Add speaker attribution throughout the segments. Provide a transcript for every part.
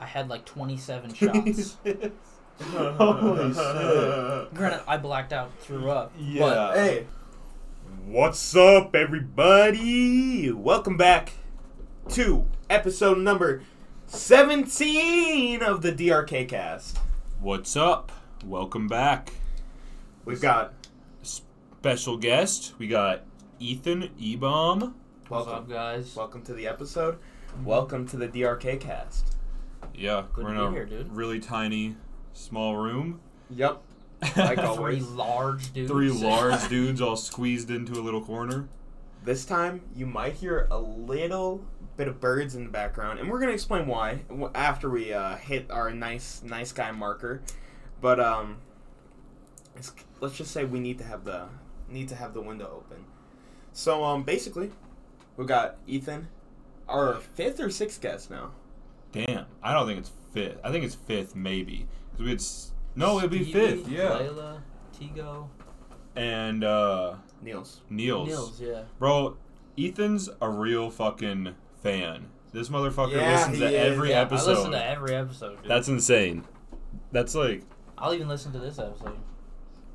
Speaker 1: had like 27 shots.
Speaker 2: Holy shit.
Speaker 1: Granted, I blacked out, threw up.
Speaker 2: Yeah.
Speaker 3: Hey,
Speaker 2: What's up, everybody? Welcome back to episode number 17 of the DRK cast.
Speaker 4: What's up? Welcome back.
Speaker 2: We've got.
Speaker 4: Special guest, we got Ethan Ebom.
Speaker 1: What's up,
Speaker 2: Welcome.
Speaker 1: guys?
Speaker 2: Welcome to the episode. Welcome to the DRK cast.
Speaker 4: Yeah,
Speaker 1: Good
Speaker 4: we're in
Speaker 1: to be
Speaker 4: a
Speaker 1: here, dude.
Speaker 4: really tiny, small room.
Speaker 2: Yep. Like
Speaker 4: Three
Speaker 1: Three
Speaker 2: always.
Speaker 1: large dudes.
Speaker 4: large dudes all squeezed into a little corner.
Speaker 2: This time, you might hear a little bit of birds in the background, and we're gonna explain why w- after we uh, hit our nice nice guy marker. But um, it's, let's just say we need to have the need to have the window open. So um, basically, we got Ethan, our fifth or sixth guest now.
Speaker 4: Damn, I don't think it's fifth. I think it's fifth, maybe. 'Cause we had s- no, it'd be
Speaker 1: Stevie,
Speaker 4: fifth, yeah.
Speaker 1: Layla, Tigo,
Speaker 4: And uh,
Speaker 2: Niels.
Speaker 4: Niels.
Speaker 1: Nils, yeah.
Speaker 4: Bro, Ethan's a real fucking fan. This motherfucker
Speaker 2: Yeah,
Speaker 4: listens
Speaker 2: he
Speaker 4: to
Speaker 2: is.
Speaker 4: every
Speaker 1: Yeah,
Speaker 4: episode.
Speaker 1: I listen to every episode, dude.
Speaker 4: That's insane. That's like,
Speaker 1: I'll even listen to this episode.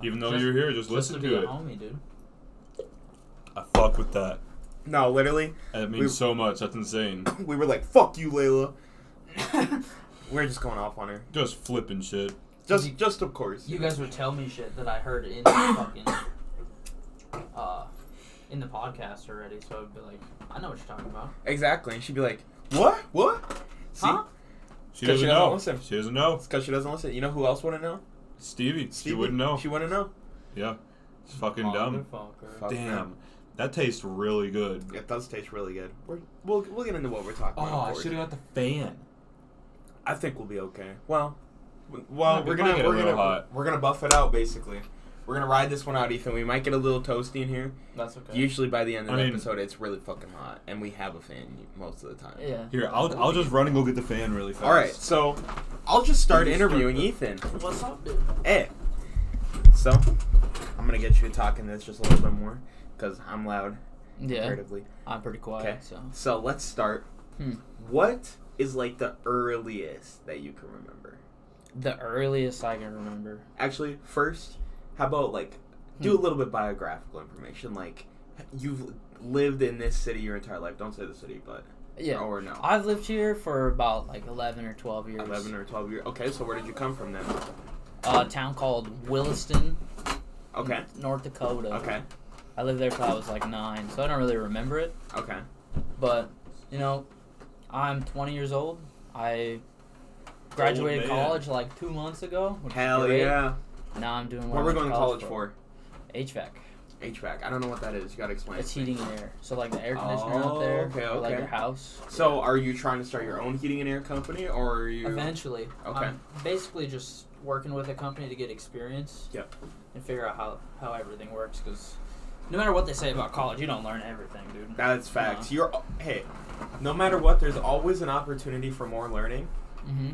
Speaker 4: even though
Speaker 1: Just-
Speaker 4: you're here,
Speaker 1: just
Speaker 4: just, listen
Speaker 1: to,
Speaker 4: to,
Speaker 1: be
Speaker 4: it.
Speaker 1: a homie, dude.
Speaker 4: I fuck with that.
Speaker 2: No, literally,
Speaker 4: That means
Speaker 2: We-
Speaker 4: so much. That's insane.
Speaker 2: we were like, "Fuck you, Layla." we're just going off on her.
Speaker 4: Just flipping shit.
Speaker 2: Just,
Speaker 1: You-
Speaker 2: just of course.
Speaker 1: You guys would tell me shit that I heard in the fucking uh in the podcast already, so I'd be like, I know what you're talking about.
Speaker 2: exactly, and she'd be like, "What? What?" See,
Speaker 1: Huh?
Speaker 4: She
Speaker 2: Because she doesn't
Speaker 4: doesn't know.
Speaker 2: listen.
Speaker 4: She doesn't know.
Speaker 2: It's because she doesn't listen. You know who else wouldn't know?
Speaker 4: Stevie. She
Speaker 2: Stevie.
Speaker 4: wouldn't know.
Speaker 2: She wouldn't know.
Speaker 4: yeah. It's fucking dumb.
Speaker 1: Motherfucker.
Speaker 2: Fuck.
Speaker 4: Damn. That tastes really good.
Speaker 2: It does taste really good. We're, we'll we'll get into what we're talking
Speaker 4: Oh,
Speaker 2: about.
Speaker 4: I
Speaker 2: afterwards.
Speaker 4: should have got the fan.
Speaker 2: I think we'll be okay. Well, w- well,
Speaker 4: Might-
Speaker 2: we're
Speaker 4: it might
Speaker 2: gonna
Speaker 4: get a
Speaker 2: we're
Speaker 4: little
Speaker 2: gonna
Speaker 4: hot.
Speaker 2: we're gonna buff it out basically. We're gonna ride this one out, Ethan. We might get a little toasty in here.
Speaker 1: That's okay.
Speaker 2: Usually by the end of
Speaker 4: I
Speaker 2: the
Speaker 4: mean-
Speaker 2: episode, it's really fucking hot, and we have a fan most of the time.
Speaker 1: yeah.
Speaker 4: Here, I'll, I'll just run and go get the fan really fast.
Speaker 2: All right, so I'll just start
Speaker 4: You can start
Speaker 2: interviewing
Speaker 4: the-
Speaker 2: Ethan.
Speaker 1: What's up, dude?
Speaker 2: Hey. So, I'm gonna get you to talking this just a little bit more, cause I'm loud
Speaker 1: Yeah.
Speaker 2: comparatively.
Speaker 1: I'm pretty quiet,
Speaker 2: Okay.
Speaker 1: so
Speaker 2: So let's start.
Speaker 1: Hmm.
Speaker 2: What is like the earliest that you can remember?
Speaker 1: the earliest I can remember.
Speaker 2: Actually, first, how about like
Speaker 1: Hmm.
Speaker 2: do a little bit biographical information? Like you've lived in this city your entire life. Don't say the city, but
Speaker 1: Yeah.
Speaker 2: or no,
Speaker 1: I've lived here for about like eleven or twelve years.
Speaker 2: eleven or twelve years. Okay, so where did you come from then?
Speaker 1: A town called Williston,
Speaker 2: Okay,
Speaker 1: North Dakota.
Speaker 2: okay,
Speaker 1: I lived there till I was like nine, so I don't really remember it.
Speaker 2: okay.
Speaker 1: But, you know, I'm 20 years old. I graduated
Speaker 4: Old man.
Speaker 1: college like two months ago. which is
Speaker 2: Hell
Speaker 1: great.
Speaker 2: yeah.
Speaker 1: Now I'm doing what
Speaker 2: What
Speaker 1: I
Speaker 2: we're
Speaker 1: went
Speaker 2: going to college for?
Speaker 1: HVAC.
Speaker 2: HVAC. I don't know what that is. You gotta explain. it
Speaker 1: It's
Speaker 2: to me.
Speaker 1: heating and air. So, like, the air conditioner out
Speaker 2: Oh,
Speaker 1: there.
Speaker 2: okay,
Speaker 1: or, like,
Speaker 2: okay.
Speaker 1: your house.
Speaker 2: So, are you trying to start your own heating and air company, or are you?
Speaker 1: Eventually.
Speaker 2: Okay.
Speaker 1: I'm basically just working with a company to get experience.
Speaker 2: Yep.
Speaker 1: And figure out how, how everything works because no matter what they say about college, you don't learn everything, dude.
Speaker 2: That's facts. You're hey, no matter what, there's always an opportunity for more learning.
Speaker 1: Mm-hmm.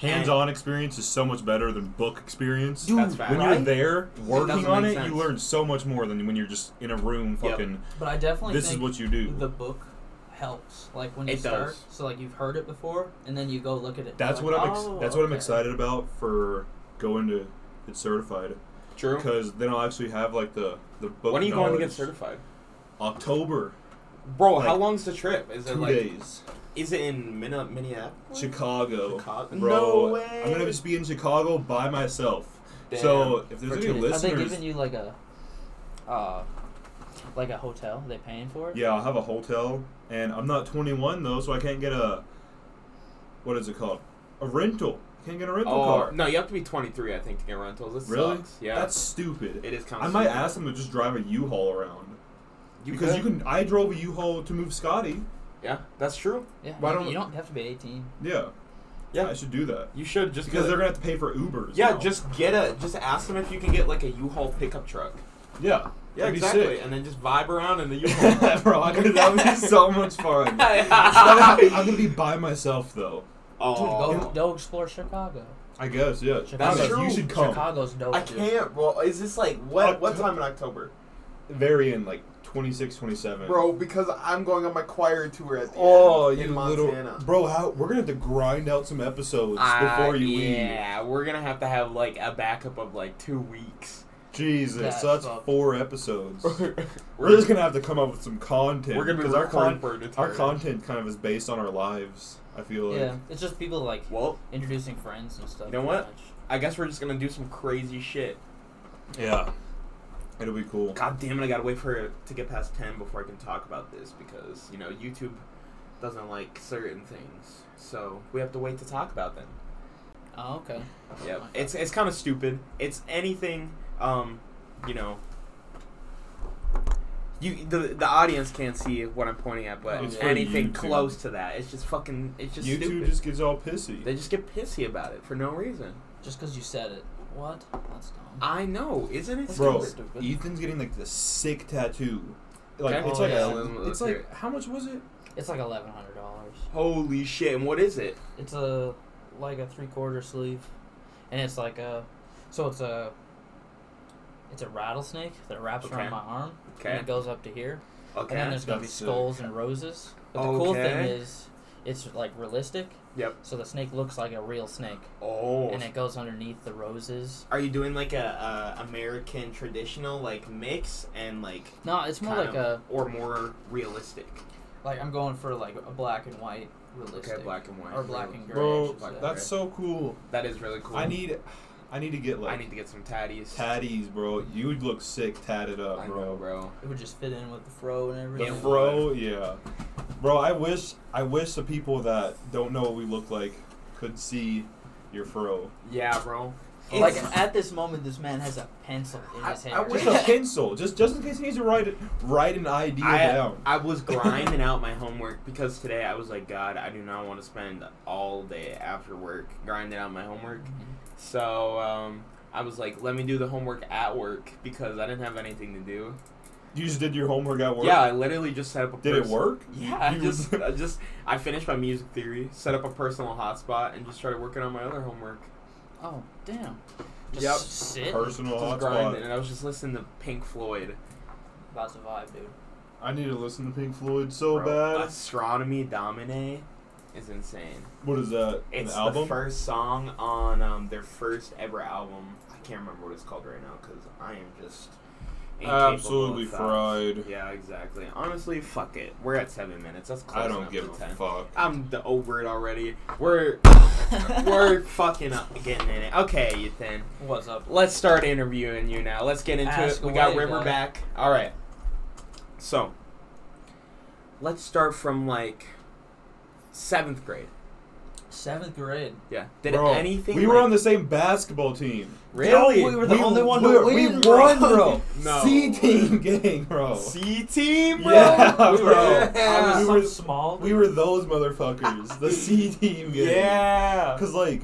Speaker 4: Hands-on experience is so much better than book experience.
Speaker 1: Dude,
Speaker 2: That's facts.
Speaker 4: when
Speaker 1: right?
Speaker 4: you're there working
Speaker 2: doesn't
Speaker 4: on
Speaker 2: make
Speaker 4: it,
Speaker 2: sense.
Speaker 4: you learn so much more than when you're just in a room
Speaker 2: Yep.
Speaker 4: fucking.
Speaker 1: But I definitely
Speaker 4: This
Speaker 1: think
Speaker 4: is what you do.
Speaker 1: the book helps like when you
Speaker 2: It
Speaker 1: start
Speaker 2: does.
Speaker 1: so like you've heard it before and then you go look at it and
Speaker 4: That's
Speaker 1: you're
Speaker 4: what
Speaker 1: like,
Speaker 4: I'm. Ex-
Speaker 1: "Oh,
Speaker 4: that's what I'm
Speaker 1: okay."
Speaker 4: excited about for going to get certified
Speaker 2: True.
Speaker 4: because then I'll actually have like the the book.
Speaker 2: When are you going to get
Speaker 4: knowledge.
Speaker 2: certified,
Speaker 4: October.
Speaker 2: bro? how
Speaker 4: Like,
Speaker 2: long's the trip? Is it
Speaker 4: Two
Speaker 2: like?
Speaker 4: days.
Speaker 2: Is it in Minna, Minneapolis?
Speaker 4: Chicago.
Speaker 2: Chicago?
Speaker 4: Bro,
Speaker 2: No way.
Speaker 4: I'm gonna just be in Chicago by myself.
Speaker 2: Damn.
Speaker 4: So if
Speaker 2: For
Speaker 4: there's any
Speaker 2: two days.
Speaker 1: Are they
Speaker 4: listeners,
Speaker 1: giving you like a uh like a hotel? Are they paying for it?
Speaker 4: yeah, I'll have a hotel, and I'm not 21 though, so I can't get a what is it called? A rental. Can't get a rental
Speaker 2: Oh
Speaker 4: car.
Speaker 2: no, you have to be 23, I think, to get rentals. This
Speaker 4: Really?
Speaker 2: sucks. Yeah,
Speaker 4: That's stupid.
Speaker 2: it is. Kind
Speaker 4: I might ask them to just drive a U-Haul around because you can. I drove a U-Haul to move Scotty.
Speaker 2: Yeah, that's true.
Speaker 1: Yeah.
Speaker 4: Why
Speaker 1: you-
Speaker 4: don't-
Speaker 1: you don't have to be eighteen.
Speaker 4: Yeah.
Speaker 2: Yeah.
Speaker 4: I should do that.
Speaker 2: You should just
Speaker 4: Because
Speaker 2: get-
Speaker 4: they're gonna have to pay for Ubers.
Speaker 2: Yeah,
Speaker 4: now.
Speaker 2: just get a. Just ask them if you can get like a U-Haul pickup truck.
Speaker 4: yeah,
Speaker 2: Yeah,
Speaker 4: That'd be
Speaker 2: exactly.
Speaker 4: sick.
Speaker 2: And then just vibe around in the U-Haul.
Speaker 4: Bro, I could- that would be so much fun. I'm gonna be by myself though.
Speaker 1: Dude, go,
Speaker 2: Oh,
Speaker 1: go explore Chicago.
Speaker 4: I guess, yeah.
Speaker 1: Chicago.
Speaker 4: You should come.
Speaker 1: Chicago's dope.
Speaker 2: I
Speaker 1: dude.
Speaker 2: can't. Well, is this like what? What
Speaker 4: Octo-
Speaker 2: time in October?
Speaker 4: very in like 26, 27.
Speaker 5: bro, because I'm going on my choir tour at the
Speaker 4: Oh,
Speaker 5: end
Speaker 4: you
Speaker 5: in Montana.
Speaker 4: little bro! How we're gonna have to grind out some episodes
Speaker 2: Ah,
Speaker 4: before you leave.
Speaker 2: yeah, we're gonna have to have like a backup of like two weeks.
Speaker 4: Jesus,
Speaker 1: That's
Speaker 4: that's
Speaker 1: fucked.
Speaker 4: four episodes.
Speaker 2: we're,
Speaker 4: we're just gonna have to come up with some content.
Speaker 2: we're gonna be
Speaker 4: because our,
Speaker 2: recording
Speaker 4: con-
Speaker 2: for a
Speaker 4: our
Speaker 2: time.
Speaker 4: content kind of is based on our lives. I feel like
Speaker 1: yeah, it's just people like
Speaker 2: Well,
Speaker 1: introducing friends and stuff.
Speaker 2: You know
Speaker 1: pretty
Speaker 2: what?
Speaker 1: much.
Speaker 2: I guess we're just gonna do some crazy shit.
Speaker 4: Yeah. it'll be cool.
Speaker 2: God damn it! I gotta wait for it to get past ten before I can talk about this because you know YouTube doesn't like certain things, so we have to wait to talk about them.
Speaker 1: Oh, okay.
Speaker 2: Yeah, it's it's kind of stupid. It's anything, um, you know. You the the audience can't see what I'm pointing at,
Speaker 4: Oh,
Speaker 2: but
Speaker 1: It's for
Speaker 2: anything
Speaker 4: YouTube.
Speaker 2: close to that, it's just fucking, it's just
Speaker 4: YouTube
Speaker 2: stupid.
Speaker 4: just gets all pissy.
Speaker 2: they just get pissy about it for no reason.
Speaker 1: Just because you said it. What? That's dumb.
Speaker 2: I know, isn't it?
Speaker 4: Bro,
Speaker 2: stupid?
Speaker 1: stupid.
Speaker 4: Ethan's getting like the sick tattoo. Like
Speaker 2: Okay.
Speaker 4: it's
Speaker 1: Oh,
Speaker 4: like
Speaker 1: yeah.
Speaker 4: a, it's like how much was it?
Speaker 1: It's like eleven hundred dollars.
Speaker 2: Holy shit! And what is it?
Speaker 1: It's a like a three quarter sleeve, and it's like a so it's a it's a rattlesnake that wraps
Speaker 2: Okay.
Speaker 1: around my arm and
Speaker 2: Okay,
Speaker 1: it goes up to here, and then
Speaker 2: okay,
Speaker 1: there's gonna be
Speaker 4: That's sick.
Speaker 1: skulls and roses. But the cool thing
Speaker 2: Okay.
Speaker 1: is, it's like realistic.
Speaker 2: Yep.
Speaker 1: So the snake looks like a real snake,
Speaker 2: oh.
Speaker 1: and it goes underneath the roses.
Speaker 2: Are you doing like a, a American traditional like mix and like
Speaker 1: No, it's more
Speaker 2: kind
Speaker 1: like
Speaker 2: of- or more realistic?
Speaker 1: a like I'm going for like a black and white realistic.
Speaker 2: Okay, black and white
Speaker 1: Or black and gray.
Speaker 4: Bro,
Speaker 1: I should say.
Speaker 2: Yeah.
Speaker 4: That's so cool.
Speaker 2: That is really cool.
Speaker 4: I need, I need to get
Speaker 2: I
Speaker 4: like
Speaker 2: need to get some tatties.
Speaker 4: tatties, bro. You would look sick tatted up,
Speaker 2: I
Speaker 4: bro.
Speaker 2: know, bro.
Speaker 1: It would just fit in with the fro and
Speaker 4: The
Speaker 1: everything.
Speaker 2: Yeah.
Speaker 4: fro, yeah, bro. I wish, I wish the people that don't know what we look like could see your fro.
Speaker 2: Yeah, bro.
Speaker 1: Like at this moment, this man has a pencil in
Speaker 2: I-
Speaker 1: his hand.
Speaker 2: I
Speaker 4: Just
Speaker 2: wish-
Speaker 4: a pencil, just just in case he needs to write it, write an idea
Speaker 2: I,
Speaker 4: down.
Speaker 2: I was grinding out my homework because today I was like, God, I do not want to spend all day after work grinding out my homework. So um, I was like, let me do the homework at work because I didn't have anything to do.
Speaker 4: You just did your homework at work.
Speaker 2: Yeah, I literally just set up a.
Speaker 4: Did it
Speaker 2: pers-
Speaker 4: work?
Speaker 2: Yeah, I
Speaker 4: You-
Speaker 2: just, I just, I finished my music theory, set up a personal hotspot, and just started working on my other homework.
Speaker 1: Oh damn! Just
Speaker 2: Yep.
Speaker 1: sit.
Speaker 4: Personal
Speaker 2: just grinding,
Speaker 4: hotspot.
Speaker 2: and I was just listening to Pink Floyd.
Speaker 1: About to vibe, dude.
Speaker 4: I need to listen to Pink Floyd so
Speaker 2: Bro,
Speaker 4: bad.
Speaker 2: Astronomy Domine is insane.
Speaker 4: What is that?
Speaker 2: It's
Speaker 4: an album?
Speaker 2: the first song on um, their first ever album. I can't remember what it's called right now because I am just incapable
Speaker 4: Absolutely
Speaker 2: of thoughts.
Speaker 4: fried.
Speaker 2: Yeah, exactly. Honestly, fuck it. We're at seven minutes. That's close
Speaker 4: I don't
Speaker 2: enough
Speaker 4: give
Speaker 2: to
Speaker 4: a
Speaker 2: ten.
Speaker 4: fuck.
Speaker 2: I'm the over it already. We're we're fucking up getting in it. Okay, Ethan.
Speaker 1: What's up?
Speaker 2: Let's start interviewing you now. Let's get into
Speaker 1: Ask
Speaker 2: it. We got
Speaker 1: away,
Speaker 2: River
Speaker 1: bud.
Speaker 2: back. All right. So, let's start from like seventh grade.
Speaker 1: Seventh grade.
Speaker 2: Yeah. Did
Speaker 4: Bro,
Speaker 2: anything?
Speaker 4: We were
Speaker 2: like-
Speaker 4: on the same basketball team.
Speaker 2: Really?
Speaker 1: No, we were the
Speaker 4: We
Speaker 1: only one
Speaker 4: were-
Speaker 1: to
Speaker 4: we
Speaker 1: win,
Speaker 4: won,
Speaker 1: bro.
Speaker 4: bro.
Speaker 2: No.
Speaker 4: C team gang, bro.
Speaker 2: C team, bro.
Speaker 4: Yeah,
Speaker 2: We were-
Speaker 4: bro.
Speaker 2: Yeah.
Speaker 4: We were-
Speaker 1: so small.
Speaker 4: We were those motherfuckers. The C team gang.
Speaker 2: Yeah.
Speaker 4: Cause like,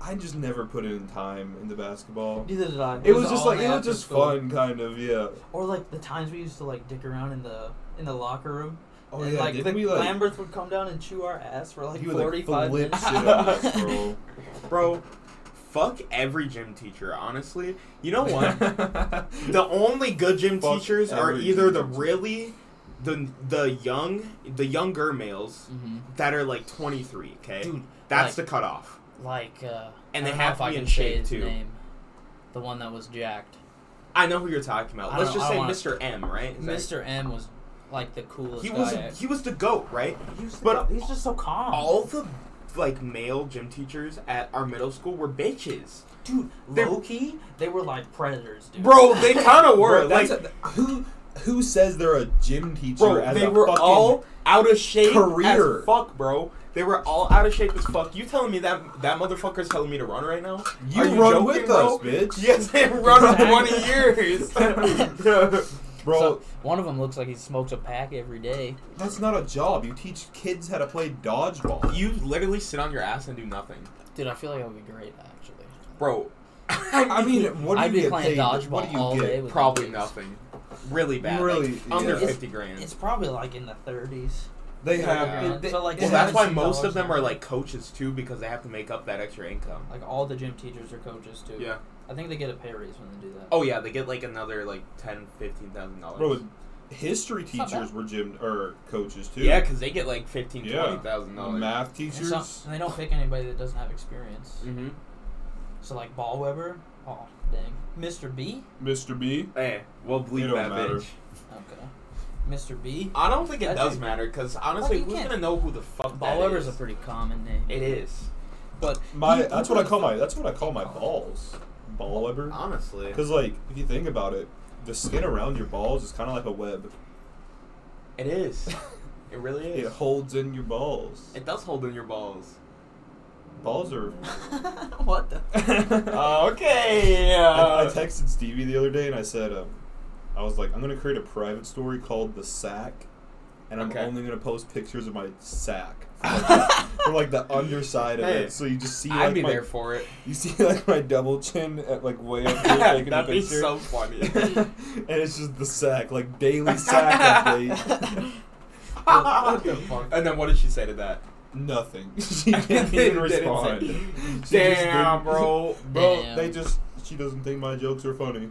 Speaker 4: I just never put in time into basketball.
Speaker 1: Neither did I.
Speaker 4: It was just
Speaker 1: all
Speaker 4: like it was
Speaker 1: after
Speaker 4: just
Speaker 1: school.
Speaker 4: fun, kind of. Yeah.
Speaker 1: Or like the times we used to like dick around in the in the locker room.
Speaker 4: Oh
Speaker 1: and,
Speaker 4: yeah.
Speaker 1: Like
Speaker 4: didn't
Speaker 1: the
Speaker 4: we like?
Speaker 1: Lambert would come down and chew our ass for like
Speaker 4: he would
Speaker 1: forty
Speaker 4: like
Speaker 1: five
Speaker 4: flip
Speaker 1: minutes.
Speaker 4: shit on us, bro.
Speaker 2: Bro, fuck every gym teacher, honestly. You know what?
Speaker 4: one.
Speaker 2: the only good gym
Speaker 4: Fuck
Speaker 2: teachers are
Speaker 4: every
Speaker 2: either
Speaker 4: gym
Speaker 2: the
Speaker 4: teacher.
Speaker 2: really the the young the younger males
Speaker 1: hmm
Speaker 2: that are like 23, okay?
Speaker 1: Dude,
Speaker 2: That's
Speaker 1: like-
Speaker 2: the cutoff.
Speaker 1: Like. uh
Speaker 2: And
Speaker 1: I
Speaker 2: they
Speaker 1: don't know
Speaker 2: have
Speaker 1: if
Speaker 2: to
Speaker 1: I
Speaker 2: be
Speaker 1: can
Speaker 2: in
Speaker 1: say
Speaker 2: shape,
Speaker 1: his
Speaker 2: too.
Speaker 1: Name. The one that was jacked.
Speaker 2: I know who you're talking about.
Speaker 1: I
Speaker 2: Let's
Speaker 1: don't- I
Speaker 2: just say
Speaker 1: wanna-
Speaker 2: Mr. M, right? Is that-
Speaker 1: Mr. M was like the coolest
Speaker 2: He
Speaker 1: guy.
Speaker 2: was
Speaker 1: I-
Speaker 2: he was the goat, right?
Speaker 1: He was the-
Speaker 2: But-
Speaker 1: he's just so calm.
Speaker 2: All the like male gym teachers at our middle school were bitches.
Speaker 1: dude,
Speaker 2: They're-
Speaker 1: low key, they were like predators, dude.
Speaker 2: Bro, they kind of were.
Speaker 4: Bro,
Speaker 2: like
Speaker 4: that's a- who who says they're a gym teacher?
Speaker 2: Bro,
Speaker 4: as
Speaker 2: they
Speaker 4: a
Speaker 2: were
Speaker 4: fucking-
Speaker 2: all out of shape
Speaker 4: career.
Speaker 2: as fuck, bro. They were all out of shape as fuck. You telling me that that motherfucker's telling me to run right now?
Speaker 4: You
Speaker 2: Are
Speaker 4: run
Speaker 2: you joking,
Speaker 4: with
Speaker 2: bro?
Speaker 4: us, bitch.
Speaker 2: Yes, they run
Speaker 1: Exactly.
Speaker 2: with one of yours.
Speaker 4: bro.
Speaker 1: So, one of them looks like he smokes a pack every day.
Speaker 4: that's not a job. You teach kids how to play dodgeball.
Speaker 2: you literally sit on your ass and do nothing,
Speaker 1: Dude, I feel like I would be great actually.
Speaker 2: bro.
Speaker 4: I mean, what do
Speaker 1: I'd
Speaker 4: you
Speaker 1: be
Speaker 4: get
Speaker 1: playing
Speaker 4: paid?
Speaker 1: dodgeball
Speaker 4: what do you
Speaker 1: all
Speaker 4: get?
Speaker 1: day with
Speaker 2: probably
Speaker 1: them kids.
Speaker 2: nothing. Really bad.
Speaker 4: Really,
Speaker 2: like, under
Speaker 4: yeah.
Speaker 2: fifty grand.
Speaker 1: It's probably like in the 30s.
Speaker 4: They have.
Speaker 1: Yeah.
Speaker 2: They- they-
Speaker 1: So, like,
Speaker 2: well,
Speaker 1: they
Speaker 2: that's
Speaker 1: have
Speaker 2: why
Speaker 1: a
Speaker 2: most of
Speaker 1: $2
Speaker 2: them
Speaker 1: now.
Speaker 2: are like coaches too, because they have to make up that extra income.
Speaker 1: Like all the gym teachers are coaches too.
Speaker 2: Yeah.
Speaker 1: I think they get a pay raise when they do that.
Speaker 2: Oh yeah, they get like another like ten, fifteen thousand dollars.
Speaker 4: Bro, history
Speaker 1: not bad.
Speaker 4: teachers were gym or coaches too.
Speaker 2: Yeah, because they get like fifteen,
Speaker 4: Yeah.
Speaker 2: twenty thousand
Speaker 4: The
Speaker 2: dollars.
Speaker 4: math
Speaker 1: And,
Speaker 4: teachers.
Speaker 1: some- and they don't pick anybody that doesn't have experience.
Speaker 2: Mm-hmm.
Speaker 1: So like Ball Weber, oh dang, Mr. B,
Speaker 4: Mr. B.
Speaker 2: Hey, Eh, we'll bleep
Speaker 4: It don't
Speaker 2: that
Speaker 4: matter.
Speaker 2: bitch.
Speaker 1: okay, Mr. B.
Speaker 2: I don't think it
Speaker 1: That's
Speaker 2: does
Speaker 1: it.
Speaker 2: matter because honestly,
Speaker 1: you
Speaker 2: who's
Speaker 1: can't-
Speaker 2: gonna know who the fuck
Speaker 1: Ball
Speaker 2: that
Speaker 1: Weber's
Speaker 2: is?
Speaker 1: a pretty common name.
Speaker 2: it is
Speaker 1: but
Speaker 4: My.
Speaker 1: he-
Speaker 4: That's
Speaker 1: he
Speaker 4: what I
Speaker 1: was
Speaker 4: call
Speaker 1: the-
Speaker 4: my. That's what I call my balls. Ball Weber.
Speaker 2: honestly.
Speaker 4: Because like, if you think about it, the skin around your balls is kind of like a web.
Speaker 2: It is. It really
Speaker 4: It
Speaker 2: is.
Speaker 4: holds in your balls.
Speaker 2: It does hold in your balls.
Speaker 4: Balls are.
Speaker 1: what the?
Speaker 2: okay.
Speaker 4: I, I texted Stevie the other day and I said, um, I was like, I'm gonna create a private story called the sack, and I'm
Speaker 2: Okay.
Speaker 4: only gonna post pictures of my sack from like the, from, like, the underside of
Speaker 2: Hey,
Speaker 4: it. So you just see
Speaker 2: I'd
Speaker 4: like
Speaker 2: be
Speaker 4: my,
Speaker 2: there for it.
Speaker 4: you see like my double chin at like way up here taking
Speaker 2: That'd
Speaker 4: a
Speaker 2: be
Speaker 4: picture,
Speaker 2: so funny.
Speaker 4: and it's just the sack, like daily sack update.
Speaker 1: What the fuck?
Speaker 2: And then what did she say to that?
Speaker 4: Nothing. She didn't even
Speaker 2: Didn't say-
Speaker 4: respond. She just
Speaker 2: Damn,
Speaker 4: didn't-
Speaker 2: bro.
Speaker 4: Bro,
Speaker 1: Damn.
Speaker 4: they just she doesn't think my jokes are funny.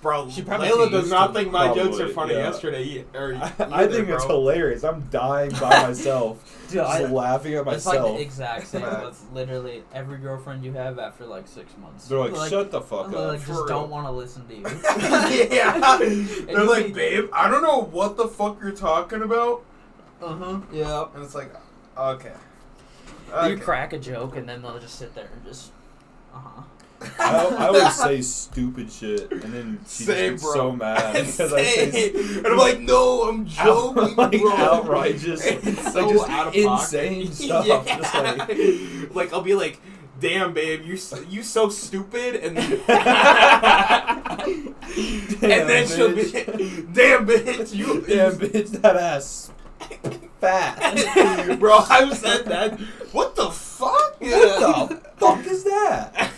Speaker 2: Bro,
Speaker 1: She probably
Speaker 2: Layla
Speaker 1: used
Speaker 2: does not
Speaker 1: to-
Speaker 2: think my jokes are
Speaker 4: probably,
Speaker 2: funny
Speaker 4: yeah.
Speaker 2: yesterday. e- Or
Speaker 4: I,
Speaker 2: either,
Speaker 4: I think it's
Speaker 2: bro.
Speaker 4: hilarious. I'm dying by myself,
Speaker 1: Dude,
Speaker 4: just
Speaker 1: I-
Speaker 4: laughing at
Speaker 1: It's like
Speaker 4: myself.
Speaker 1: the exact same
Speaker 4: Facts.
Speaker 1: with literally every girlfriend you have after like six months.
Speaker 4: They're like, shut the fuck
Speaker 1: I'm
Speaker 4: up.
Speaker 1: like,
Speaker 2: for
Speaker 1: just
Speaker 2: real."
Speaker 1: don't want to listen to you.
Speaker 2: yeah.
Speaker 1: you
Speaker 2: They're like,
Speaker 1: think-
Speaker 2: babe, I don't know what the fuck you're talking about.
Speaker 1: Uh huh. Yeah.
Speaker 2: And it's like, okay.
Speaker 1: You
Speaker 2: Okay.
Speaker 1: crack a joke and then they'll just sit there and just, uh huh.
Speaker 4: I, I always say stupid shit, and then she
Speaker 2: Same,
Speaker 4: just gets
Speaker 2: bro.
Speaker 4: so mad because I say s-
Speaker 2: and I'm like, no, I'm
Speaker 4: out-
Speaker 2: joking,
Speaker 4: like
Speaker 2: bro.
Speaker 4: outrageous,
Speaker 2: It's
Speaker 4: like
Speaker 2: so
Speaker 4: just
Speaker 2: out of
Speaker 4: insane
Speaker 2: pocket.
Speaker 4: stuff.
Speaker 2: Yeah.
Speaker 4: Just like
Speaker 2: Like, I'll be like, damn, babe, you s- you so stupid, and then, and then she'll be, damn, bitch, you,
Speaker 4: damn bitch, that ass fat.
Speaker 2: bro, I've said that. What the fuck?
Speaker 4: What the fuck is that?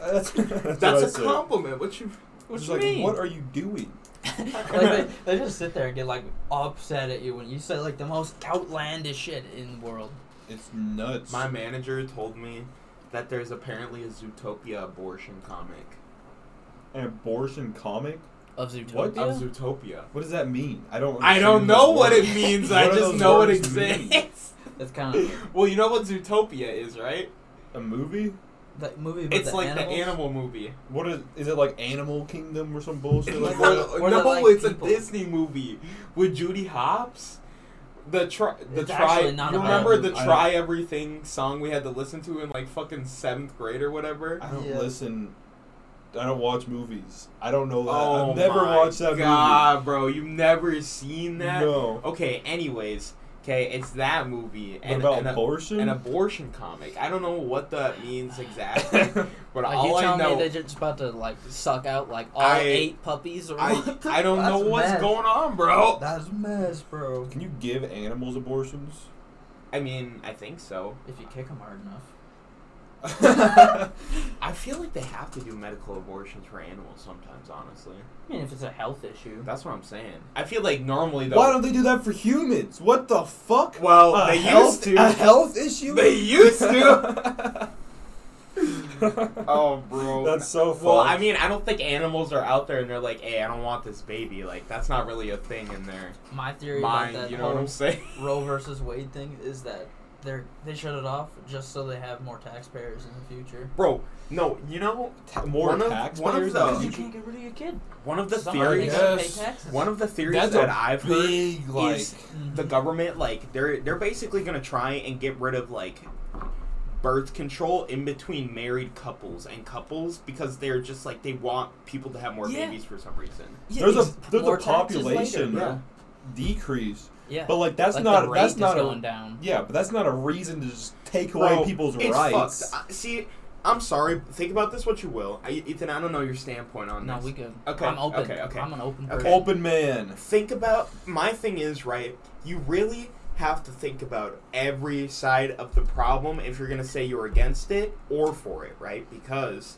Speaker 4: That's, that's,
Speaker 2: That's
Speaker 4: what I
Speaker 2: a
Speaker 4: said.
Speaker 2: compliment. What you? What
Speaker 4: She's
Speaker 2: you
Speaker 4: like,
Speaker 2: mean?
Speaker 4: what are you doing?
Speaker 1: like they, they just sit there and get like upset at you when you say like the most outlandish shit in the world.
Speaker 4: It's nuts.
Speaker 2: My manager told me that there's apparently a Zootopia abortion comic.
Speaker 4: An abortion comic?
Speaker 1: Of Zootopia.
Speaker 4: What?
Speaker 2: Of Zootopia.
Speaker 4: What does that mean? I don't.
Speaker 2: I don't
Speaker 4: understand
Speaker 2: know
Speaker 4: those
Speaker 2: what it
Speaker 4: words.
Speaker 2: means.
Speaker 4: What
Speaker 2: I
Speaker 4: do
Speaker 2: just
Speaker 4: those
Speaker 2: know it
Speaker 4: words mean?
Speaker 2: exists.
Speaker 1: That's kind of
Speaker 2: Well, you know what Zootopia is, right?
Speaker 4: A movie?
Speaker 1: that movie. With
Speaker 2: It's
Speaker 1: the
Speaker 2: like
Speaker 1: animals?
Speaker 2: the animal movie.
Speaker 4: What is? Is it like Animal Kingdom or some bullshit like
Speaker 1: Or-
Speaker 4: that?
Speaker 1: or
Speaker 2: no,
Speaker 1: they're like
Speaker 2: Oh, it's
Speaker 1: people.
Speaker 2: a Disney movie with Judy Hopps. The try, the
Speaker 1: It's
Speaker 2: try.
Speaker 1: actually not
Speaker 2: you
Speaker 1: a bad
Speaker 2: remember the
Speaker 1: movie.
Speaker 4: I
Speaker 2: "Try Everything" song we had to listen to in like fucking seventh grade or whatever?
Speaker 4: I don't
Speaker 1: Yeah.
Speaker 4: listen. I don't watch movies. I don't know that.
Speaker 2: Oh,
Speaker 4: I've never
Speaker 2: my
Speaker 4: watched that
Speaker 2: God, bro, you've never seen
Speaker 4: movie.
Speaker 2: that?
Speaker 4: No.
Speaker 2: Okay, anyways, okay, it's that movie
Speaker 4: What
Speaker 2: and,
Speaker 4: about
Speaker 2: and a-
Speaker 4: abortion?
Speaker 2: an abortion comic. I don't know what that means exactly, but
Speaker 1: Like,
Speaker 2: all
Speaker 1: you
Speaker 2: I
Speaker 1: telling
Speaker 2: know,
Speaker 1: me they're just about to like suck out like all
Speaker 2: I-
Speaker 1: eight puppies or
Speaker 2: I,
Speaker 1: what?
Speaker 2: I don't know
Speaker 1: That's
Speaker 2: what's
Speaker 1: mess.
Speaker 2: going on, bro.
Speaker 1: That's mess, bro.
Speaker 4: Can you give animals abortions?
Speaker 2: I mean, I think so.
Speaker 1: If you kick them hard enough.
Speaker 2: I feel like they have to do medical abortions for animals sometimes. Honestly,
Speaker 1: I mean, if it's a health issue.
Speaker 2: that's what I'm saying. I feel like normally though.
Speaker 4: Why don't they do that for humans? What the fuck?
Speaker 2: well,
Speaker 4: a
Speaker 2: they
Speaker 4: health,
Speaker 2: used to.
Speaker 4: A health issue?
Speaker 2: They used to. oh, bro.
Speaker 4: That's so funny.
Speaker 2: Well, I mean, I don't think animals are out there and they're like, "Hey, I don't want this baby." Like, that's not really a thing in their
Speaker 1: My theory about
Speaker 2: mind.
Speaker 1: that
Speaker 2: You know
Speaker 1: whole
Speaker 2: what I'm saying?
Speaker 1: Roe versus Wade thing is that they're they shut it off just so they have more taxpayers in the future.
Speaker 2: Bro, no. You know,
Speaker 4: Ta- more
Speaker 2: one of-
Speaker 4: taxpayers
Speaker 2: one of
Speaker 4: than
Speaker 2: the-
Speaker 1: Because you
Speaker 4: you-
Speaker 1: can't get rid of your kid.
Speaker 2: one of the
Speaker 1: Somebody
Speaker 2: theories,
Speaker 1: gotta pay
Speaker 4: Yes.
Speaker 1: taxes.
Speaker 2: one of the theories
Speaker 4: That's a
Speaker 2: that I've heard
Speaker 4: big like.
Speaker 2: is
Speaker 1: Mm-hmm.
Speaker 2: the government, like, they're they're basically gonna try and get rid of like birth control in between married couples and couples because they're just like they want people to have more
Speaker 1: Yeah.
Speaker 2: babies for some reason.
Speaker 1: Yeah,
Speaker 4: there's
Speaker 1: ex-
Speaker 4: a there's a
Speaker 1: more taxes later,
Speaker 4: population
Speaker 1: bro.
Speaker 2: yeah.
Speaker 4: decrease,
Speaker 1: Yeah.
Speaker 4: but like that's
Speaker 1: Like, the
Speaker 4: not
Speaker 1: rate
Speaker 4: that's
Speaker 1: is
Speaker 4: not
Speaker 1: going
Speaker 4: a
Speaker 1: down.
Speaker 4: yeah, but that's not a reason to just take
Speaker 2: Bro,
Speaker 4: away people's
Speaker 2: it's
Speaker 4: rights.
Speaker 2: fucked. I- See, I'm sorry. Think about this what you will. I, Ethan, I don't know your standpoint on
Speaker 1: No,
Speaker 2: this.
Speaker 1: we good.
Speaker 2: Okay,
Speaker 1: I'm open.
Speaker 2: okay, okay.
Speaker 1: I'm an open
Speaker 2: Okay.
Speaker 1: person.
Speaker 4: Open man.
Speaker 2: think about my thing is right you really have to think about every side of the problem if you're going to say you're against it or for it right because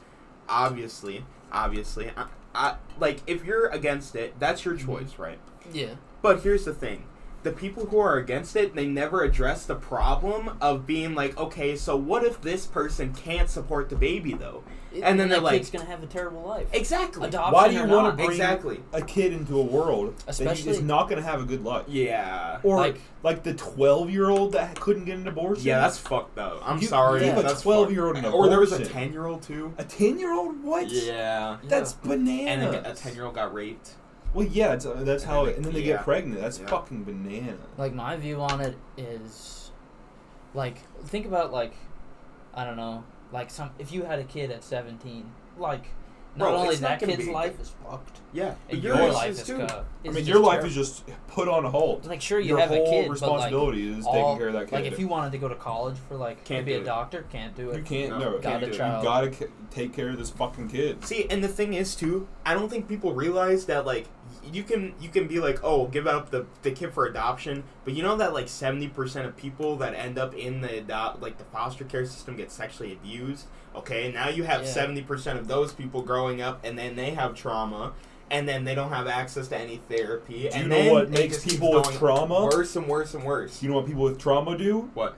Speaker 2: obviously obviously I,
Speaker 4: Mm-hmm.
Speaker 2: I, like if you're against it that's your choice right
Speaker 1: Yeah.
Speaker 2: but here's the thing the people who are against it, they never address the problem of being like, okay, so what if this person can't support the baby though? And
Speaker 1: that
Speaker 2: then they're like-
Speaker 1: kid's gonna have a terrible life.
Speaker 2: Exactly.
Speaker 1: Adoption
Speaker 4: Why do you
Speaker 1: or
Speaker 4: wanna
Speaker 1: not.
Speaker 4: bring-
Speaker 2: Exactly.
Speaker 4: a kid into a world that he is
Speaker 1: Especially-
Speaker 4: not going to have a good life.
Speaker 2: Yeah.
Speaker 4: Or like,
Speaker 1: Like-
Speaker 4: the twelve year old that couldn't get an abortion.
Speaker 2: Yeah, that's fucked though. I'm
Speaker 4: You-
Speaker 2: sorry.
Speaker 4: you give a
Speaker 2: that's fucked.
Speaker 4: 12-year-old an
Speaker 2: Or there was a
Speaker 4: abortion.
Speaker 2: ten year old too.
Speaker 4: a ten year old. What?
Speaker 2: Yeah.
Speaker 4: That's
Speaker 2: And
Speaker 4: bananas.
Speaker 2: a- a ten year old got raped.
Speaker 4: Well, yeah, it's, uh, that's how. It, and then they
Speaker 2: Yeah.
Speaker 4: get pregnant. That's
Speaker 2: Yeah.
Speaker 4: fucking bananas.
Speaker 1: like my view on it is like think about like i don't know like some if you had a kid at 17 like not
Speaker 2: Bro,
Speaker 1: only
Speaker 2: it's
Speaker 1: that
Speaker 2: not gonna
Speaker 1: kid's
Speaker 2: be-
Speaker 1: life is fucked
Speaker 2: Yeah.
Speaker 1: and
Speaker 2: But
Speaker 1: your,
Speaker 2: yours
Speaker 1: life
Speaker 2: is
Speaker 1: is,
Speaker 2: too.
Speaker 1: go-
Speaker 4: I
Speaker 1: is
Speaker 4: mean,
Speaker 1: just
Speaker 4: your life
Speaker 1: terrible.
Speaker 4: is just put on hold.
Speaker 1: like sure you
Speaker 4: Your
Speaker 1: have a
Speaker 4: whole
Speaker 1: kid but
Speaker 4: responsibility is
Speaker 1: like, all,
Speaker 4: taking care of that kid.
Speaker 1: like if you wanted to go to college for like
Speaker 2: Can't
Speaker 1: to be
Speaker 2: do
Speaker 1: a
Speaker 2: it.
Speaker 1: doctor can't do it
Speaker 4: you can't,
Speaker 2: No,
Speaker 4: no, you
Speaker 2: can't
Speaker 4: can't
Speaker 2: do
Speaker 4: do
Speaker 2: it.
Speaker 4: it. you
Speaker 1: Child.
Speaker 4: gotta ca- take care of this fucking kid.
Speaker 2: See, and the thing is too, I don't think people realize that like y- you can you can be like, oh, give up the, the kid for adoption, but you know that like seventy percent of people that end up in the adopt like the foster care system get sexually abused. Okay, now you have
Speaker 1: Yeah.
Speaker 2: seventy percent of those people growing up, and then they have trauma, and then they don't have access to any therapy.
Speaker 4: Do
Speaker 2: and
Speaker 4: you know
Speaker 2: then
Speaker 4: what
Speaker 2: it
Speaker 4: makes
Speaker 2: just keeps
Speaker 4: people with
Speaker 2: going
Speaker 4: trauma?
Speaker 2: worse and worse and worse?
Speaker 4: You know what people with trauma do?
Speaker 2: What?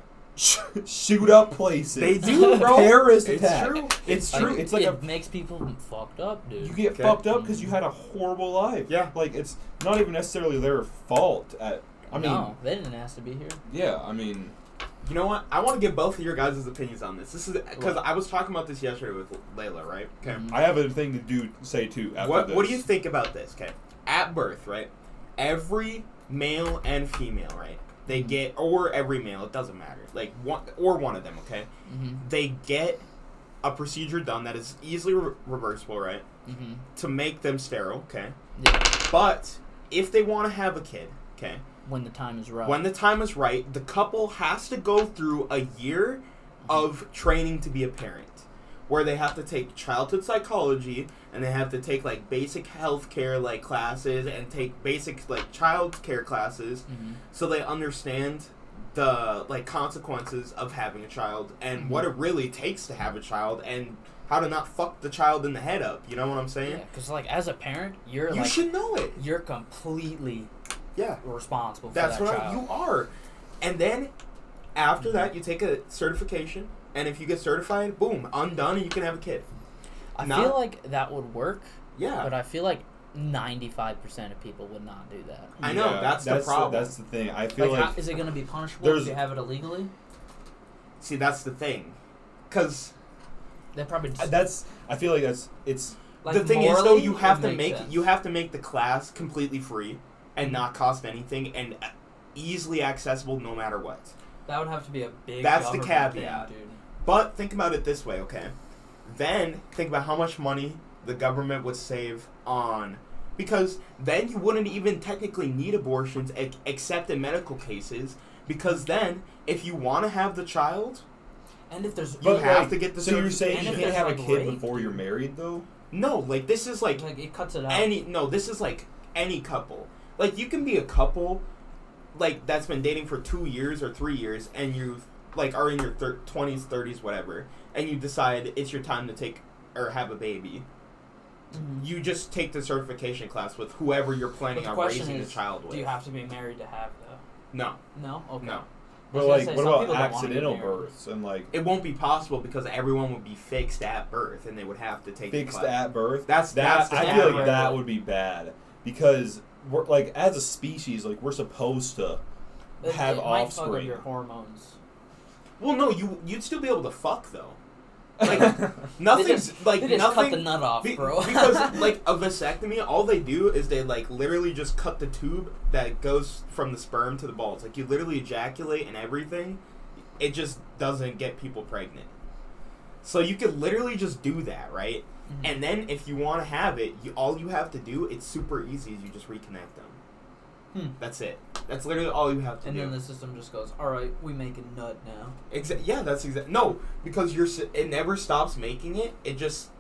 Speaker 4: Shoot up places.
Speaker 2: They do, bro.
Speaker 4: Terrorist
Speaker 2: It's
Speaker 4: attack.
Speaker 2: true.
Speaker 4: It's true. it's like
Speaker 1: it
Speaker 4: a
Speaker 1: makes people fucked up dude
Speaker 4: you get
Speaker 2: Okay.
Speaker 4: fucked up because you had a horrible life.
Speaker 2: Yeah.
Speaker 4: Like it's not even necessarily their fault. At I mean,
Speaker 1: no they didn't ask to be here
Speaker 4: yeah. I mean,
Speaker 2: You know what? I want to get both of your guys' opinions on this. This is because I was talking about this yesterday with Layla, right? Okay.
Speaker 1: Mhm.
Speaker 4: I have a thing to do say too. After
Speaker 2: What
Speaker 4: this.
Speaker 2: What do you think about this? Okay. At birth, right? Every male and female, right? They
Speaker 4: Mm-hmm.
Speaker 2: get, or every male, it doesn't matter. Like one or one of them, okay?
Speaker 1: mm-hmm,
Speaker 2: They get a procedure done that is easily re- reversible, right?
Speaker 1: mm-hmm.
Speaker 2: To make them sterile, okay?
Speaker 1: Yeah.
Speaker 2: But if they want to have a kid, okay?
Speaker 1: when the time is right
Speaker 2: When the time is right, the couple has to go through a year of training to be a parent, where they have to take childhood psychology and they have to take like basic healthcare like classes and take basic like child care classes
Speaker 1: Mhm.
Speaker 2: so they understand the like consequences of having a child and what it really takes to have a child and how to not fuck the child in the head up. You know what I'm saying?
Speaker 1: yeah because like as a parent you're
Speaker 2: You
Speaker 1: like
Speaker 2: should know it.
Speaker 1: you're completely
Speaker 2: Yeah.
Speaker 1: responsible for
Speaker 2: That's
Speaker 1: that
Speaker 2: right.
Speaker 1: child. Mm-hmm.
Speaker 2: You are. And then after that, you take a certification, and if you get certified, boom, undone, and you can have a kid.
Speaker 1: I
Speaker 2: Not-
Speaker 1: feel like that would work, but uh,
Speaker 2: Yeah.
Speaker 1: I feel like ninety-five percent of people would not do that.
Speaker 2: I know, that's the problem.
Speaker 4: that's the thing. I feel
Speaker 1: Like,
Speaker 4: like,
Speaker 1: how, is it going to be punishable
Speaker 4: there's-
Speaker 1: if you have it illegally?
Speaker 2: See, that's the thing. Because
Speaker 1: They probably
Speaker 4: I-
Speaker 1: just,
Speaker 4: that's. I feel like that's. It's.
Speaker 1: like
Speaker 2: the thing is, though,
Speaker 1: morally,
Speaker 2: you
Speaker 1: it
Speaker 2: have to
Speaker 1: makes
Speaker 2: make
Speaker 1: sense.
Speaker 2: you have to make the class completely free
Speaker 1: Mm-hmm.
Speaker 2: and not cost anything and uh, easily accessible no matter what.
Speaker 1: that would have to be a big.
Speaker 2: That's the
Speaker 1: government thing,
Speaker 2: caveat.
Speaker 1: dude.
Speaker 2: But think about it this way, okay? Then think about how much money the government would save on because then you wouldn't even technically need abortions ex- except in medical cases because then if you want to have the child,
Speaker 1: And if there's
Speaker 2: You
Speaker 4: But
Speaker 2: have
Speaker 4: like,
Speaker 2: to get the
Speaker 4: So you're
Speaker 2: certification.
Speaker 1: And
Speaker 4: saying you
Speaker 1: if
Speaker 4: can't
Speaker 1: there's,
Speaker 4: have a
Speaker 1: like,
Speaker 4: kid
Speaker 1: rape,
Speaker 4: before you're married though?
Speaker 2: no, like this is like
Speaker 1: like uh, it cuts it out.
Speaker 2: any no, this is like any couple. Like you can be a couple like that's been dating for 2 years or 3 years and you like are in your thir- 20s, 30s, whatever, and you decide it's your time to take or have a baby.
Speaker 1: Mhm.
Speaker 2: you just take the certification class with whoever you're
Speaker 1: But
Speaker 2: planning
Speaker 1: the
Speaker 2: on
Speaker 1: question
Speaker 2: raising
Speaker 1: is,
Speaker 2: the child with.
Speaker 1: do you have to be married to have though?
Speaker 2: no,
Speaker 1: No. Okay.
Speaker 2: no.
Speaker 1: I
Speaker 4: But
Speaker 1: was gonna
Speaker 4: like,
Speaker 1: say,
Speaker 4: what
Speaker 1: some
Speaker 4: about
Speaker 1: people don't wanna be
Speaker 4: accidental
Speaker 1: married.
Speaker 4: births and like
Speaker 2: It won't be possible because everyone would be fixed at birth and they would have to take
Speaker 4: fixed
Speaker 2: the class.
Speaker 4: at birth?
Speaker 2: That's
Speaker 4: That
Speaker 2: that's the
Speaker 4: I
Speaker 1: thing.
Speaker 4: feel
Speaker 2: thing.
Speaker 4: like that would be bad because we're like as a species, like we're supposed to
Speaker 1: It,
Speaker 4: have
Speaker 1: it might fuck up
Speaker 4: offspring.
Speaker 1: your hormones.
Speaker 2: Well, no, you you'd still be able to fuck though. Like, Nothing's
Speaker 1: they just,
Speaker 2: like
Speaker 1: they just
Speaker 2: nothing
Speaker 1: Cut the nut off,
Speaker 2: be-
Speaker 1: bro.
Speaker 2: because like a vasectomy, all they do is they like literally just cut the tube that goes from the sperm to the balls. Like you literally ejaculate and everything. It just doesn't get people pregnant. So you could literally just do that, right?
Speaker 1: Mhm.
Speaker 2: And then if you want to have it, you, all you have to do, it's super easy, is you just reconnect them.
Speaker 1: Hmm.
Speaker 2: That's it. That's literally all you have to
Speaker 1: and
Speaker 2: do.
Speaker 1: then the system just goes, all right, we make a nut now.
Speaker 2: Exa- yeah, that's exactly. No, because you're s- it never stops making it. It just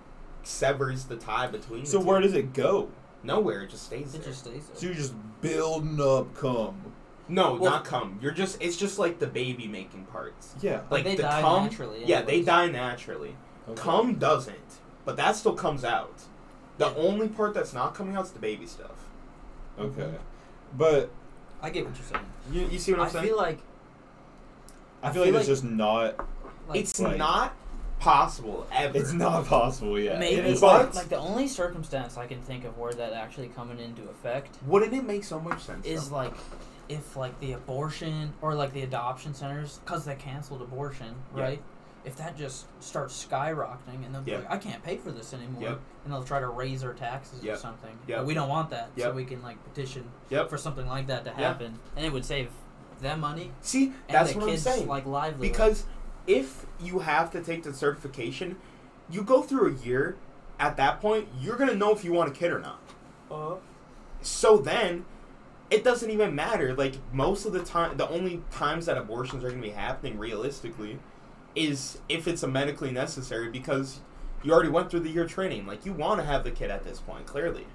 Speaker 2: severs the tie between.
Speaker 4: so
Speaker 2: the two.
Speaker 4: where does it go?
Speaker 2: Nowhere, it just stays there.
Speaker 1: It just stays.
Speaker 4: So you're just building up cum.
Speaker 2: no,
Speaker 1: Well-
Speaker 2: not cum. You're just. It's just like the baby making parts.
Speaker 4: Yeah.
Speaker 2: Like
Speaker 1: they
Speaker 2: the
Speaker 1: die
Speaker 2: cum.
Speaker 1: naturally
Speaker 2: yeah, they
Speaker 1: anyways.
Speaker 2: die naturally.
Speaker 4: Okay.
Speaker 2: Cum doesn't, but that still comes out. The
Speaker 1: Yeah.
Speaker 2: only part that's not coming out is the baby stuff.
Speaker 4: Okay. But
Speaker 1: I get what you're saying.
Speaker 2: You, you see what I'm
Speaker 1: I
Speaker 2: saying?
Speaker 1: feel like,
Speaker 4: I
Speaker 1: I
Speaker 4: feel
Speaker 1: feel
Speaker 4: like it's
Speaker 1: like-
Speaker 4: just not.
Speaker 1: like
Speaker 2: it's
Speaker 4: like-
Speaker 2: not possible ever.
Speaker 4: It's not possible yet.
Speaker 1: maybe
Speaker 4: It's
Speaker 1: like,
Speaker 4: like,
Speaker 2: but-
Speaker 1: like the only circumstance I can think of where that actually coming into effect
Speaker 2: Wouldn't it make so much sense?
Speaker 1: is
Speaker 2: though?
Speaker 1: like if like the abortion or like the adoption centers because they canceled abortion
Speaker 2: Yeah.
Speaker 1: right if that just starts skyrocketing and they'll be
Speaker 2: Yeah.
Speaker 1: like i can't pay for this anymore
Speaker 2: Yep.
Speaker 1: and they'll try to raise our taxes
Speaker 2: Yep.
Speaker 1: or something
Speaker 2: Yep.
Speaker 1: but we don't want that so
Speaker 2: Yep.
Speaker 1: we can like petition
Speaker 2: Yep.
Speaker 1: for something like that to
Speaker 2: Yeah.
Speaker 1: happen and it would save them money
Speaker 2: see,
Speaker 1: and
Speaker 2: that's
Speaker 1: the
Speaker 2: what I'm
Speaker 1: kids
Speaker 2: saying.
Speaker 1: like livelihood
Speaker 2: Because if you have to take the certification, you go through a year. At that point, you're gonna know if you want a kid or not.
Speaker 3: Uh,
Speaker 1: Uh-huh.
Speaker 2: So then, it doesn't even matter. Like most of the time, the only times that abortions are gonna be happening realistically is if it's a medically necessary because you already went through the year training. Like you want to have the kid at this point, clearly.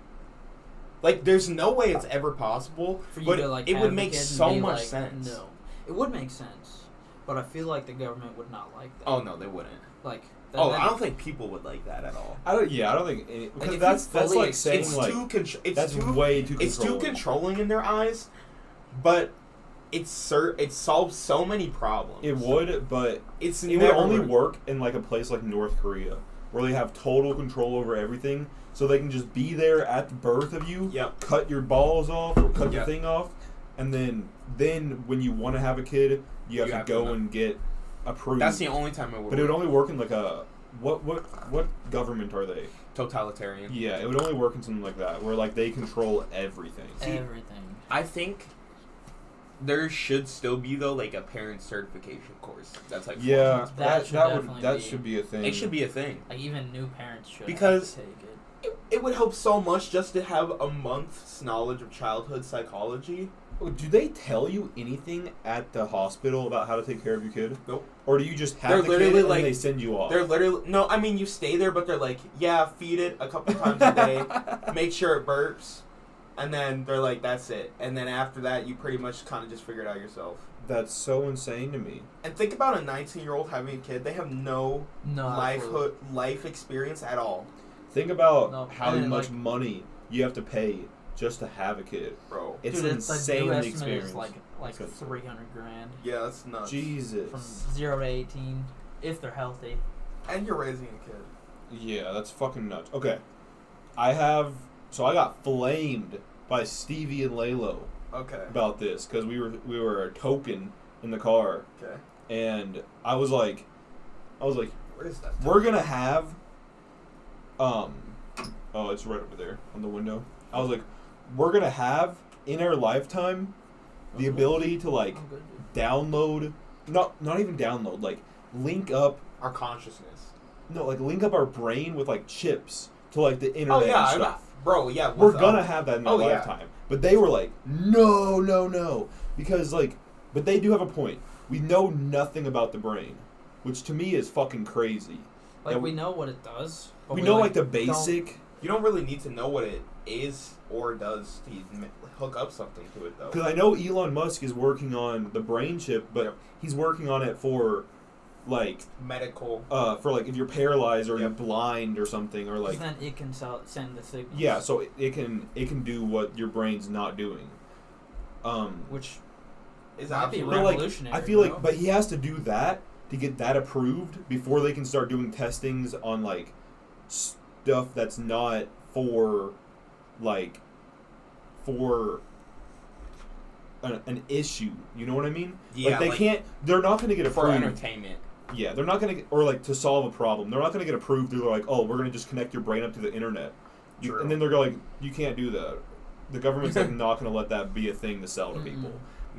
Speaker 2: Like there's no way it's ever possible,
Speaker 1: for you
Speaker 2: but
Speaker 1: to like
Speaker 2: it
Speaker 1: have
Speaker 2: would
Speaker 1: the
Speaker 2: make
Speaker 1: kid and
Speaker 2: so
Speaker 1: be
Speaker 2: much
Speaker 1: like,
Speaker 2: sense.
Speaker 1: no it would make sense but i feel like the government would not like that
Speaker 2: Oh no, they wouldn't.
Speaker 1: like th-
Speaker 2: Oh,
Speaker 1: then-
Speaker 2: I don't think people would like that at all.
Speaker 4: I don't. Yeah, I don't think any, because
Speaker 1: if you
Speaker 4: that's that's
Speaker 1: fully
Speaker 4: like saying
Speaker 2: It's
Speaker 4: like
Speaker 2: too contr- it's
Speaker 4: that's
Speaker 2: too
Speaker 4: way too.
Speaker 2: it's too
Speaker 4: controlling.
Speaker 2: controlling in their eyes, but it's cer- it solves so many problems.
Speaker 4: It would, but
Speaker 2: It's
Speaker 4: it would
Speaker 2: never
Speaker 4: only
Speaker 2: worked.
Speaker 4: work in like a place like North Korea, where they have total control over everything, so they can just be there at the birth of you,
Speaker 2: Yep.
Speaker 4: cut your balls off or cut
Speaker 2: Yep.
Speaker 4: your thing off, and then then when you want to have a kid, you have
Speaker 2: You
Speaker 4: to
Speaker 2: have to
Speaker 4: go
Speaker 2: know.
Speaker 4: and get approved.
Speaker 2: That's the only time it would.
Speaker 4: but it would
Speaker 2: work.
Speaker 4: only work in like a what what what government are they?
Speaker 2: totalitarian.
Speaker 4: Yeah, it would only work in something like that where like they control everything.
Speaker 2: See-
Speaker 1: everything
Speaker 2: I think there should still be though like a parent certification course. That's like
Speaker 4: Yeah,
Speaker 1: That
Speaker 4: that
Speaker 1: should
Speaker 4: that would
Speaker 1: definitely
Speaker 4: that
Speaker 1: be-
Speaker 4: should be a thing.
Speaker 2: it should be a thing.
Speaker 1: Like even new parents should
Speaker 2: Because-
Speaker 1: have to take it.
Speaker 2: It, it would help so much just to have a month's knowledge of childhood psychology.
Speaker 4: Oh, Do they tell you anything at the hospital about how to take care of your kid?
Speaker 2: Nope.
Speaker 4: Or do you just have
Speaker 2: They're
Speaker 4: the
Speaker 2: literally
Speaker 4: kid and
Speaker 2: like-
Speaker 4: they send you off?
Speaker 2: They're literally no. I mean, you stay there, but they're like, yeah, feed it a couple times a day. make sure it burps, and then they're like, "That's it." And then after that, you pretty much kind of just figure it out yourself.
Speaker 4: That's so insane to me.
Speaker 2: And think about a 19-year-old having a kid; they have no
Speaker 1: No
Speaker 2: lifehood life experience at all,
Speaker 4: Think about
Speaker 1: No,
Speaker 4: how
Speaker 1: and then,
Speaker 4: much
Speaker 1: like-
Speaker 4: money you have to pay just to have a kid.
Speaker 2: bro.
Speaker 4: It's
Speaker 1: Dude,
Speaker 4: an
Speaker 1: it's like,
Speaker 4: insane
Speaker 1: new estimate
Speaker 4: experience.
Speaker 1: is like like
Speaker 4: It's good.
Speaker 1: three hundred grand
Speaker 2: Yeah, that's nuts.
Speaker 4: Jesus.
Speaker 1: from zero to eighteen if they're healthy.
Speaker 2: And you're raising a kid.
Speaker 4: Yeah, that's fucking nuts. Okay. I have. So I got flamed by Stevie and Lalo
Speaker 2: Okay.
Speaker 4: about this because we were we were a token in the car,
Speaker 2: Okay.
Speaker 4: and I was like, I was like,
Speaker 2: Where is that?
Speaker 4: We're gonna have um oh it's right over there on the window. I was like, we're gonna have in our lifetime
Speaker 2: Oh.
Speaker 4: the ability to like
Speaker 1: good, dude.
Speaker 4: download not not even download, like link up
Speaker 2: Our consciousness.
Speaker 4: no, like link up our brain with like chips to like the internet
Speaker 2: Oh yeah,
Speaker 4: and
Speaker 2: I'm
Speaker 4: stuff.
Speaker 2: not- bro. Yeah,
Speaker 4: We're
Speaker 2: what's
Speaker 4: gonna
Speaker 2: up?
Speaker 4: have that in our
Speaker 2: Oh, yeah.
Speaker 4: lifetime. But they were like, No, no, no. Because like but they do have a point. We know nothing about the brain. Which to me is fucking crazy.
Speaker 1: Like
Speaker 4: Yeah,
Speaker 1: we know what it does. but
Speaker 4: we know like the
Speaker 1: don't-
Speaker 4: basic
Speaker 2: You don't really need to know what it is or does to m- hook up something to it, though.
Speaker 4: Because I know Elon Musk is working on the brain chip, but
Speaker 2: Yep.
Speaker 4: he's working on it for like
Speaker 2: Medical.
Speaker 4: uh, for like if you're paralyzed or you're
Speaker 2: Yep.
Speaker 4: blind or something or
Speaker 1: 'cause
Speaker 4: like
Speaker 1: then it can sell, send the signals.
Speaker 4: yeah, so it, it can it can do what your brain's not doing. Um,
Speaker 1: which
Speaker 2: Is
Speaker 1: Might be
Speaker 2: absolutely
Speaker 4: but, like,
Speaker 1: revolutionary,
Speaker 4: I feel like,
Speaker 1: bro.
Speaker 4: but he has to do that to get that approved before they can start doing testings on like stuff that's not for like for an, an issue. You know what I mean?
Speaker 2: Yeah,
Speaker 4: like they
Speaker 2: like-
Speaker 4: can't. They're not going to get
Speaker 2: for
Speaker 4: approved.
Speaker 2: entertainment.
Speaker 4: Yeah, they're not going to, or like to solve a problem. They're not going to get approved. They're like, oh, we're going to just connect your brain up to the internet, You-
Speaker 2: True.
Speaker 4: and then they're gonna, like, you can't do that. The government's like not going to let that be a thing to sell to people.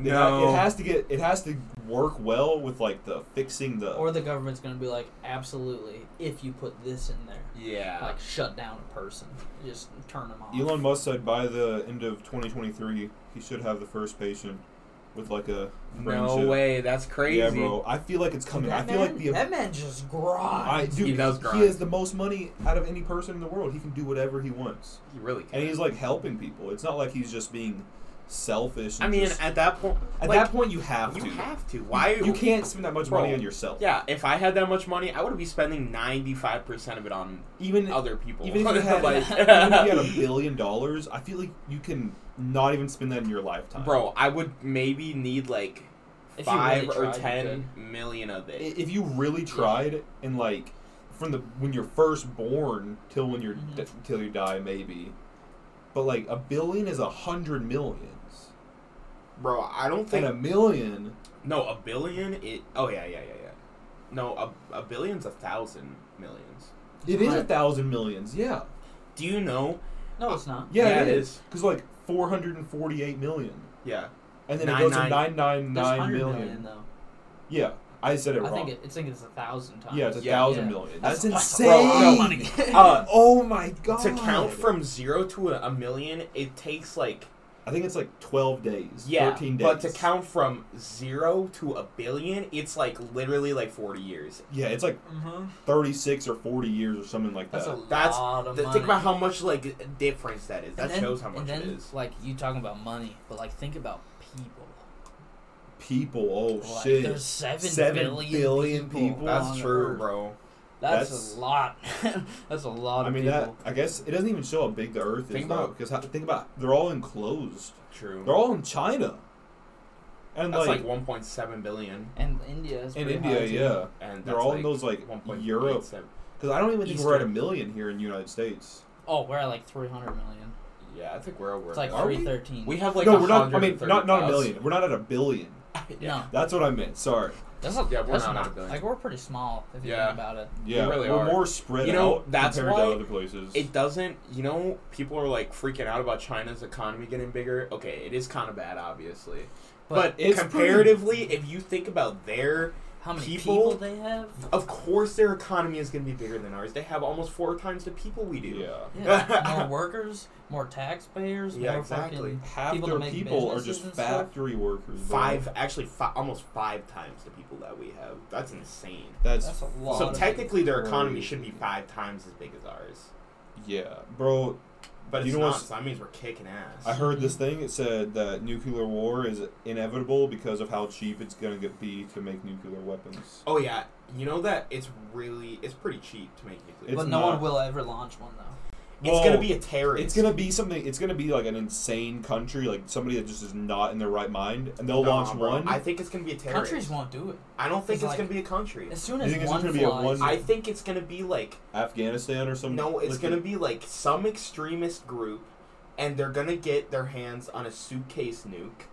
Speaker 4: It ha-
Speaker 2: No.
Speaker 4: it has to get. It has to work well with like the fixing the.
Speaker 1: or the government's gonna be like, absolutely, if you put this in there,
Speaker 2: Yeah.
Speaker 1: like shut down a person, just turn them off.
Speaker 4: Elon Musk said by the end of 2023, he should have the first patient with like a. brain
Speaker 2: No
Speaker 4: chip.
Speaker 2: way, that's crazy.
Speaker 4: Yeah, bro. I feel like it's
Speaker 1: Dude,
Speaker 4: coming.
Speaker 1: that
Speaker 4: I feel
Speaker 1: man,
Speaker 4: like the.
Speaker 1: that man just
Speaker 4: I,
Speaker 1: grinds.
Speaker 4: dude,
Speaker 2: He
Speaker 4: he,
Speaker 2: does grind.
Speaker 4: has the most money out of any person in the world. He can do whatever he wants,
Speaker 2: He really can.
Speaker 4: and he's like helping people. It's not like he's just being selfish.
Speaker 2: I
Speaker 4: and
Speaker 2: mean,
Speaker 4: just-
Speaker 2: at that point,
Speaker 4: at
Speaker 2: like,
Speaker 4: that point, you have
Speaker 2: you
Speaker 4: to.
Speaker 2: have to. Why
Speaker 4: You can't spend that much
Speaker 2: Bro.
Speaker 4: money on yourself.
Speaker 2: Yeah, if I had that much money, I would be spending ninety five percent of it on
Speaker 4: Even
Speaker 2: other people.
Speaker 4: even if you had
Speaker 2: Like-
Speaker 4: even if you had a billion dollars, I feel like you can not even spend that in your lifetime,
Speaker 2: Bro, I would maybe need like
Speaker 6: If you
Speaker 2: five
Speaker 6: really
Speaker 2: or
Speaker 6: tried, you
Speaker 2: ten million of
Speaker 4: I-
Speaker 2: it.
Speaker 4: If you really tried and like from the when you're first born till when you're
Speaker 6: Mhm.
Speaker 4: de- till you die, maybe. But like a billion is a hundred millions,
Speaker 2: Bro, I don't
Speaker 4: and
Speaker 2: think
Speaker 4: a million.
Speaker 2: no a billion. It oh yeah yeah yeah yeah. No, a, a billion's a thousand millions.
Speaker 4: It is a
Speaker 6: Right.
Speaker 4: thousand millions, yeah.
Speaker 2: Do you know?
Speaker 6: No, it's not.
Speaker 4: Yeah,
Speaker 2: Yeah,
Speaker 4: it
Speaker 2: it
Speaker 4: is.
Speaker 2: is.
Speaker 4: Because, like, 448 million.
Speaker 2: Yeah,
Speaker 4: And then
Speaker 2: Nine,
Speaker 4: it goes to
Speaker 6: There's
Speaker 2: nine.
Speaker 4: 999
Speaker 6: hundred
Speaker 4: million.
Speaker 6: million, though.
Speaker 4: Yeah, I said it
Speaker 6: I
Speaker 4: wrong.
Speaker 6: think it, uh, I think it's a thousand times.
Speaker 4: yeah, it's a
Speaker 2: Yeah.
Speaker 4: thousand
Speaker 6: Yeah.
Speaker 4: million. That's,
Speaker 6: That's a
Speaker 4: insane.
Speaker 6: lot of money.
Speaker 4: Uh, oh my god.
Speaker 2: to count from zero to a, a million, it takes like
Speaker 4: I think it's like 12 days.
Speaker 2: yeah,
Speaker 4: 13 days.
Speaker 2: but to count from zero to a billion, it's like literally like forty years.
Speaker 4: Yeah, it's like
Speaker 1: Uh-huh.
Speaker 6: Mm-hmm.
Speaker 4: 36 or 40 years or something like
Speaker 6: That's a
Speaker 4: that.
Speaker 6: lot
Speaker 2: That's-
Speaker 6: of
Speaker 2: Th-
Speaker 6: money.
Speaker 2: think about how much like difference that is. That
Speaker 1: And then-
Speaker 2: shows how much
Speaker 1: and then,
Speaker 2: it is.
Speaker 1: Like you talking about money, but like think about people.
Speaker 4: People, oh
Speaker 1: Like,
Speaker 4: shit.
Speaker 1: There's seven,
Speaker 4: Seven
Speaker 1: billion,
Speaker 4: billion people.
Speaker 2: That's
Speaker 1: on
Speaker 2: true,
Speaker 1: Earth.
Speaker 2: bro.
Speaker 1: That's,
Speaker 4: That's-
Speaker 1: a lot. that's a lot
Speaker 4: I
Speaker 1: of
Speaker 4: mean, that,
Speaker 1: people.
Speaker 4: I guess it doesn't even show how big the Earth is,
Speaker 2: Think
Speaker 4: though.
Speaker 2: about-
Speaker 4: Because think about they're all enclosed.
Speaker 2: True.
Speaker 4: They're all in China. And,
Speaker 2: That's
Speaker 4: like,
Speaker 2: like, 1.7 billion,
Speaker 1: and India is
Speaker 4: in
Speaker 1: pretty
Speaker 4: India,
Speaker 1: high, too.
Speaker 4: yeah.
Speaker 2: and
Speaker 4: They're
Speaker 2: that's,
Speaker 4: all in those, like,
Speaker 2: 1.87.
Speaker 4: Europe. Because I don't even think we're at a
Speaker 6: Eastern.
Speaker 4: million here in the United States.
Speaker 1: Oh, we're at like 300 million.
Speaker 2: Yeah, I think we're over.
Speaker 1: It's like
Speaker 2: Are we?
Speaker 1: 313.
Speaker 2: We have like
Speaker 4: no, we're not. I mean,
Speaker 2: 130,000.
Speaker 4: not not a million. We're not at a billion.
Speaker 1: No,
Speaker 4: That's what I meant. Sorry.
Speaker 1: that's a,
Speaker 2: Yeah, we're
Speaker 1: that's
Speaker 2: not at a
Speaker 1: not-
Speaker 2: billion.
Speaker 1: Like we're pretty small if you
Speaker 2: Yeah.
Speaker 1: think about it.
Speaker 4: Yeah,
Speaker 2: We really
Speaker 4: are
Speaker 2: are.
Speaker 4: more spread
Speaker 2: You know,
Speaker 4: out
Speaker 2: that's
Speaker 4: compared
Speaker 2: why
Speaker 4: to other places.
Speaker 2: It doesn't. You know, people are like freaking out about China's economy getting bigger. Okay, it is kind of bad, obviously. But,
Speaker 1: But
Speaker 4: it's
Speaker 2: comparatively, if you think about their,
Speaker 1: How many
Speaker 2: People-
Speaker 1: people, they have?
Speaker 2: of course, their economy is going to be bigger than ours. They have almost four times the people we do.
Speaker 4: yeah,
Speaker 1: Yeah, more workers, more taxpayers,
Speaker 2: Yeah,
Speaker 1: more
Speaker 2: exactly.
Speaker 1: fucking
Speaker 4: half
Speaker 1: People
Speaker 4: their
Speaker 1: that make
Speaker 4: people are
Speaker 1: businesses
Speaker 4: just
Speaker 1: and stuff.
Speaker 4: factory workers. bro.
Speaker 2: Five, actually, fi- almost five times the people that we have. That's insane.
Speaker 4: That's,
Speaker 1: That's a lot.
Speaker 2: So
Speaker 1: of
Speaker 2: technically, their economy
Speaker 4: crazy.
Speaker 2: should be five times as big as ours.
Speaker 4: yeah, bro.
Speaker 2: But
Speaker 4: You
Speaker 2: it's
Speaker 4: know
Speaker 2: not.
Speaker 4: what's-
Speaker 2: So that means we're kicking ass.
Speaker 4: I heard this thing. It said that nuclear war is inevitable because of how cheap it's gonna get be to make nuclear weapons.
Speaker 2: oh yeah, you know that it's really it's pretty cheap to make nuclear.
Speaker 4: It's
Speaker 1: but no
Speaker 4: not.
Speaker 1: one will ever launch one though.
Speaker 2: It's gonna be a terrorist.
Speaker 4: It's gonna be something. It's gonna be like an insane country, like somebody that just is not in their right mind, and they'll
Speaker 2: Nah,
Speaker 4: launch
Speaker 2: bro.
Speaker 4: one.
Speaker 2: I think it's gonna be a terrorist.
Speaker 1: Countries won't do it.
Speaker 2: I don't think it's,
Speaker 1: It's like-
Speaker 2: gonna be a country.
Speaker 1: As soon
Speaker 4: You
Speaker 1: as
Speaker 4: think it's
Speaker 1: one
Speaker 4: gonna
Speaker 1: flies,
Speaker 4: be a one-
Speaker 2: I think it's gonna be like
Speaker 4: Afghanistan or something.
Speaker 2: no, it's gonna be like some extremist group, and they're gonna get their hands on a suitcase nuke,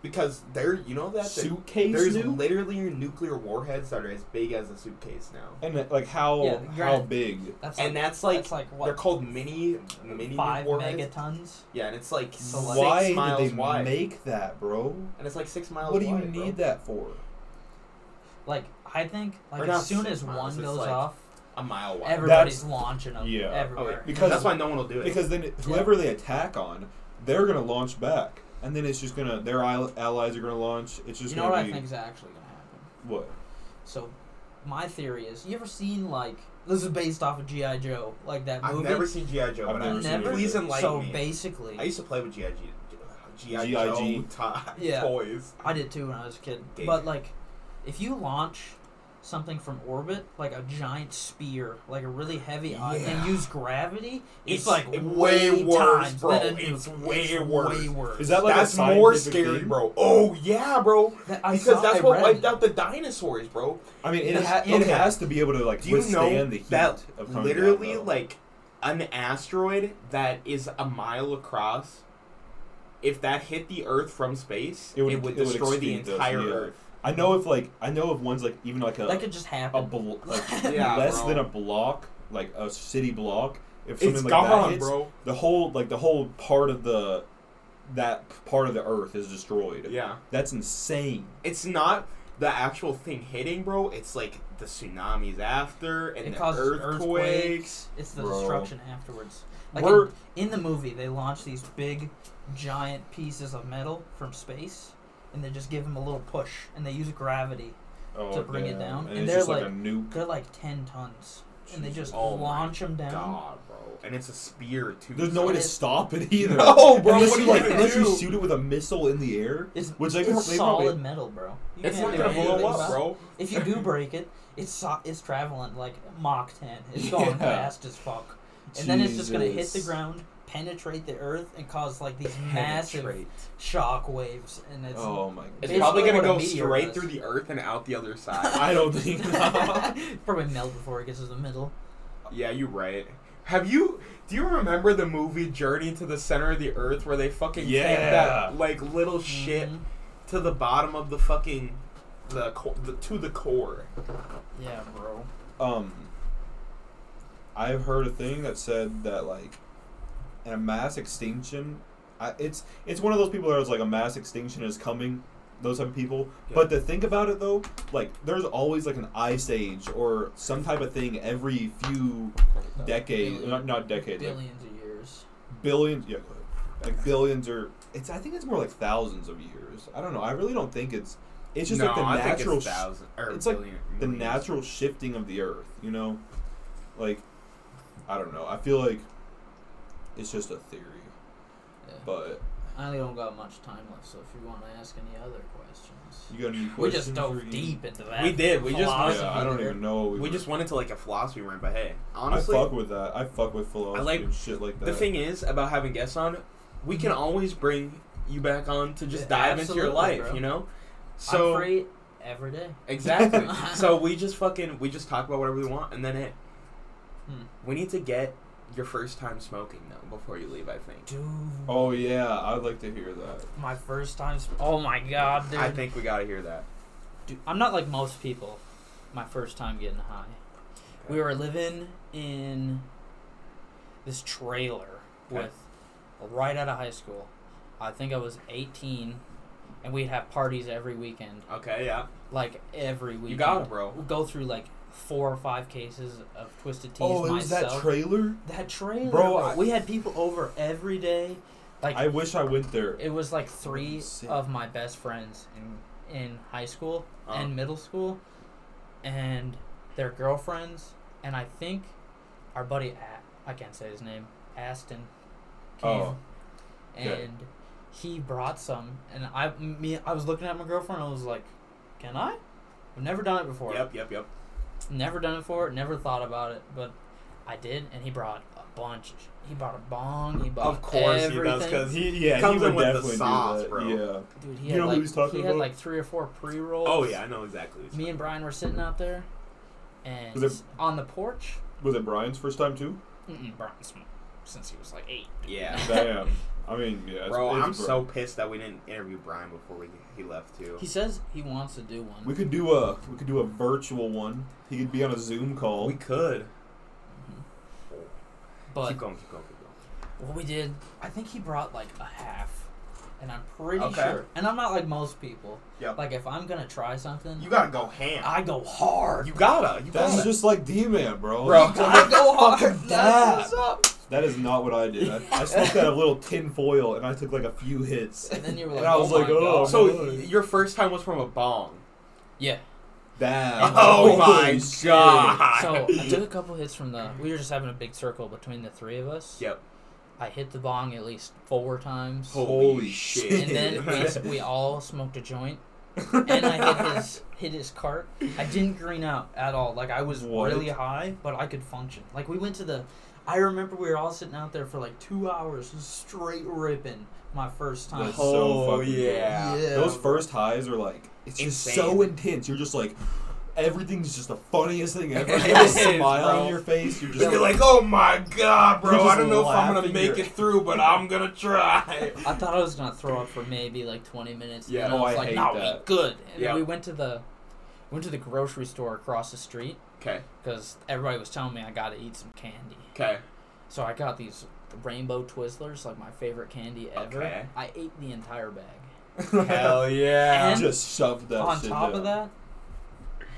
Speaker 2: because they're you know that they-
Speaker 4: suitcase
Speaker 2: there's
Speaker 4: nuke?
Speaker 2: literally nuclear warheads that are as big as a suitcase now.
Speaker 4: and like how
Speaker 1: Yeah,
Speaker 4: how
Speaker 1: granite.
Speaker 4: big?
Speaker 1: that's
Speaker 2: and
Speaker 1: like,
Speaker 2: that's like,
Speaker 1: that's like
Speaker 2: they're
Speaker 1: what
Speaker 2: called mini mini
Speaker 1: five
Speaker 2: warheads.
Speaker 1: megatons.
Speaker 2: Yeah, and it's like
Speaker 1: So,
Speaker 2: six
Speaker 1: like-
Speaker 4: Why
Speaker 2: miles
Speaker 4: did they
Speaker 2: wide,
Speaker 4: make that, bro?
Speaker 2: and it's like six miles.
Speaker 4: What do you
Speaker 2: wide, bro.
Speaker 4: need that for?
Speaker 1: Like I think,
Speaker 2: Or
Speaker 1: like
Speaker 2: not
Speaker 1: as soon
Speaker 2: six
Speaker 1: as
Speaker 2: miles,
Speaker 1: one
Speaker 2: it's
Speaker 1: goes
Speaker 2: like-
Speaker 1: off,
Speaker 2: A mile wide.
Speaker 1: everybody's launching them.
Speaker 4: Yeah.
Speaker 2: Oh, yeah.
Speaker 1: everywhere.
Speaker 4: Because-
Speaker 2: that's why no one will do it.
Speaker 4: Because then whoever they attack on, they're gonna launch back, and then it's just gonna their al- allies are gonna launch. It's just
Speaker 1: you know
Speaker 4: gonna
Speaker 1: what
Speaker 4: be
Speaker 1: I think is actually gonna happen.
Speaker 4: what?
Speaker 1: So, my theory is, you ever seen like this is based off of GI Joe, like that
Speaker 2: I've
Speaker 1: movie.
Speaker 2: never seen GI Joe,
Speaker 4: I've
Speaker 2: but
Speaker 4: never
Speaker 2: I,
Speaker 1: seen it
Speaker 2: please
Speaker 4: either.
Speaker 2: enlighten
Speaker 1: so
Speaker 2: me. I
Speaker 1: basically,
Speaker 2: used to play with GI Joe, GI
Speaker 4: G.I.
Speaker 2: Joe
Speaker 4: G.
Speaker 2: to-
Speaker 1: Yeah.
Speaker 2: toys.
Speaker 1: I did too when I was a kid.
Speaker 2: Dig.
Speaker 1: But like, if you launch something from orbit, like a giant spear, like a really heavy,
Speaker 2: Yeah.
Speaker 1: and use gravity, it's,
Speaker 2: It's
Speaker 1: like
Speaker 2: way worse,
Speaker 1: times
Speaker 2: bro.
Speaker 1: than a nuke.
Speaker 2: It's way
Speaker 1: It's
Speaker 2: worse.
Speaker 1: Way worse.
Speaker 4: Is that like a
Speaker 2: that's more
Speaker 4: scientific
Speaker 2: scary,
Speaker 4: thing?
Speaker 2: bro. Oh yeah, bro.
Speaker 1: That- I
Speaker 2: because
Speaker 1: saw-
Speaker 2: that's
Speaker 1: I
Speaker 2: what
Speaker 1: read
Speaker 2: wiped
Speaker 1: it.
Speaker 2: out the dinosaurs, bro.
Speaker 4: I mean, it, ha-
Speaker 2: That's-
Speaker 4: it
Speaker 2: okay.
Speaker 4: has to be able to like
Speaker 2: Do you
Speaker 4: withstand
Speaker 2: know
Speaker 4: the heat
Speaker 2: that
Speaker 4: of coming down,
Speaker 2: literally
Speaker 4: though.
Speaker 2: like an asteroid that is a mile across, if that hit the Earth from space,
Speaker 4: It
Speaker 2: it
Speaker 4: would-
Speaker 2: would,
Speaker 4: it would
Speaker 2: destroy the
Speaker 4: extinct us,
Speaker 2: entire
Speaker 4: yeah.
Speaker 2: Earth.
Speaker 4: I know if like I know if one's like even like a
Speaker 1: That could just
Speaker 4: a
Speaker 1: happen.
Speaker 4: blo- like
Speaker 2: Yeah,
Speaker 4: less
Speaker 2: bro.
Speaker 4: than a block, like a city block. If something
Speaker 2: It's
Speaker 4: like that
Speaker 2: gone,
Speaker 4: hits,
Speaker 2: bro.
Speaker 4: the whole like the whole part of the that p- part of the earth is destroyed.
Speaker 2: Yeah.
Speaker 4: That's insane.
Speaker 2: It's not the actual thing hitting, bro. It's like the tsunamis after and
Speaker 1: it
Speaker 2: the
Speaker 1: causes
Speaker 2: earthquakes.
Speaker 1: earthquakes. It's the
Speaker 4: Bro.
Speaker 1: destruction afterwards. Like
Speaker 4: We're-
Speaker 1: in, in the movie, they launch these big, giant pieces of metal from space, and they just give them a little push, and they use gravity.
Speaker 4: Oh,
Speaker 1: To bring it
Speaker 4: damn.
Speaker 1: down,
Speaker 4: And,
Speaker 1: and
Speaker 4: it's
Speaker 1: they're
Speaker 4: just like, a
Speaker 1: like-
Speaker 4: nuke.
Speaker 1: They're like ten tons, and they just
Speaker 2: Oh my
Speaker 1: launch them down.
Speaker 2: God, bro. And it's a spear too.
Speaker 4: There's no way to
Speaker 1: It's-
Speaker 4: stop it either.
Speaker 2: No, bro, what
Speaker 4: Unless you,
Speaker 2: are you
Speaker 4: like,
Speaker 2: gonna
Speaker 4: unless you
Speaker 2: do?
Speaker 4: shoot it with a missile in the air,
Speaker 1: It's,
Speaker 4: which they,
Speaker 1: it's
Speaker 4: prob- they
Speaker 1: solid
Speaker 4: probably
Speaker 1: metal, bro. You
Speaker 2: It's
Speaker 1: can't
Speaker 2: not
Speaker 1: do
Speaker 2: gonna
Speaker 1: anything
Speaker 2: blow
Speaker 1: about
Speaker 2: up,
Speaker 1: it.
Speaker 2: bro.
Speaker 1: If you do break it, it's so, it's traveling like Mach ten. It's going
Speaker 4: Yeah.
Speaker 1: fast as fuck, and then it's just gonna hit the
Speaker 4: Jesus.
Speaker 1: ground, penetrate the earth and cause like these massive shock waves, and it's
Speaker 4: Oh my god.
Speaker 2: It's
Speaker 1: Basically
Speaker 2: probably gonna
Speaker 1: what a
Speaker 2: go
Speaker 1: meteor
Speaker 2: straight
Speaker 1: does.
Speaker 2: through the earth and out the other side.
Speaker 4: I don't think
Speaker 1: probably melt before it gets to the middle.
Speaker 2: yeah, you're right. Have you? Do you remember the movie Journey to the Center of the Earth where they fucking take
Speaker 4: Yeah.
Speaker 2: that like little shit
Speaker 1: Mhm.
Speaker 2: to the bottom of the fucking the, co- the to the core?
Speaker 1: Yeah, bro.
Speaker 4: Um, I've heard a thing that said that like, in a mass extinction, I, it's it's one of those people that is like a mass extinction is coming. Those type of people.
Speaker 2: Yeah.
Speaker 4: But to think about it though, like there's always like an ice age or some type of thing every few decades,
Speaker 1: Billion-
Speaker 4: not not decades, like
Speaker 1: Billions of years.
Speaker 4: billions. Yeah, go ahead. like billions or it's. I think it's more like thousands of years. I don't know. I really don't think it's. It's just
Speaker 2: no,
Speaker 4: like the
Speaker 2: I
Speaker 4: natural.
Speaker 2: Think it's
Speaker 4: sh-
Speaker 2: thousand, or
Speaker 4: it's like
Speaker 2: billion,
Speaker 4: the
Speaker 2: millions.
Speaker 4: natural shifting of the earth, you know? Like, I don't know. I feel like it's just a theory.
Speaker 1: Yeah.
Speaker 4: But
Speaker 1: I only don't got much time left, so if you want to ask any other questions,
Speaker 4: you got any
Speaker 1: we just
Speaker 4: questions for
Speaker 1: dove
Speaker 4: Ian?
Speaker 1: deep into that.
Speaker 2: We did, we just-
Speaker 1: philosophy
Speaker 4: Yeah, I don't
Speaker 1: there.
Speaker 4: even know. what
Speaker 2: We
Speaker 4: were-
Speaker 2: just went into like a philosophy rant, but hey,
Speaker 4: I
Speaker 2: honestly,
Speaker 4: fuck with that. I fuck with philosophy
Speaker 2: I like-
Speaker 4: and shit like that.
Speaker 2: the thing is about having guests on, we can always bring you back on to just dive into your
Speaker 1: Absolutely,
Speaker 2: life,
Speaker 1: bro.
Speaker 2: you know.
Speaker 1: I'm
Speaker 2: So
Speaker 1: free every day.
Speaker 2: exactly. so we just fucking we just talk about whatever we want, and then hey,
Speaker 1: Hmm.
Speaker 2: we need to get your first time smoking though before you leave. I think.
Speaker 1: Dude,
Speaker 4: Oh yeah, I'd like to hear that.
Speaker 1: my first time. Sp- oh my god, dude.
Speaker 2: I think we gotta hear that.
Speaker 1: Dude, I'm not like most people. My first time getting high. We were living in this trailer
Speaker 2: Okay.
Speaker 1: with right out of high school. I think I was 18, and we'd have parties every weekend,
Speaker 2: Okay, yeah,
Speaker 1: like every weekend.
Speaker 2: you got it, bro.
Speaker 1: We'll go through like four or five cases of twisted teas
Speaker 4: oh, it was
Speaker 1: myself.
Speaker 4: that trailer.
Speaker 1: That trailer,
Speaker 4: Bro,
Speaker 1: bro.
Speaker 4: I-
Speaker 1: we had people over every day. Like
Speaker 4: I wish I went there.
Speaker 1: it was like
Speaker 2: Oh,
Speaker 1: three
Speaker 4: Sick.
Speaker 1: of my best friends in in high school
Speaker 2: Uh-huh.
Speaker 1: and middle school, and their girlfriends, and I think our buddy A- I can't say his name Aston came,
Speaker 4: Oh,
Speaker 1: and
Speaker 4: okay.
Speaker 1: he brought some, and I me I was looking at my girlfriend, and I was like, can I? I've never done it before.
Speaker 2: Yep, yep, yep.
Speaker 1: Never done it before. Never thought about it, but I did, and he brought a bunch. He brought a bong. He brought
Speaker 2: Of course he
Speaker 1: everything.
Speaker 2: does, because he.
Speaker 4: He- yeah,
Speaker 2: Comes
Speaker 4: he would
Speaker 2: in with the
Speaker 4: definitely do
Speaker 2: sauce,
Speaker 4: that,
Speaker 2: bro.
Speaker 4: Yeah.
Speaker 1: Dude, he
Speaker 4: You
Speaker 1: had
Speaker 4: know who
Speaker 1: like
Speaker 4: he's talking
Speaker 1: he had
Speaker 4: about?
Speaker 1: like three or four pre rolls.
Speaker 2: Oh yeah, I know exactly. what you're
Speaker 1: Me and Brian were sitting out there, and
Speaker 4: Was it-
Speaker 1: on the porch.
Speaker 4: Was it Brian's first time too?
Speaker 1: Mm-mm, Brian smoked since he was like eight.
Speaker 2: talking- Yeah.
Speaker 4: Damn. I mean, yeah. it's-
Speaker 2: Bro,
Speaker 4: it's
Speaker 2: I'm so pissed that we didn't interview Brian before we, he left too.
Speaker 1: He says he wants to do one.
Speaker 4: We could do a we could do a virtual one. He could be on a Zoom call.
Speaker 2: We could.
Speaker 1: but
Speaker 2: keep going, keep going, keep going.
Speaker 1: what we did, I think he brought like a half, and I'm pretty
Speaker 2: Okay.
Speaker 1: sure. And I'm not like most people.
Speaker 2: Yep.
Speaker 1: Like if I'm gonna try something,
Speaker 2: You gotta go ham.
Speaker 1: I go hard.
Speaker 2: you gotta. You
Speaker 4: That's
Speaker 2: gotta.
Speaker 4: just like D-Man, bro.
Speaker 2: Bro.
Speaker 1: I go hard. That's
Speaker 4: Fucking dab.
Speaker 1: what's up.
Speaker 4: That is not what I did. I, I smoked out a little tin foil and I took like a few hits.
Speaker 1: And then you were
Speaker 4: And
Speaker 1: like,
Speaker 4: I was
Speaker 1: "Oh my
Speaker 4: like, oh,
Speaker 1: God."
Speaker 2: so
Speaker 4: my.
Speaker 2: your first time was from a bong.
Speaker 1: Yeah.
Speaker 4: Damn.
Speaker 2: Oh
Speaker 4: Holy
Speaker 2: my
Speaker 4: shit.
Speaker 2: God.
Speaker 1: So I took a couple hits from the. We were just having a big circle between the three of us.
Speaker 2: Yep.
Speaker 1: I hit the bong at least four times.
Speaker 4: Holy shit.
Speaker 1: And then we, we all smoked a joint, and I hit his hit his cart. I didn't green out at all. Like I was
Speaker 4: What?
Speaker 1: really high, but I could function. Like we went to the. I remember we were all sitting out there for like two hours, just straight ripping my first time.
Speaker 4: That's so
Speaker 2: Oh,
Speaker 4: fucking
Speaker 2: yeah.
Speaker 1: Yeah.
Speaker 4: Those first highs are like it's just
Speaker 2: Insane.
Speaker 4: so intense. You're just like everything's just the funniest thing ever. You
Speaker 2: It
Speaker 4: have a
Speaker 2: is,
Speaker 4: smile
Speaker 2: bro.
Speaker 4: on your face. You're
Speaker 2: Just
Speaker 4: just
Speaker 2: be like, oh my god,
Speaker 4: You're
Speaker 2: bro.
Speaker 4: just
Speaker 2: I don't know if I'm gonna
Speaker 4: laughing
Speaker 2: make
Speaker 4: your-
Speaker 2: it through, but I'm gonna try.
Speaker 1: I thought I was gonna throw up for maybe like twenty minutes.
Speaker 2: Yeah.
Speaker 1: and then
Speaker 4: Oh,
Speaker 1: I was
Speaker 4: I
Speaker 1: like,
Speaker 4: hate
Speaker 1: "No,
Speaker 4: that.
Speaker 1: we good." And
Speaker 2: Yeah.
Speaker 1: then we went to the went to the grocery store across the street
Speaker 2: Okay.
Speaker 1: because everybody was telling me I gotta eat some candy.
Speaker 2: Okay.
Speaker 1: So I got these rainbow Twizzlers, like my favorite candy ever.
Speaker 2: Okay.
Speaker 1: I ate the entire bag.
Speaker 2: Hell yeah.
Speaker 1: And-
Speaker 4: just shoved that
Speaker 1: on
Speaker 4: shit
Speaker 1: top
Speaker 4: down.
Speaker 1: of that,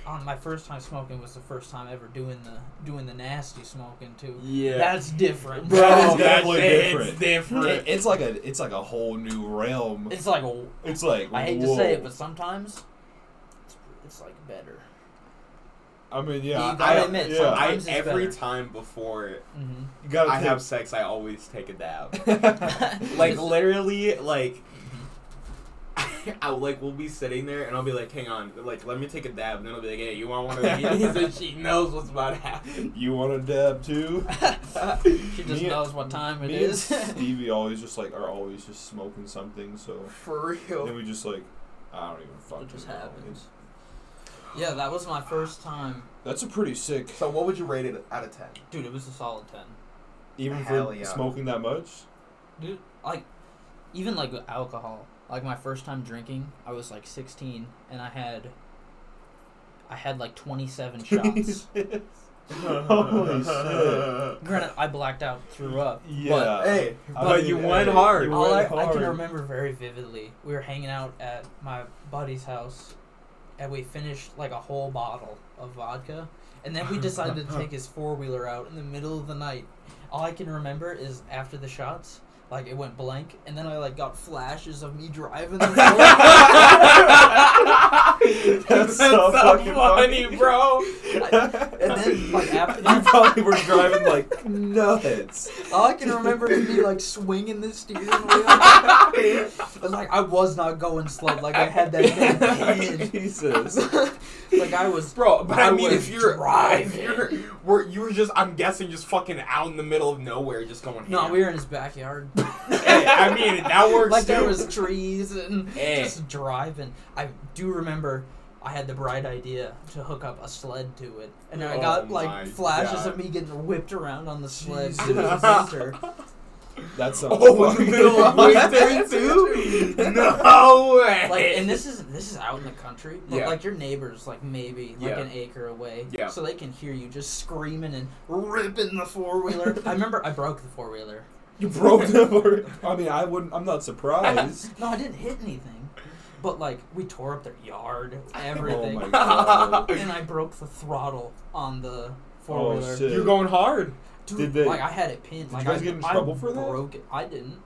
Speaker 1: on my first time smoking was the first time ever doing the doing the nasty smoking too.
Speaker 2: yeah.
Speaker 1: That's different.
Speaker 4: Bro,
Speaker 2: That is
Speaker 4: that's definitely
Speaker 2: it's
Speaker 4: different.
Speaker 2: different.
Speaker 4: It- it's like a it's like a whole new realm.
Speaker 1: It's like a,
Speaker 4: It's like
Speaker 1: I hate to
Speaker 4: whoa.
Speaker 1: say it, but sometimes it's, it's like better.
Speaker 4: I mean, yeah,
Speaker 1: You gotta
Speaker 4: I,
Speaker 1: admit,
Speaker 4: yeah.
Speaker 1: sometimes-
Speaker 2: I
Speaker 1: Sometimes it's
Speaker 2: every
Speaker 1: better.
Speaker 2: time before
Speaker 1: Mm-hmm.
Speaker 4: you gotta
Speaker 2: I
Speaker 4: take-
Speaker 2: have sex,
Speaker 1: Mm-hmm.
Speaker 2: I always take a dab.
Speaker 4: like
Speaker 2: like literally like I like will be sitting there and I'll be like, hang on, like let me take a dab, and then I'll be like, hey, you want one of these? and she knows what's about to happen.
Speaker 4: You want a dab too?
Speaker 1: She just
Speaker 4: Me-
Speaker 1: knows what time it
Speaker 4: Me and
Speaker 1: is.
Speaker 4: Stevie always just like are always just smoking something, so
Speaker 3: For
Speaker 4: then
Speaker 2: Oh.
Speaker 3: real.
Speaker 4: we just like I don't even fucking
Speaker 6: It just
Speaker 4: know.
Speaker 6: happens.
Speaker 4: It's-
Speaker 1: yeah, that was my first time.
Speaker 4: That's a pretty sick,
Speaker 3: So what would you rate it out of ten?
Speaker 1: Dude, it was a solid ten.
Speaker 4: even
Speaker 3: Hell
Speaker 4: for
Speaker 3: yeah.
Speaker 4: smoking that much.
Speaker 1: Dude, like, even like with alcohol. Like my first time drinking, I was like 16, and I had, I had like 27 shots.
Speaker 4: Holy shit!
Speaker 1: Granted, I blacked out, threw up.
Speaker 4: Yeah.
Speaker 3: Hey,
Speaker 4: I
Speaker 2: but
Speaker 4: mean,
Speaker 2: you
Speaker 4: hey,
Speaker 2: went hard.
Speaker 4: you
Speaker 1: All I,
Speaker 4: went
Speaker 1: I can
Speaker 4: hard.
Speaker 1: remember very vividly, we were hanging out at my buddy's house, and we finished like a whole bottle of vodka, and then we decided to take his four wheeler out in the middle of the night. All I can remember is after the shots, like it went blank, and then I like got flashes of me driving the four.
Speaker 4: That's, so, fucking funny,
Speaker 2: bro.
Speaker 1: and then like after
Speaker 4: you
Speaker 1: that,
Speaker 4: probably were driving like nuts.
Speaker 1: all I can remember is me like swinging the steering wheel. I was like, I was not going slow. Like I had that thing pinned.
Speaker 4: Jesus.
Speaker 1: Like I was
Speaker 2: Bro, but I,
Speaker 1: I
Speaker 2: mean,
Speaker 1: was
Speaker 2: if you're, if
Speaker 1: driving.
Speaker 2: you're, were you were just, I'm guessing, just fucking out in the middle of nowhere, just going.
Speaker 1: No,
Speaker 2: ham.
Speaker 1: we were in his backyard.
Speaker 2: Hey, I mean, that works
Speaker 1: like
Speaker 2: too.
Speaker 1: there was trees and
Speaker 2: Eh.
Speaker 1: just driving. I do remember I had the bright idea to hook up a sled to it, and I
Speaker 2: Oh
Speaker 1: got
Speaker 2: my
Speaker 1: like flashes
Speaker 2: God.
Speaker 1: of me getting whipped around on the sled.
Speaker 4: Jesus.
Speaker 1: It was winter.
Speaker 4: That sounds
Speaker 2: Oh, in the
Speaker 4: fucking
Speaker 2: middle of winter too? No way.
Speaker 1: Like, and this is this is out in the country, but
Speaker 2: Yeah.
Speaker 1: like your neighbors, like maybe like
Speaker 2: Yeah.
Speaker 1: an acre away,
Speaker 2: Yeah.
Speaker 1: so they can hear you just screaming and ripping the four wheeler. I remember I broke the four wheeler.
Speaker 4: You broke them. Or, I mean, I wouldn't. I'm not surprised.
Speaker 1: No, I didn't hit anything, but like we tore up their yard, everything.
Speaker 4: Oh my god.
Speaker 1: and I broke the throttle on the four
Speaker 4: Oh
Speaker 1: wheeler.
Speaker 4: shit.
Speaker 2: You're going hard.
Speaker 1: Dude,
Speaker 4: Did they-
Speaker 1: like I had it pinned.
Speaker 4: Did
Speaker 1: like
Speaker 4: you guys
Speaker 1: I,
Speaker 4: get in
Speaker 1: I
Speaker 4: trouble for that?
Speaker 1: broke it. I didn't.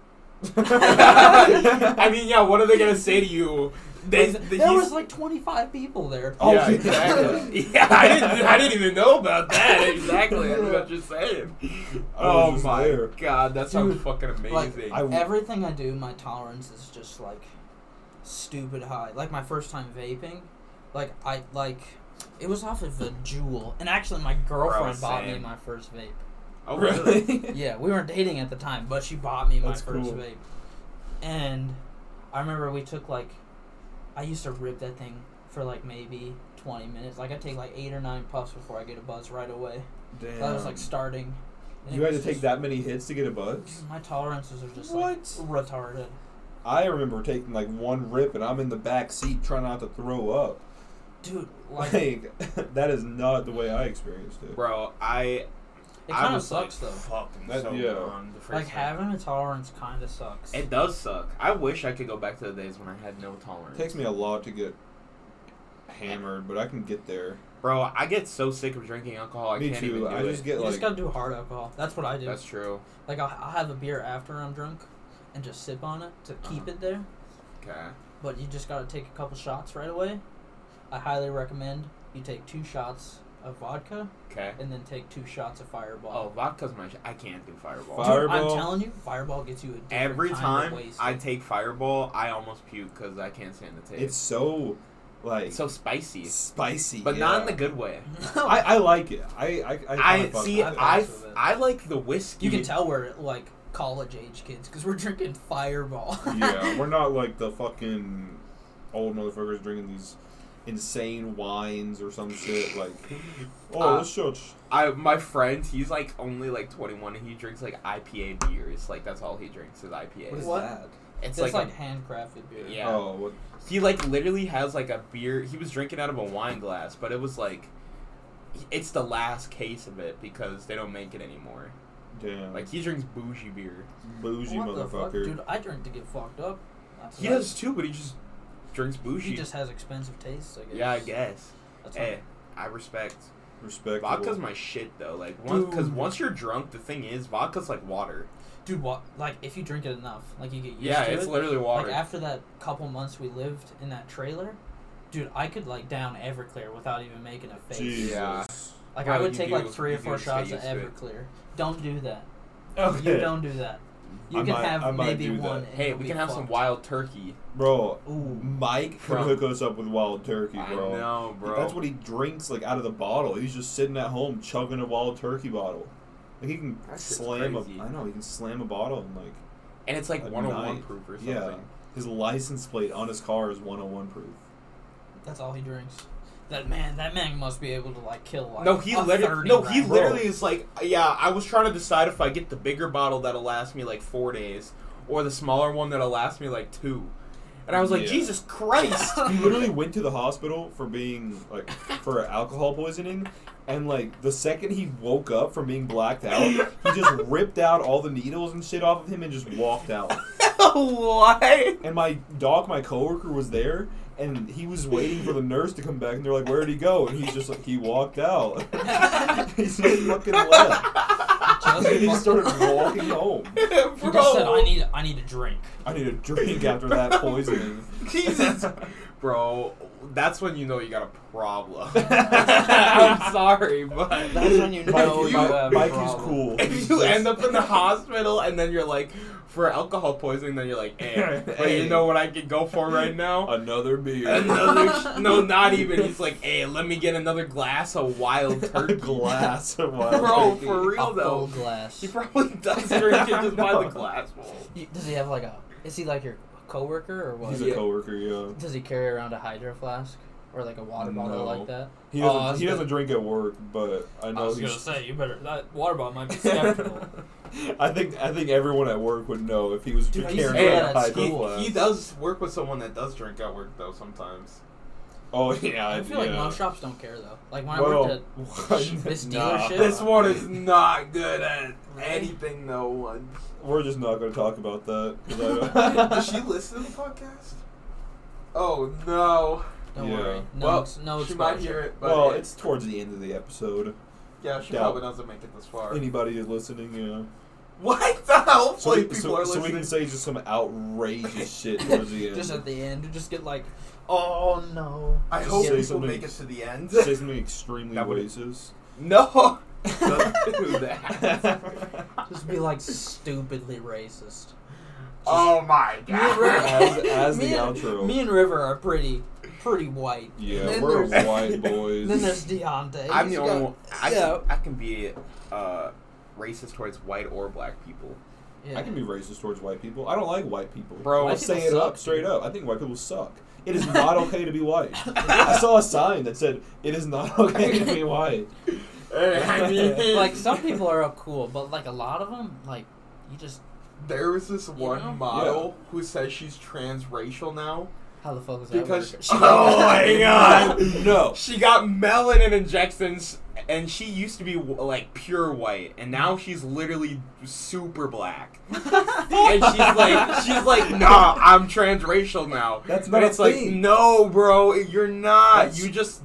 Speaker 2: I mean, yeah. What are they gonna say to you? They,
Speaker 1: Like,
Speaker 2: they-
Speaker 1: there
Speaker 2: he's-
Speaker 1: was like 25 people there.
Speaker 4: Oh,
Speaker 2: yeah,
Speaker 4: yeah.
Speaker 2: exactly. yeah, I didn't, I didn't even know about that. Exactly. That's what you're saying.
Speaker 4: I was
Speaker 2: Oh
Speaker 4: just
Speaker 2: my
Speaker 4: there.
Speaker 2: god, that sounds fucking
Speaker 1: like,
Speaker 2: amazing.
Speaker 4: I w-
Speaker 1: Everything I do, my tolerance is just like stupid high. Like my first time vaping, like I like it was off of a jewel, and actually my girlfriend bought me
Speaker 2: same.
Speaker 1: my first vape.
Speaker 2: oh,
Speaker 4: Really?
Speaker 1: Yeah, we weren't dating at the time, but she bought me my
Speaker 4: That's
Speaker 1: first
Speaker 4: cool.
Speaker 1: vape. And I remember we took like I used to rip that thing for like maybe 20 minutes. Like I take like 8 or 9 puffs before I get a buzz right away.
Speaker 4: Damn.
Speaker 1: That was like starting. and
Speaker 4: you
Speaker 1: it
Speaker 4: had to
Speaker 1: was
Speaker 4: take
Speaker 1: just-
Speaker 4: that many hits to get a buzz.
Speaker 1: My tolerances are just like
Speaker 4: What?
Speaker 1: retarded.
Speaker 4: I remember taking like one rip, and I'm in the back seat trying not to throw up.
Speaker 1: Dude, like it
Speaker 4: Like that is not the way I experienced it.
Speaker 2: bro, I. I
Speaker 1: kind of
Speaker 2: was
Speaker 1: sucks
Speaker 2: like,
Speaker 1: though.
Speaker 2: Fuck, I'm
Speaker 4: That-
Speaker 2: so
Speaker 4: yeah.
Speaker 2: gone the first
Speaker 1: Like
Speaker 2: time.
Speaker 1: having a tolerance kind of sucks.
Speaker 2: It does suck. I wish I could go back to the days when I had no tolerance.
Speaker 4: It takes me a lot to get hammered, but I can get there.
Speaker 2: Bro, I get so sick of drinking alcohol. I
Speaker 4: me
Speaker 2: can't
Speaker 4: too.
Speaker 2: even do
Speaker 4: I
Speaker 2: it.
Speaker 4: just get
Speaker 1: you
Speaker 4: like
Speaker 1: just gotta do hard alcohol. That's what I do.
Speaker 2: That's true.
Speaker 1: Like I'll, I'll have a beer after I'm drunk, and just sip on it to keep
Speaker 2: Uh-huh.
Speaker 1: it there.
Speaker 2: Okay.
Speaker 1: but you just gotta take a couple shots right away. I highly recommend you take two shots of vodka
Speaker 2: Okay.
Speaker 1: and then take two shots of
Speaker 2: Oh,
Speaker 1: Fireball.
Speaker 2: vodka's my. Sh- I can't do Oh, Fireball.
Speaker 4: Fire- Fireball.
Speaker 1: I'm telling you, Fireball gets you a different
Speaker 2: Every
Speaker 1: kind
Speaker 2: time
Speaker 1: of waste.
Speaker 2: I take Fireball, I almost puke because I can't stand the taste.
Speaker 4: it's so like
Speaker 2: It's so spicy,
Speaker 4: spicy,
Speaker 2: but not in the
Speaker 4: yeah.
Speaker 2: good way.
Speaker 4: I, I like it. I I, I,
Speaker 2: I
Speaker 4: kinda fuck
Speaker 2: see.
Speaker 4: with it.
Speaker 1: I
Speaker 2: I
Speaker 1: fuck with it.
Speaker 2: I like the whiskey.
Speaker 1: you can tell we're like college age kids because we're drinking Fireball.
Speaker 4: yeah, we're not like the fucking old motherfuckers drinking these insane wines or some shit. Like, oh,
Speaker 2: Uh,
Speaker 4: let's shut-
Speaker 2: I my friend, he's like only like 21, and he drinks like IPA beers. Like that's all he drinks is IPAs.
Speaker 1: What is
Speaker 4: What?
Speaker 1: that?
Speaker 2: It's
Speaker 1: It's
Speaker 2: like,
Speaker 1: like,
Speaker 2: a-
Speaker 1: handcrafted beer.
Speaker 2: Yeah.
Speaker 4: Oh, what?
Speaker 2: he like literally has like a beer. He was drinking out of a wine glass, but it was like. It's the last case of it because they don't make it anymore.
Speaker 4: Damn,
Speaker 2: Like he drinks bougie beer.
Speaker 4: bougie
Speaker 1: What the fuck,
Speaker 4: motherfucker.
Speaker 1: dude? I drink to get fucked up. That's
Speaker 2: He
Speaker 1: right.
Speaker 2: does too, but he just drinks bougie.
Speaker 1: He just has expensive tastes. I guess.
Speaker 2: yeah, I guess.
Speaker 1: That's
Speaker 2: Hey,
Speaker 1: right.
Speaker 2: I respect.
Speaker 4: Respect.
Speaker 2: Vodka's my shit though. Like, once because once you're drunk, the thing is, vodka's like water.
Speaker 1: Dude, what? Like, if you drink it enough, like you get used
Speaker 2: Yeah,
Speaker 1: to
Speaker 2: it's
Speaker 1: it.
Speaker 2: literally water.
Speaker 1: Like after that couple months we lived in that trailer, dude, I could like down Everclear without even making a face.
Speaker 4: Jesus.
Speaker 2: Yeah.
Speaker 1: Like
Speaker 2: Bro,
Speaker 1: I would
Speaker 2: you
Speaker 1: take
Speaker 2: do-
Speaker 1: like three or
Speaker 2: you
Speaker 1: four
Speaker 2: do stay
Speaker 1: shots of
Speaker 2: used to it.
Speaker 1: Everclear. Don't do that.
Speaker 4: Okay.
Speaker 1: You don't do that. You
Speaker 4: I
Speaker 1: can
Speaker 4: might- I
Speaker 1: have
Speaker 4: might
Speaker 1: maybe
Speaker 4: do that.
Speaker 1: one. and
Speaker 2: Hey,
Speaker 1: you'll
Speaker 2: we
Speaker 1: be
Speaker 2: can have some
Speaker 1: fucked.
Speaker 2: wild turkey.
Speaker 4: bro.
Speaker 1: Ooh,
Speaker 4: Mike can
Speaker 2: Bro.
Speaker 4: hook us up with wild turkey,
Speaker 2: I
Speaker 4: bro.
Speaker 2: know, bro.
Speaker 4: That's what he drinks like out of the bottle. He's just sitting at home chugging a wild turkey bottle. Like he can
Speaker 2: That shit's
Speaker 4: slam
Speaker 2: crazy.
Speaker 4: a I know, he can slam a bottle and like oh
Speaker 2: and it's like
Speaker 4: At
Speaker 2: 101
Speaker 4: night.
Speaker 2: proof or something.
Speaker 4: yeah. His license plate on his car is 101 proof.
Speaker 1: that's all he drinks. That man, that man must be able to like kill like
Speaker 2: No, he
Speaker 1: a 30
Speaker 2: literally. No, he
Speaker 1: round.
Speaker 2: literally is like, yeah. I was trying to decide if I get the bigger bottle that'll last me like four days, or the smaller one that'll last me like two. And I was like,
Speaker 4: Yeah.
Speaker 2: Jesus Christ!
Speaker 4: He literally went to the hospital for being like for alcohol poisoning and like the second he woke up from being blacked out, he just ripped out all the needles and shit off of him and just walked out.
Speaker 2: Why?
Speaker 4: And my dog, my coworker, was there, and he was waiting for the nurse to come back, and they're like, "Where'd he go?" And he's just like, "He walked out." he just fucking left. And
Speaker 1: Just
Speaker 4: then he
Speaker 1: fuck-
Speaker 4: started walking home.
Speaker 1: He just said,
Speaker 2: Bro.
Speaker 1: "I need, I need a drink."
Speaker 4: I need a drink after that poisoning.
Speaker 2: Jesus, bro. That's when you know you got a problem. I'm sorry, but
Speaker 1: That's when you
Speaker 4: Mike,
Speaker 1: know
Speaker 4: is-
Speaker 1: you have a
Speaker 4: Mike is
Speaker 1: problem.
Speaker 4: cool.
Speaker 2: if you end up in the hospital and then you're like for alcohol poisoning, then you're like, hey, hey, you know what I could go for right now?
Speaker 4: another beer,
Speaker 2: another sh- no, not even. He's like, hey, let me get another glass of wild
Speaker 4: a
Speaker 2: turkey.
Speaker 4: glass of wild
Speaker 2: bro,
Speaker 4: turkey.
Speaker 2: for real
Speaker 1: a full
Speaker 2: though.
Speaker 1: glass.
Speaker 2: He probably does drink it just by the
Speaker 4: No.
Speaker 2: glass bowl.
Speaker 1: You- Does he have like a? Is he like your coworker or what?
Speaker 4: He's a
Speaker 2: Yeah.
Speaker 4: coworker, yeah.
Speaker 1: Does he carry around a hydro flask or like a water bottle
Speaker 4: No.
Speaker 1: like that?
Speaker 4: He
Speaker 1: Oh,
Speaker 4: doesn't.
Speaker 1: I was
Speaker 4: he
Speaker 1: gonna-
Speaker 4: doesn't drink at work, but I know he's.
Speaker 1: say you better. That water bottle might be
Speaker 4: I think I think everyone at work would know if he was
Speaker 1: Dude, I used to
Speaker 4: carrying
Speaker 2: do
Speaker 4: around
Speaker 2: that
Speaker 4: a
Speaker 1: at
Speaker 4: high
Speaker 1: school.
Speaker 4: school.
Speaker 2: He, he does work with someone that does drink at work though sometimes.
Speaker 4: Oh yeah,
Speaker 1: I feel like
Speaker 4: yeah.
Speaker 1: most shops don't care though. Like when I
Speaker 4: Well,
Speaker 1: worked
Speaker 4: what?
Speaker 1: this
Speaker 4: Nah.
Speaker 1: dealership-
Speaker 2: This one is not good at anything though.
Speaker 4: We're just not going to talk about that. 'cause I don't-
Speaker 2: Does she listen to the podcast? Oh no.
Speaker 1: at, don't
Speaker 4: Yeah.
Speaker 1: worry, no,
Speaker 2: well,
Speaker 1: ex- no
Speaker 2: she might
Speaker 1: exposure.
Speaker 2: hear it, but
Speaker 4: well, it's towards the end of the episode.
Speaker 2: yeah, she
Speaker 4: doubt.
Speaker 2: probably doesn't make it this far.
Speaker 4: Anybody who's listening, you know.
Speaker 2: What the hell?
Speaker 4: So,
Speaker 2: Hopefully
Speaker 4: we-
Speaker 2: people
Speaker 4: so,
Speaker 2: are
Speaker 4: so we
Speaker 2: listening.
Speaker 4: can say just some outrageous shit towards the end.
Speaker 1: just at the end, you just get like, oh no.
Speaker 2: I
Speaker 4: Just
Speaker 2: hope
Speaker 4: say
Speaker 2: people
Speaker 4: something-
Speaker 2: make it to the end.
Speaker 4: say something extremely
Speaker 2: That would-
Speaker 4: racist.
Speaker 2: No, don't do that.
Speaker 1: Just be like stupidly racist.
Speaker 2: oh my
Speaker 1: Me and
Speaker 2: god.
Speaker 1: River,
Speaker 4: As- as
Speaker 1: me
Speaker 4: the
Speaker 1: and-
Speaker 4: outro.
Speaker 1: Me and River are pretty, pretty white. And
Speaker 4: Yeah,
Speaker 1: then
Speaker 4: we're
Speaker 1: there's-
Speaker 4: white boys.
Speaker 1: Then there's Deontay.
Speaker 2: I'm
Speaker 1: He's
Speaker 2: the
Speaker 1: got-
Speaker 2: only one. I,
Speaker 1: yeah.
Speaker 2: can, I can be uh, racist towards white or black people.
Speaker 1: Yeah.
Speaker 4: I can be racist towards white people. I don't like white people.
Speaker 2: Bro,
Speaker 4: I'm
Speaker 1: White
Speaker 4: saying it
Speaker 1: people
Speaker 4: up
Speaker 1: suck,
Speaker 4: straight up. I think white people suck. It is not okay to be white. I saw a sign that said, "It is not okay to be white." I mean-
Speaker 1: like some people are up cool, but like a lot of them, like you just
Speaker 2: there was this one
Speaker 1: know?
Speaker 2: model who says she's transracial now
Speaker 1: how the fuck is that?
Speaker 2: because
Speaker 1: work?
Speaker 2: oh my god,
Speaker 4: No.
Speaker 2: She got melanin injections, and she used to be w- like pure white, and now she's literally super black. and she's like, she's like, nah, I'm transracial now.
Speaker 4: That's
Speaker 2: And
Speaker 4: not a
Speaker 2: it's like,
Speaker 4: thing.
Speaker 2: no, bro, you're not.
Speaker 4: That's-
Speaker 2: You just,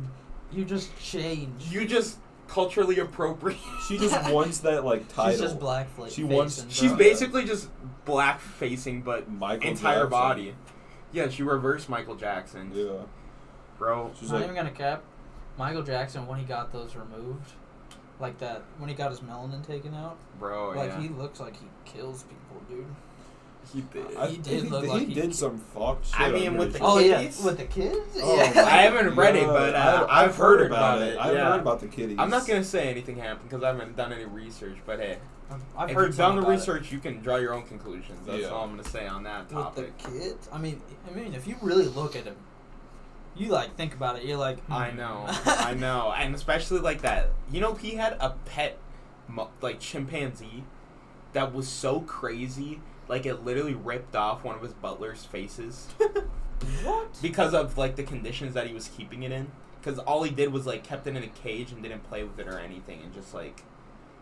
Speaker 1: you just change.
Speaker 2: you just culturally appropriate.
Speaker 4: She just wants that like title.
Speaker 1: She's just black fla-
Speaker 4: She wants-
Speaker 1: facing,
Speaker 2: She's
Speaker 1: bro.
Speaker 4: ba-
Speaker 2: basically just black facing, but
Speaker 4: Michael
Speaker 2: entire
Speaker 4: Jackson.
Speaker 2: body. Yeah, she reversed Michael Jackson,
Speaker 4: Yeah.
Speaker 2: bro.
Speaker 4: She's
Speaker 1: not
Speaker 4: like,
Speaker 1: even gonna cap. Michael Jackson when he got those removed, like that when he got his melanin taken out,
Speaker 2: Bro,
Speaker 1: like
Speaker 2: Oh, yeah.
Speaker 1: he looks like he kills people, dude.
Speaker 2: He did.
Speaker 4: I-
Speaker 1: He did
Speaker 4: he,
Speaker 1: look
Speaker 4: he
Speaker 1: like he-
Speaker 4: did some fucked shit.
Speaker 2: I
Speaker 4: I'm
Speaker 2: mean,
Speaker 4: pretty
Speaker 2: with the-
Speaker 4: sure.
Speaker 2: Oh, yeah.
Speaker 1: with the kids.
Speaker 4: Oh,
Speaker 1: yeah.
Speaker 2: I haven't read it,
Speaker 4: Yeah,
Speaker 2: but uh,
Speaker 4: I-
Speaker 2: I've, heard, about, it.
Speaker 4: I've
Speaker 2: yeah.
Speaker 4: heard about the kitties.
Speaker 2: I'm not gonna say anything happened because I haven't done any research. But hey,
Speaker 1: I've
Speaker 2: if
Speaker 1: heard
Speaker 2: you've done
Speaker 1: something
Speaker 2: the
Speaker 1: about it.
Speaker 2: research, you can draw your own conclusions. That's
Speaker 4: Yeah.
Speaker 2: all I'm gonna say on that
Speaker 1: with the
Speaker 2: topic.
Speaker 1: kids. I mean, I mean, if you really look at him, you like think about it. You're like,
Speaker 2: I
Speaker 1: hmm.
Speaker 2: know, I know, and especially like that. You know, he had a pet, mu- like chimpanzee, that was so crazy. Like it literally ripped off one of his butler's faces
Speaker 1: what?
Speaker 2: because of like the conditions that he was keeping it in. Because all he did was like kept it in a cage and didn't play with it or anything, and just like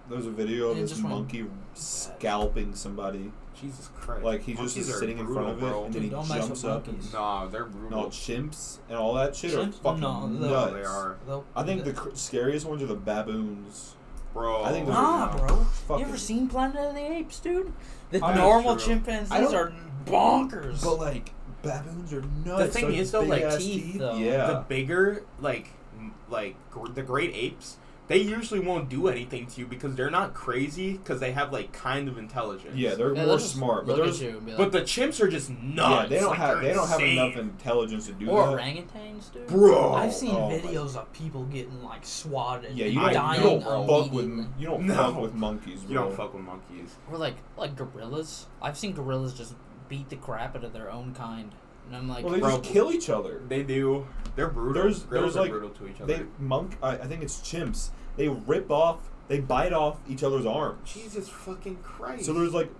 Speaker 4: There's a video of
Speaker 1: It
Speaker 4: this
Speaker 1: just went-
Speaker 4: monkey scalping somebody.
Speaker 2: Jesus Christ.
Speaker 4: Like he's just
Speaker 2: Monkeys are
Speaker 4: sitting in
Speaker 2: brutal,
Speaker 4: front of it,
Speaker 2: bro.
Speaker 4: and then he
Speaker 1: Dude, don't mess
Speaker 4: jumps
Speaker 1: with
Speaker 4: up. And,
Speaker 1: monkeys.
Speaker 2: No, they're
Speaker 4: no,
Speaker 2: brutal.
Speaker 4: chimps and all that shit are
Speaker 1: Chimps?
Speaker 4: fucking
Speaker 1: No, they're-
Speaker 4: nuts.
Speaker 2: they are.
Speaker 1: Though-
Speaker 4: I think the cr- scariest ones are the baboons.
Speaker 2: Bro.
Speaker 4: I think those
Speaker 1: Nah,
Speaker 4: are-
Speaker 1: bro.
Speaker 4: Fucking-
Speaker 1: You ever seen Planet of the Apes, dude? The
Speaker 2: I mean,
Speaker 1: normal
Speaker 2: true.
Speaker 4: I
Speaker 1: chimpanzees
Speaker 4: don't-
Speaker 1: are bonkers.
Speaker 4: But like baboons are nuts.
Speaker 2: thing
Speaker 4: Like,
Speaker 2: is, though,
Speaker 4: big
Speaker 2: like,
Speaker 4: ass
Speaker 1: teeth,
Speaker 4: teeth.
Speaker 1: though.
Speaker 4: Yeah.
Speaker 2: The bigger, like, m- like gr- the great apes they usually won't do anything to you because they're not crazy because they have like kind of intelligence.
Speaker 4: Yeah, they're
Speaker 1: Yeah,
Speaker 4: more
Speaker 1: they'll just
Speaker 4: smart, but
Speaker 1: look
Speaker 4: there's
Speaker 1: at you and be
Speaker 2: But
Speaker 1: like,
Speaker 2: the chimps are just nuts.
Speaker 4: yeah, they don't
Speaker 2: like,
Speaker 4: have
Speaker 2: they're
Speaker 4: they don't have
Speaker 2: insane.
Speaker 4: enough intelligence to do
Speaker 1: or
Speaker 4: that.
Speaker 1: orangutans, dude.
Speaker 2: Bro.
Speaker 1: I've seen
Speaker 4: oh my-
Speaker 1: videos of people getting like swatted.
Speaker 4: yeah, you
Speaker 1: and
Speaker 4: don't,
Speaker 1: dying
Speaker 4: you don't
Speaker 2: know,
Speaker 4: fuck with
Speaker 1: immediately.
Speaker 4: you don't
Speaker 2: No.
Speaker 4: fuck with monkeys. Bro.
Speaker 2: You don't fuck with monkeys.
Speaker 1: Or like like gorillas. I've seen gorillas just beat the crap out of their own kind, and I'm like,
Speaker 4: Well, they
Speaker 2: Bro.
Speaker 4: just kill each other.
Speaker 2: They do. They're brutal.
Speaker 4: There's-
Speaker 2: Gorillas
Speaker 4: there's,
Speaker 2: are
Speaker 4: like-
Speaker 2: brutal to each other.
Speaker 4: They monk. I, I think it's chimps. They rip off. They bite off each other's arms.
Speaker 2: Jesus fucking Christ.
Speaker 4: So there's like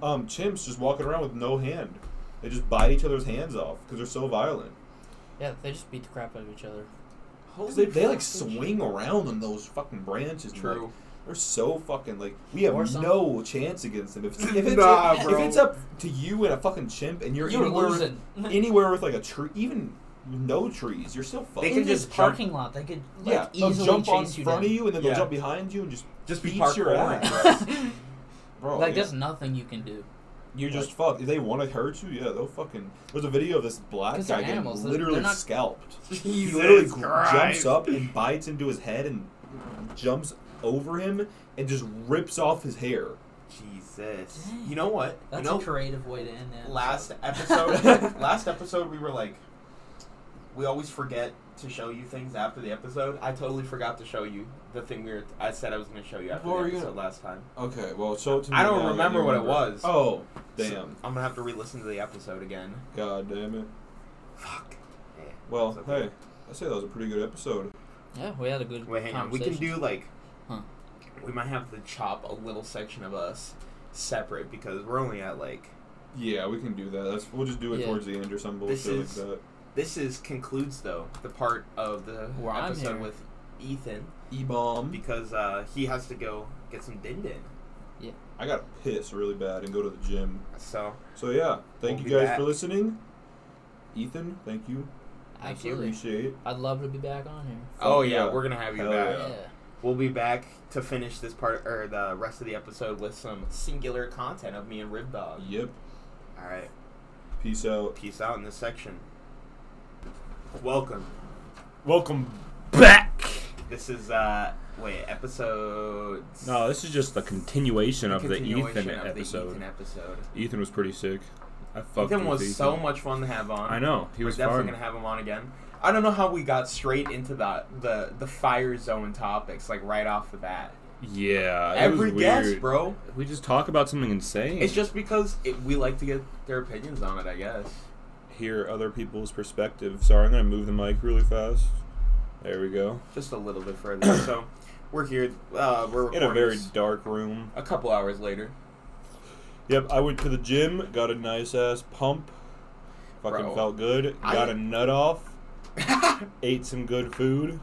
Speaker 4: um, chimps just walking around with no hand. They just bite each other's hands off because they're so violent.
Speaker 1: yeah, they just beat the crap out of each other.
Speaker 4: 'Cause They, they
Speaker 2: fucking
Speaker 4: like swing around on those fucking branches. and,
Speaker 2: True.
Speaker 4: like, they're so fucking like we have
Speaker 1: Or some-
Speaker 4: no chance against them. If it's, if it's,
Speaker 2: Nah,
Speaker 4: if,
Speaker 2: bro.
Speaker 4: it's up to you and a fucking chimp and you're,
Speaker 1: You're
Speaker 4: anywhere,
Speaker 1: losing.
Speaker 4: With, anywhere with like a tree, even no trees, you're still fucking.
Speaker 2: They
Speaker 1: In
Speaker 2: can
Speaker 1: this
Speaker 2: just jump-
Speaker 1: parking lot, they could like
Speaker 4: yeah, they'll
Speaker 1: easily
Speaker 4: jump on
Speaker 1: chase you
Speaker 4: front
Speaker 1: down.
Speaker 4: of you and then
Speaker 2: Yeah.
Speaker 4: they'll jump behind you and just
Speaker 2: Just be
Speaker 4: Beat your
Speaker 2: parkouring.
Speaker 4: ass.
Speaker 2: bro.
Speaker 4: bro.
Speaker 1: like
Speaker 4: yeah.
Speaker 1: there's nothing you can do.
Speaker 4: You just fuck. If they want to hurt you, yeah, they'll fucking. There's a video of this black
Speaker 1: 'Cause
Speaker 4: guy
Speaker 1: they're
Speaker 4: getting
Speaker 1: animals, they're-
Speaker 4: literally
Speaker 1: they're not-
Speaker 4: scalped.
Speaker 2: Jesus
Speaker 4: he literally gr-
Speaker 2: Christ.
Speaker 4: jumps up and bites into his head and jumps over him and just rips off his hair.
Speaker 2: Jesus.
Speaker 1: Dang.
Speaker 2: You know what?
Speaker 1: That's
Speaker 2: you know,
Speaker 1: a creative way to end that.
Speaker 2: last episode last episode we were like we always forget to show you things after the episode. I totally forgot to show you the thing we were I said I was going to show you after
Speaker 4: What
Speaker 2: the
Speaker 4: were you
Speaker 2: episode
Speaker 4: gonna-
Speaker 2: last time.
Speaker 4: Okay, well, show it to
Speaker 2: I don't remember what it was.
Speaker 4: Oh, damn.
Speaker 2: So, I'm going to have to re-listen to the episode again.
Speaker 4: God damn it.
Speaker 2: Fuck.
Speaker 4: Well,
Speaker 2: It's okay.
Speaker 4: hey, I say that was a pretty good episode.
Speaker 1: Yeah, we had a good.
Speaker 2: Wait, hang on. We can
Speaker 1: conversation.
Speaker 2: do like
Speaker 1: Huh.
Speaker 2: we might have to chop a little section of us separate because we're only at like
Speaker 4: Yeah, we can do that. That's We'll just do it
Speaker 1: Yeah.
Speaker 4: towards the end or some
Speaker 2: This
Speaker 4: bullshit
Speaker 2: is-
Speaker 4: like that.
Speaker 2: this is concludes though the part of the
Speaker 1: Where I'm
Speaker 2: episode
Speaker 1: here.
Speaker 2: with Ethan
Speaker 4: E bomb.
Speaker 2: because uh, he has to go get some din din.
Speaker 4: I got to piss really bad and go to the gym.
Speaker 2: So
Speaker 4: So yeah, thank
Speaker 2: We'll
Speaker 4: you
Speaker 2: be
Speaker 4: guys
Speaker 2: back.
Speaker 4: for listening. Ethan, thank you.
Speaker 1: Absolutely.
Speaker 4: Appreciate it.
Speaker 1: I'd love to be back on here.
Speaker 2: oh yeah,
Speaker 4: yeah.
Speaker 2: we're gonna have you
Speaker 4: Hell
Speaker 2: back.
Speaker 4: Yeah.
Speaker 2: We'll be back to finish this part or the rest of the episode with some singular content of me and Rib Dog.
Speaker 4: Yep.
Speaker 2: All right,
Speaker 4: Peace out.
Speaker 2: peace out in this section. Welcome.
Speaker 7: Welcome back.
Speaker 2: This is uh wait episode.
Speaker 7: No, this is just the continuation of the
Speaker 2: continuation
Speaker 7: Ethan
Speaker 2: of the
Speaker 7: episode.
Speaker 2: Ethan episode.
Speaker 7: Ethan was pretty sick. I fucked
Speaker 2: Ethan
Speaker 7: with
Speaker 2: was
Speaker 7: Ethan.
Speaker 2: so much fun to have on.
Speaker 7: I know he
Speaker 2: We're
Speaker 7: was
Speaker 2: definitely
Speaker 7: fun.
Speaker 2: gonna have him on again. I don't know how we got straight into the the the fire zone topics like right off the bat.
Speaker 7: Yeah, Uh, it
Speaker 2: Every
Speaker 7: was
Speaker 2: guest,
Speaker 7: weird.
Speaker 2: bro.
Speaker 7: We just talk about something insane.
Speaker 2: It's just because it, we like to get their opinions on it, I guess.
Speaker 4: hear other people's perspective. Sorry, I'm gonna move the mic really fast. There we go.
Speaker 2: Just a little bit further. so we're here. Uh, we're
Speaker 4: In a
Speaker 2: recording
Speaker 4: very
Speaker 2: this
Speaker 4: dark room.
Speaker 2: a couple hours later.
Speaker 4: Yep, I went to the gym, got a nice ass pump. Fucking
Speaker 2: Bro.
Speaker 4: felt good.
Speaker 2: I-
Speaker 4: Got a nut off. ate some good food.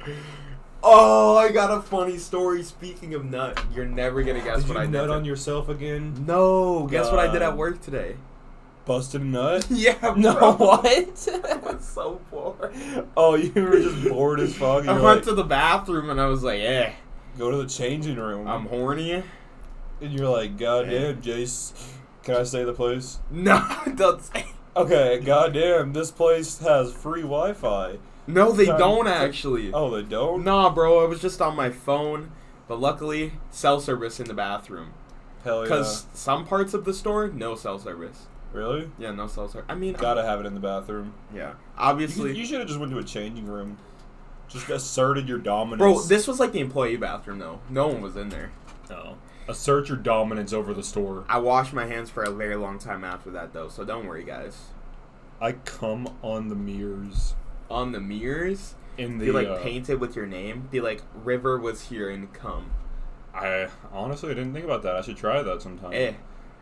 Speaker 2: oh, I got a funny story. Speaking of nut, you're never gonna guess
Speaker 4: did
Speaker 2: what
Speaker 4: you
Speaker 2: I
Speaker 4: nut
Speaker 2: did.
Speaker 4: on yourself again?
Speaker 2: no, guess what I did at
Speaker 4: God.
Speaker 2: work today.
Speaker 4: Busted a nut?
Speaker 2: Yeah,
Speaker 4: No,
Speaker 2: what? I was so bored.
Speaker 4: Oh, you were just bored as fuck. You
Speaker 2: I
Speaker 4: were
Speaker 2: went
Speaker 4: like,
Speaker 2: to the bathroom and I was like, "Eh,
Speaker 4: go to the changing room.
Speaker 2: I'm horny."
Speaker 4: and you're like, God damn, Jace, can I stay the place?
Speaker 2: No, don't say.
Speaker 4: Okay, goddamn, this place has free Wi-Fi.
Speaker 2: No, they
Speaker 4: Um,
Speaker 2: don't actually.
Speaker 4: Oh, they don't.
Speaker 2: Nah, bro, I was just on my phone, but luckily, cell service in the bathroom.
Speaker 7: Oh,
Speaker 4: Hell yeah.
Speaker 2: Because some parts of the store, no cell service.
Speaker 4: Really?
Speaker 2: Yeah, no cell service. I mean,
Speaker 4: Gotta have it in the bathroom.
Speaker 2: yeah,
Speaker 4: You,
Speaker 2: obviously.
Speaker 4: should have just went to a changing room. Just asserted your dominance.
Speaker 2: bro, this was like the employee bathroom, though. No one was in there.
Speaker 7: no. Assert your dominance over the store.
Speaker 2: I washed my hands for a very long time after that, though, so don't worry, guys.
Speaker 7: I come on the mirrors
Speaker 2: On the mirrors,
Speaker 7: in the.
Speaker 2: be like
Speaker 7: uh,
Speaker 2: painted with your name. Be like, River was here and come.
Speaker 7: I honestly I didn't think about that. I should try that sometime.
Speaker 2: Eh.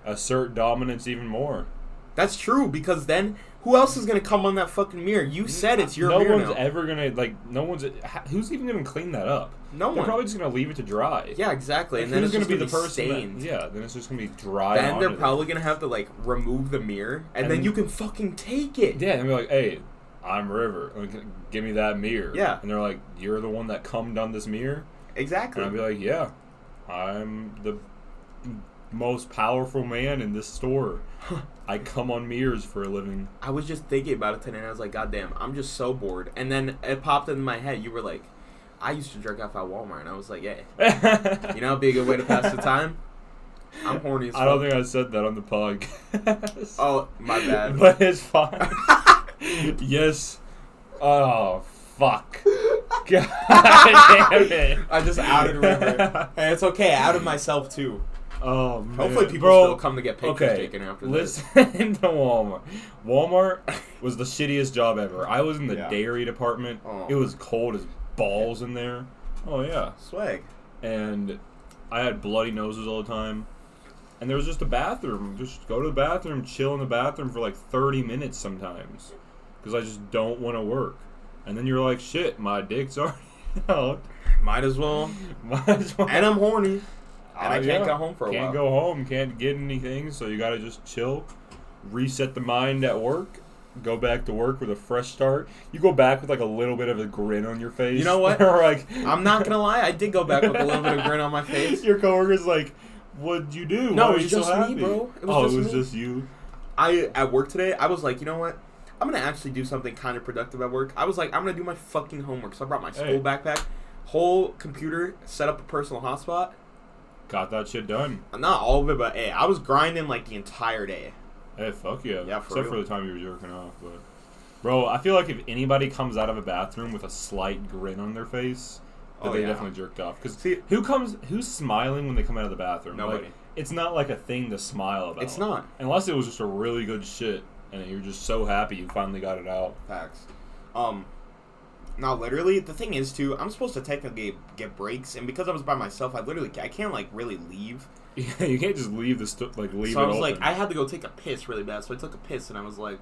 Speaker 7: Assert dominance even more.
Speaker 2: That's true because then who else is gonna come on that fucking mirror? You said it's your
Speaker 7: no
Speaker 2: mirror
Speaker 7: one's
Speaker 2: now.
Speaker 7: ever gonna like. No one's. ha- Who's even gonna clean that up?
Speaker 2: no
Speaker 7: They're
Speaker 2: one.
Speaker 7: probably just gonna leave it to dry.
Speaker 2: yeah, exactly.
Speaker 7: Like,
Speaker 2: and then
Speaker 7: who's
Speaker 2: it's
Speaker 7: gonna
Speaker 2: just
Speaker 7: be the
Speaker 2: gonna be
Speaker 7: person? that-
Speaker 2: stained.
Speaker 7: yeah. Then it's just gonna be dry.
Speaker 2: Then they're
Speaker 7: onto them.
Speaker 2: probably gonna have to like remove the mirror, and,
Speaker 7: And
Speaker 2: then
Speaker 7: then-
Speaker 2: you can fucking take it.
Speaker 7: Yeah, and be like, hey, I'm River. Like, give me that mirror.
Speaker 2: Yeah.
Speaker 7: And they're like, you're the one that cummed on this mirror?
Speaker 2: exactly.
Speaker 7: And I'd be like, yeah, I'm the most powerful man in this store. I come on mirrors for a living.
Speaker 2: I was just thinking about it today, and I was like, God damn, I'm just so bored. And then it popped into my head. You were like, I used to jerk off at Walmart, and I was like, yeah,
Speaker 4: I
Speaker 2: you know, it'd be a good way to pass the time. I'm horny as fuck.
Speaker 4: don't think I said that on the podcast.
Speaker 2: Oh, my bad.
Speaker 4: But it's fine. yes. Oh, fuck. God damn it.
Speaker 2: I just outed River. and it's okay. I outed myself too.
Speaker 4: Oh, man.
Speaker 2: Hopefully, people
Speaker 4: Bro,
Speaker 2: still come to get pictures
Speaker 4: okay,
Speaker 2: taken after this.
Speaker 4: Listen to Walmart. Walmart was the shittiest job ever. I was in the
Speaker 2: Yeah.
Speaker 4: dairy department.
Speaker 2: Oh.
Speaker 4: It was cold as balls in there. Oh yeah.
Speaker 2: Swag.
Speaker 4: And I had bloody noses all the time. And there was just a bathroom. Just go to the bathroom, chill in the bathroom for like 30 minutes sometimes. Because I just don't want to work. And then you're like, shit, my dick's already out.
Speaker 2: Might as well.
Speaker 4: Might as well.
Speaker 2: And I'm horny. And I
Speaker 4: Uh,
Speaker 2: can't
Speaker 4: yeah.
Speaker 2: go home for a
Speaker 4: can't
Speaker 2: while.
Speaker 4: go home, can't get anything, so you gotta just chill, reset the mind at work, go back to work with a fresh start. You go back with like a little bit of a grin on your face.
Speaker 2: You know what?
Speaker 4: or like
Speaker 2: I'm not gonna lie. I did go back with a little bit of grin on my face.
Speaker 4: Your coworker's like, "What'd you do?
Speaker 2: No, it
Speaker 4: Why are
Speaker 2: was
Speaker 4: you so
Speaker 2: just me,
Speaker 4: happy?"
Speaker 2: bro. It was
Speaker 4: oh,
Speaker 2: just
Speaker 4: it was
Speaker 2: me.
Speaker 4: just you.
Speaker 2: I at work today. I was like, you know what? I'm gonna actually do something kind of productive at work. I was like, I'm gonna do my fucking homework. So I brought my school
Speaker 4: Hey.
Speaker 2: backpack, whole computer, set up a personal hotspot.
Speaker 4: Got that shit done.
Speaker 2: Not all of it, but hey, I was grinding like the entire day.
Speaker 4: Hey, fuck yeah.
Speaker 2: Yeah, for
Speaker 4: Except for
Speaker 2: real.
Speaker 4: the time you were jerking off, but bro, I feel like if anybody comes out of a bathroom with a slight grin on their face, that
Speaker 2: Oh,
Speaker 4: they
Speaker 2: yeah.
Speaker 4: definitely jerked off. Because
Speaker 2: See-
Speaker 4: who comes, who's smiling when they come out of the bathroom? Like,
Speaker 2: Nobody.
Speaker 4: it's not like a thing to smile about.
Speaker 2: It's not
Speaker 4: unless it was just a really good shit, and you're just so happy you finally got it out.
Speaker 2: facts. Um, now literally, the thing is too, I'm supposed to technically get breaks, and because I was by myself, I literally I can't like really leave.
Speaker 4: Yeah, you can't just leave the sto- like leave
Speaker 2: so
Speaker 4: it
Speaker 2: I was
Speaker 4: open.
Speaker 2: like, I had to go take a piss really bad. So I took a piss, and I was like,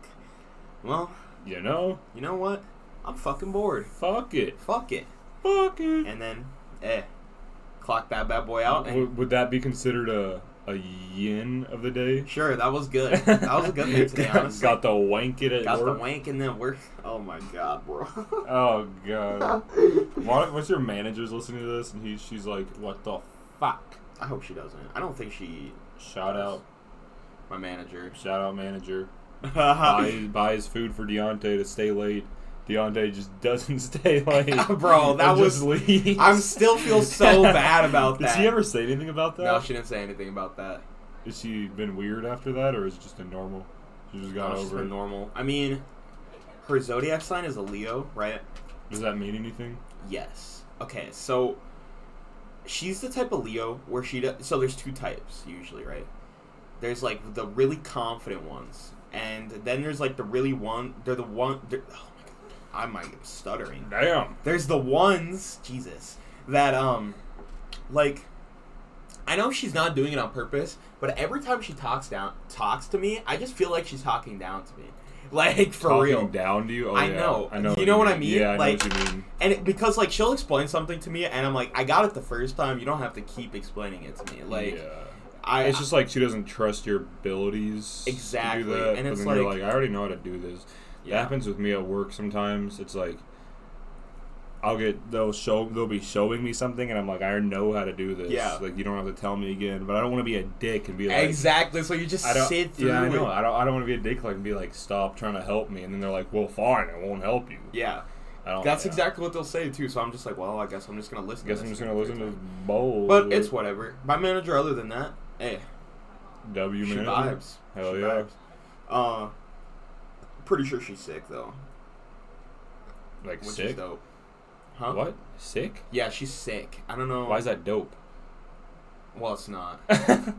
Speaker 2: well,
Speaker 4: you know,
Speaker 2: you know what? I'm fucking bored.
Speaker 4: fuck it,
Speaker 2: Fuck it.
Speaker 4: fuck it.
Speaker 2: and then eh, clock that bad boy out. And
Speaker 4: would, would that be considered a a yin of the day?
Speaker 2: sure, that was good. That was a good day today,
Speaker 4: Got-
Speaker 2: honestly.
Speaker 4: Got the wank it at
Speaker 2: Got the
Speaker 4: work.
Speaker 2: wank and then work. Oh my god, bro.
Speaker 4: Oh god. Why, what's your manager's listening to this and he she's like, "What the fuck?"
Speaker 2: I hope she doesn't. I don't think she.
Speaker 4: Shout out,
Speaker 2: My manager.
Speaker 4: shout out, manager.
Speaker 2: bro,
Speaker 4: Buy buys food for Deontay to stay late. Deontay just doesn't stay late.
Speaker 2: that
Speaker 4: and
Speaker 2: was.
Speaker 4: just leaves.
Speaker 2: I still feel so bad about
Speaker 4: Did
Speaker 2: that.
Speaker 4: she ever say anything about that?
Speaker 2: No, she didn't say anything about that.
Speaker 4: Has she been weird after that, or is it just a normal? She just got
Speaker 2: No, she's
Speaker 4: over it.
Speaker 2: been normal. I mean, her zodiac sign is a Leo, right?
Speaker 4: Does that mean anything?
Speaker 2: Yes. Okay, so she's the type of Leo where she does, so there's two types usually, right? There's like the really confident ones, and then there's like the really one. They're the one. They're, oh my god, I might am stuttering.
Speaker 4: Damn.
Speaker 2: There's the ones, Jesus, that um, like, I know she's not doing it on purpose, but every time she talks down, talks to me, I just feel like she's talking down to me, like for
Speaker 4: Talking
Speaker 2: real.
Speaker 4: down to you. Oh,
Speaker 2: I
Speaker 4: yeah.
Speaker 2: know.
Speaker 4: I know.
Speaker 2: You know what I mean?
Speaker 4: Yeah, I
Speaker 2: Like-
Speaker 4: know what you mean.
Speaker 2: And it, because like she'll explain something to me, and I'm like, I got it the first time. You don't have to keep explaining it to me. Like
Speaker 4: yeah.
Speaker 2: I,
Speaker 4: it's just like she doesn't trust your abilities to do
Speaker 2: Exactly,
Speaker 4: that,
Speaker 2: and
Speaker 4: but
Speaker 2: it's
Speaker 4: then you're
Speaker 2: like-
Speaker 4: like i already know how to do this it
Speaker 2: yeah,
Speaker 4: happens with me at work sometimes it's like i'll get they'll show they'll be showing me something and i'm like i know how to do this
Speaker 2: Yeah.
Speaker 4: like you don't have to tell me again but i don't want to be a dick and be like
Speaker 2: exactly. So you just
Speaker 4: I don't,
Speaker 2: sit through.
Speaker 4: yeah, I
Speaker 2: it.
Speaker 4: know. I don't. I don't want to be a dick like and be like, stop trying to help me, and then they're like, well, fine, I won't help you.
Speaker 2: Yeah,
Speaker 4: I don't.
Speaker 2: that's
Speaker 4: Oh, yeah.
Speaker 2: exactly what they'll say too. So I'm just like, well, I guess I'm just gonna
Speaker 4: I
Speaker 2: listen.
Speaker 4: guess
Speaker 2: to
Speaker 4: I'm
Speaker 2: this
Speaker 4: just gonna listen to bowl.
Speaker 2: But it's whatever. My manager, other than that, hey,
Speaker 4: W
Speaker 2: she
Speaker 4: manager.
Speaker 2: vibes.
Speaker 4: Hell
Speaker 2: she
Speaker 4: yeah.
Speaker 2: vibes. Uh, pretty sure she's sick though,
Speaker 4: Like
Speaker 2: which is
Speaker 4: sick.
Speaker 2: dope. Huh?
Speaker 4: What? Sick?
Speaker 2: Yeah, she's sick. I don't know.
Speaker 4: Why is that dope?
Speaker 2: Well, it's not.
Speaker 4: oh, I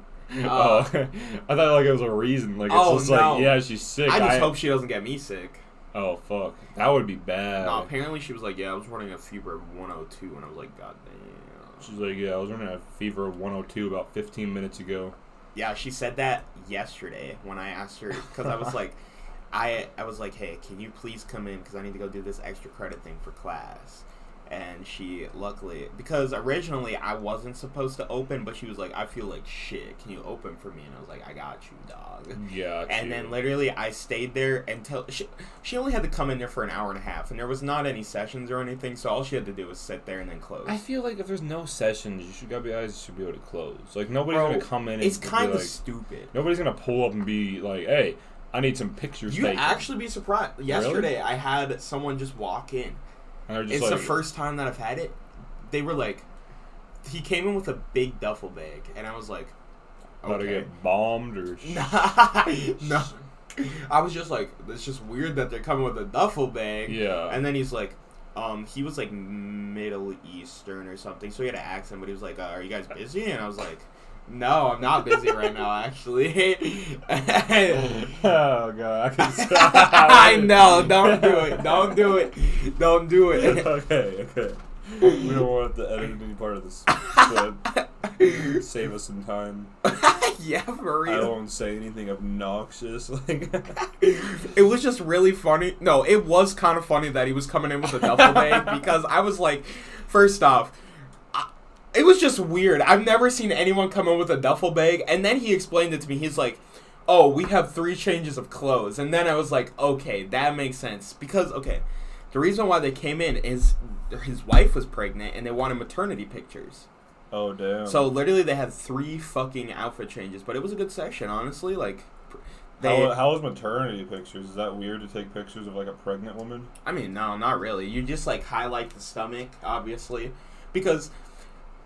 Speaker 4: thought like it was a reason. Like it's
Speaker 2: Oh,
Speaker 4: just
Speaker 2: no.
Speaker 4: like yeah, she's sick.
Speaker 2: I just hope she doesn't get me sick.
Speaker 4: Oh fuck, that would be bad.
Speaker 2: No, apparently she was like, yeah, I was running a fever of 102, and I was like, god damn.
Speaker 4: She's like yeah, I was running a fever of 102 about 15 minutes ago.
Speaker 2: Yeah, she said that yesterday when I asked her because I was like, I I was like, hey, can you please come in because I need to go do this extra credit thing for class. And she luckily because originally I wasn't supposed to open, but she was like, I feel like shit. Can you open for me? And I was like, I got you, dog.
Speaker 4: Yeah.
Speaker 2: And then literally, I stayed there until she, she only had to come in there for an hour and a half, and there was not any sessions or anything, so all she had to do was sit there and then close.
Speaker 4: I feel like if there's no sessions, you should gotta guys should be able to close. Like nobody's
Speaker 2: Bro,
Speaker 4: gonna come in. And
Speaker 2: it's
Speaker 4: be
Speaker 2: kind of
Speaker 4: like,
Speaker 2: stupid.
Speaker 4: nobody's gonna pull up and be like, hey, I need some pictures
Speaker 2: You'd
Speaker 4: taken.
Speaker 2: actually be surprised. Yesterday, I had someone just walk in.
Speaker 4: and they're just
Speaker 2: It's
Speaker 4: like,
Speaker 2: the first time that I've had it. they were like, he came in with a big duffel bag, and I was like,
Speaker 4: About to
Speaker 2: okay.
Speaker 4: get bombed or sh-
Speaker 2: no, I was just like, it's just weird that they're coming with a duffel bag.
Speaker 4: Yeah.
Speaker 2: And then he's like, um, he was like Middle Eastern or something, so he had an accent, but he was like, uh, "Are you guys busy?" And I was like, "No, I'm not busy right now, actually."
Speaker 4: oh god. I, can-
Speaker 2: I know. Don't do it. Don't do it. Don't do it.
Speaker 4: okay, okay. We don't want the editing part of this to save us some time.
Speaker 2: yeah, for
Speaker 4: I
Speaker 2: real.
Speaker 4: won't say anything obnoxious. Like
Speaker 2: It was just really funny. No, it was kind of funny that he was coming in with a duffel bag because I was like, first off, I- it was just weird. I've never seen anyone come in with a duffel bag. And then he explained it to me. He's like, oh, we have three changes of clothes. And then I was like, okay, that makes sense. Because, okay, the reason why they came in is his wife was pregnant and they wanted maternity pictures.
Speaker 4: Oh damn.
Speaker 2: So literally, they had three fucking outfit changes, but it was a good session, honestly. Like, pr- they.
Speaker 4: how, how is maternity pictures? Is that weird to take pictures of like a pregnant woman?
Speaker 2: I mean, no, not really. You just like highlight the stomach, obviously, because.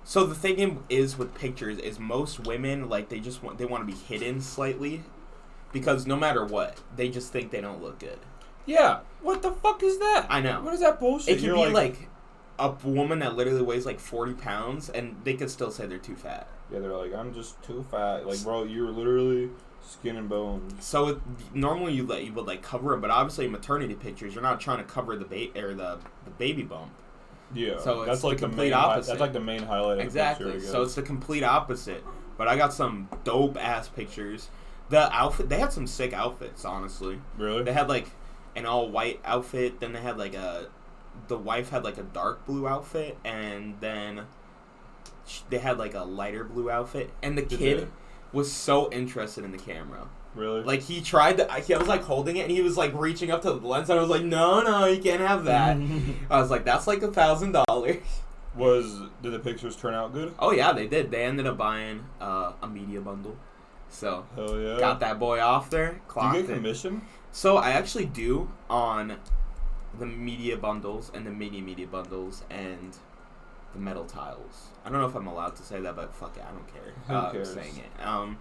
Speaker 2: So the thing is with pictures is most women like they just want they want to be hidden slightly, because no matter what they just think they don't look good.
Speaker 4: Yeah. What the fuck is that?
Speaker 2: I know.
Speaker 4: What is that bullshit?
Speaker 2: It could
Speaker 4: You're
Speaker 2: be like a woman that literally weighs like forty pounds and they could still say they're too fat.
Speaker 4: Yeah, they're like, I'm just too fat. Like, bro, you're literally skin and bones.
Speaker 2: So it, normally you let you would like cover it, but obviously in maternity pictures you're not trying to cover the ba- or the, the baby bump.
Speaker 4: Yeah.
Speaker 2: So it's
Speaker 4: that's
Speaker 2: the
Speaker 4: like the
Speaker 2: complete
Speaker 4: main. hi-
Speaker 2: opposite.
Speaker 4: that's like the main highlight. Of The
Speaker 2: Exactly.
Speaker 4: picture, I
Speaker 2: So
Speaker 4: guess.
Speaker 2: it's the complete opposite. But I got some dope ass pictures. The outfit they had some sick outfits, honestly.
Speaker 4: really.
Speaker 2: They had like an all white outfit, then they had like a the wife had like a dark blue outfit and then sh- they had like a lighter blue outfit and the
Speaker 4: Did
Speaker 2: kid
Speaker 4: they?
Speaker 2: was so interested in the camera.
Speaker 4: really.
Speaker 2: Like he tried to, I he was like holding it, and he was like reaching up to the lens, and I was like, "No, no, you can't have that."
Speaker 4: Mm.
Speaker 2: I was like, "That's like a thousand dollars."
Speaker 4: was did the pictures turn out good?
Speaker 2: Oh yeah, they did. They ended up buying uh, a media bundle, so
Speaker 4: Hell yeah.
Speaker 2: got that boy off there.
Speaker 4: Oh. Do you
Speaker 2: Clocked
Speaker 4: get
Speaker 2: it.
Speaker 4: commission?
Speaker 2: So I actually do on the media bundles and the media media bundles and the metal tiles. I don't know if I'm allowed to say that, but fuck it, I don't care.
Speaker 4: Who
Speaker 2: uh,
Speaker 4: cares?
Speaker 2: I'm saying it. Um,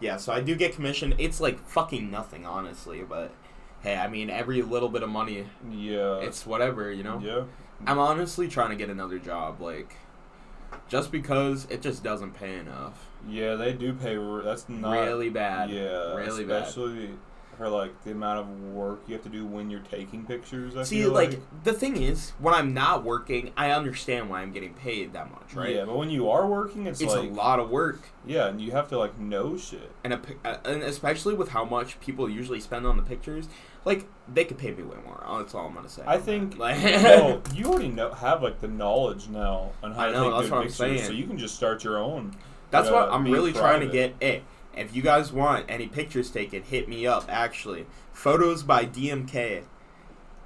Speaker 2: yeah, so I do get commission. It's like fucking nothing, honestly. But hey, I mean, every little bit of money,
Speaker 4: Yeah.
Speaker 2: it's whatever, you know.
Speaker 4: Yeah.
Speaker 2: I'm honestly trying to get another job, like just because it just doesn't pay enough.
Speaker 4: Yeah, they do pay. re- That's not
Speaker 2: really bad.
Speaker 4: Yeah.
Speaker 2: really bad.
Speaker 4: especially for like the amount of work you have to do when you're taking pictures. I
Speaker 2: See,
Speaker 4: feel
Speaker 2: like, the thing is, when I'm not working, I understand why I'm getting paid that much, right?
Speaker 4: Yeah, but when you are working, it's,
Speaker 2: it's
Speaker 4: like
Speaker 2: a lot of work,
Speaker 4: yeah, and you have to like know shit.
Speaker 2: and a, pic- uh, and especially with how much people usually spend on the pictures, like they could pay me way more. Oh, That's all I'm gonna say.
Speaker 4: I think
Speaker 2: Like,
Speaker 4: no, you already know have like the knowledge now on how
Speaker 2: I know,
Speaker 4: to take
Speaker 2: that's
Speaker 4: good
Speaker 2: what I'm
Speaker 4: pictures,
Speaker 2: saying.
Speaker 4: so you can just start your own.
Speaker 2: that's what
Speaker 4: uh,
Speaker 2: I'm
Speaker 4: being
Speaker 2: really trying to get.
Speaker 4: private.
Speaker 2: It. If you guys want any pictures taken, hit me up. Actually, photos by DMK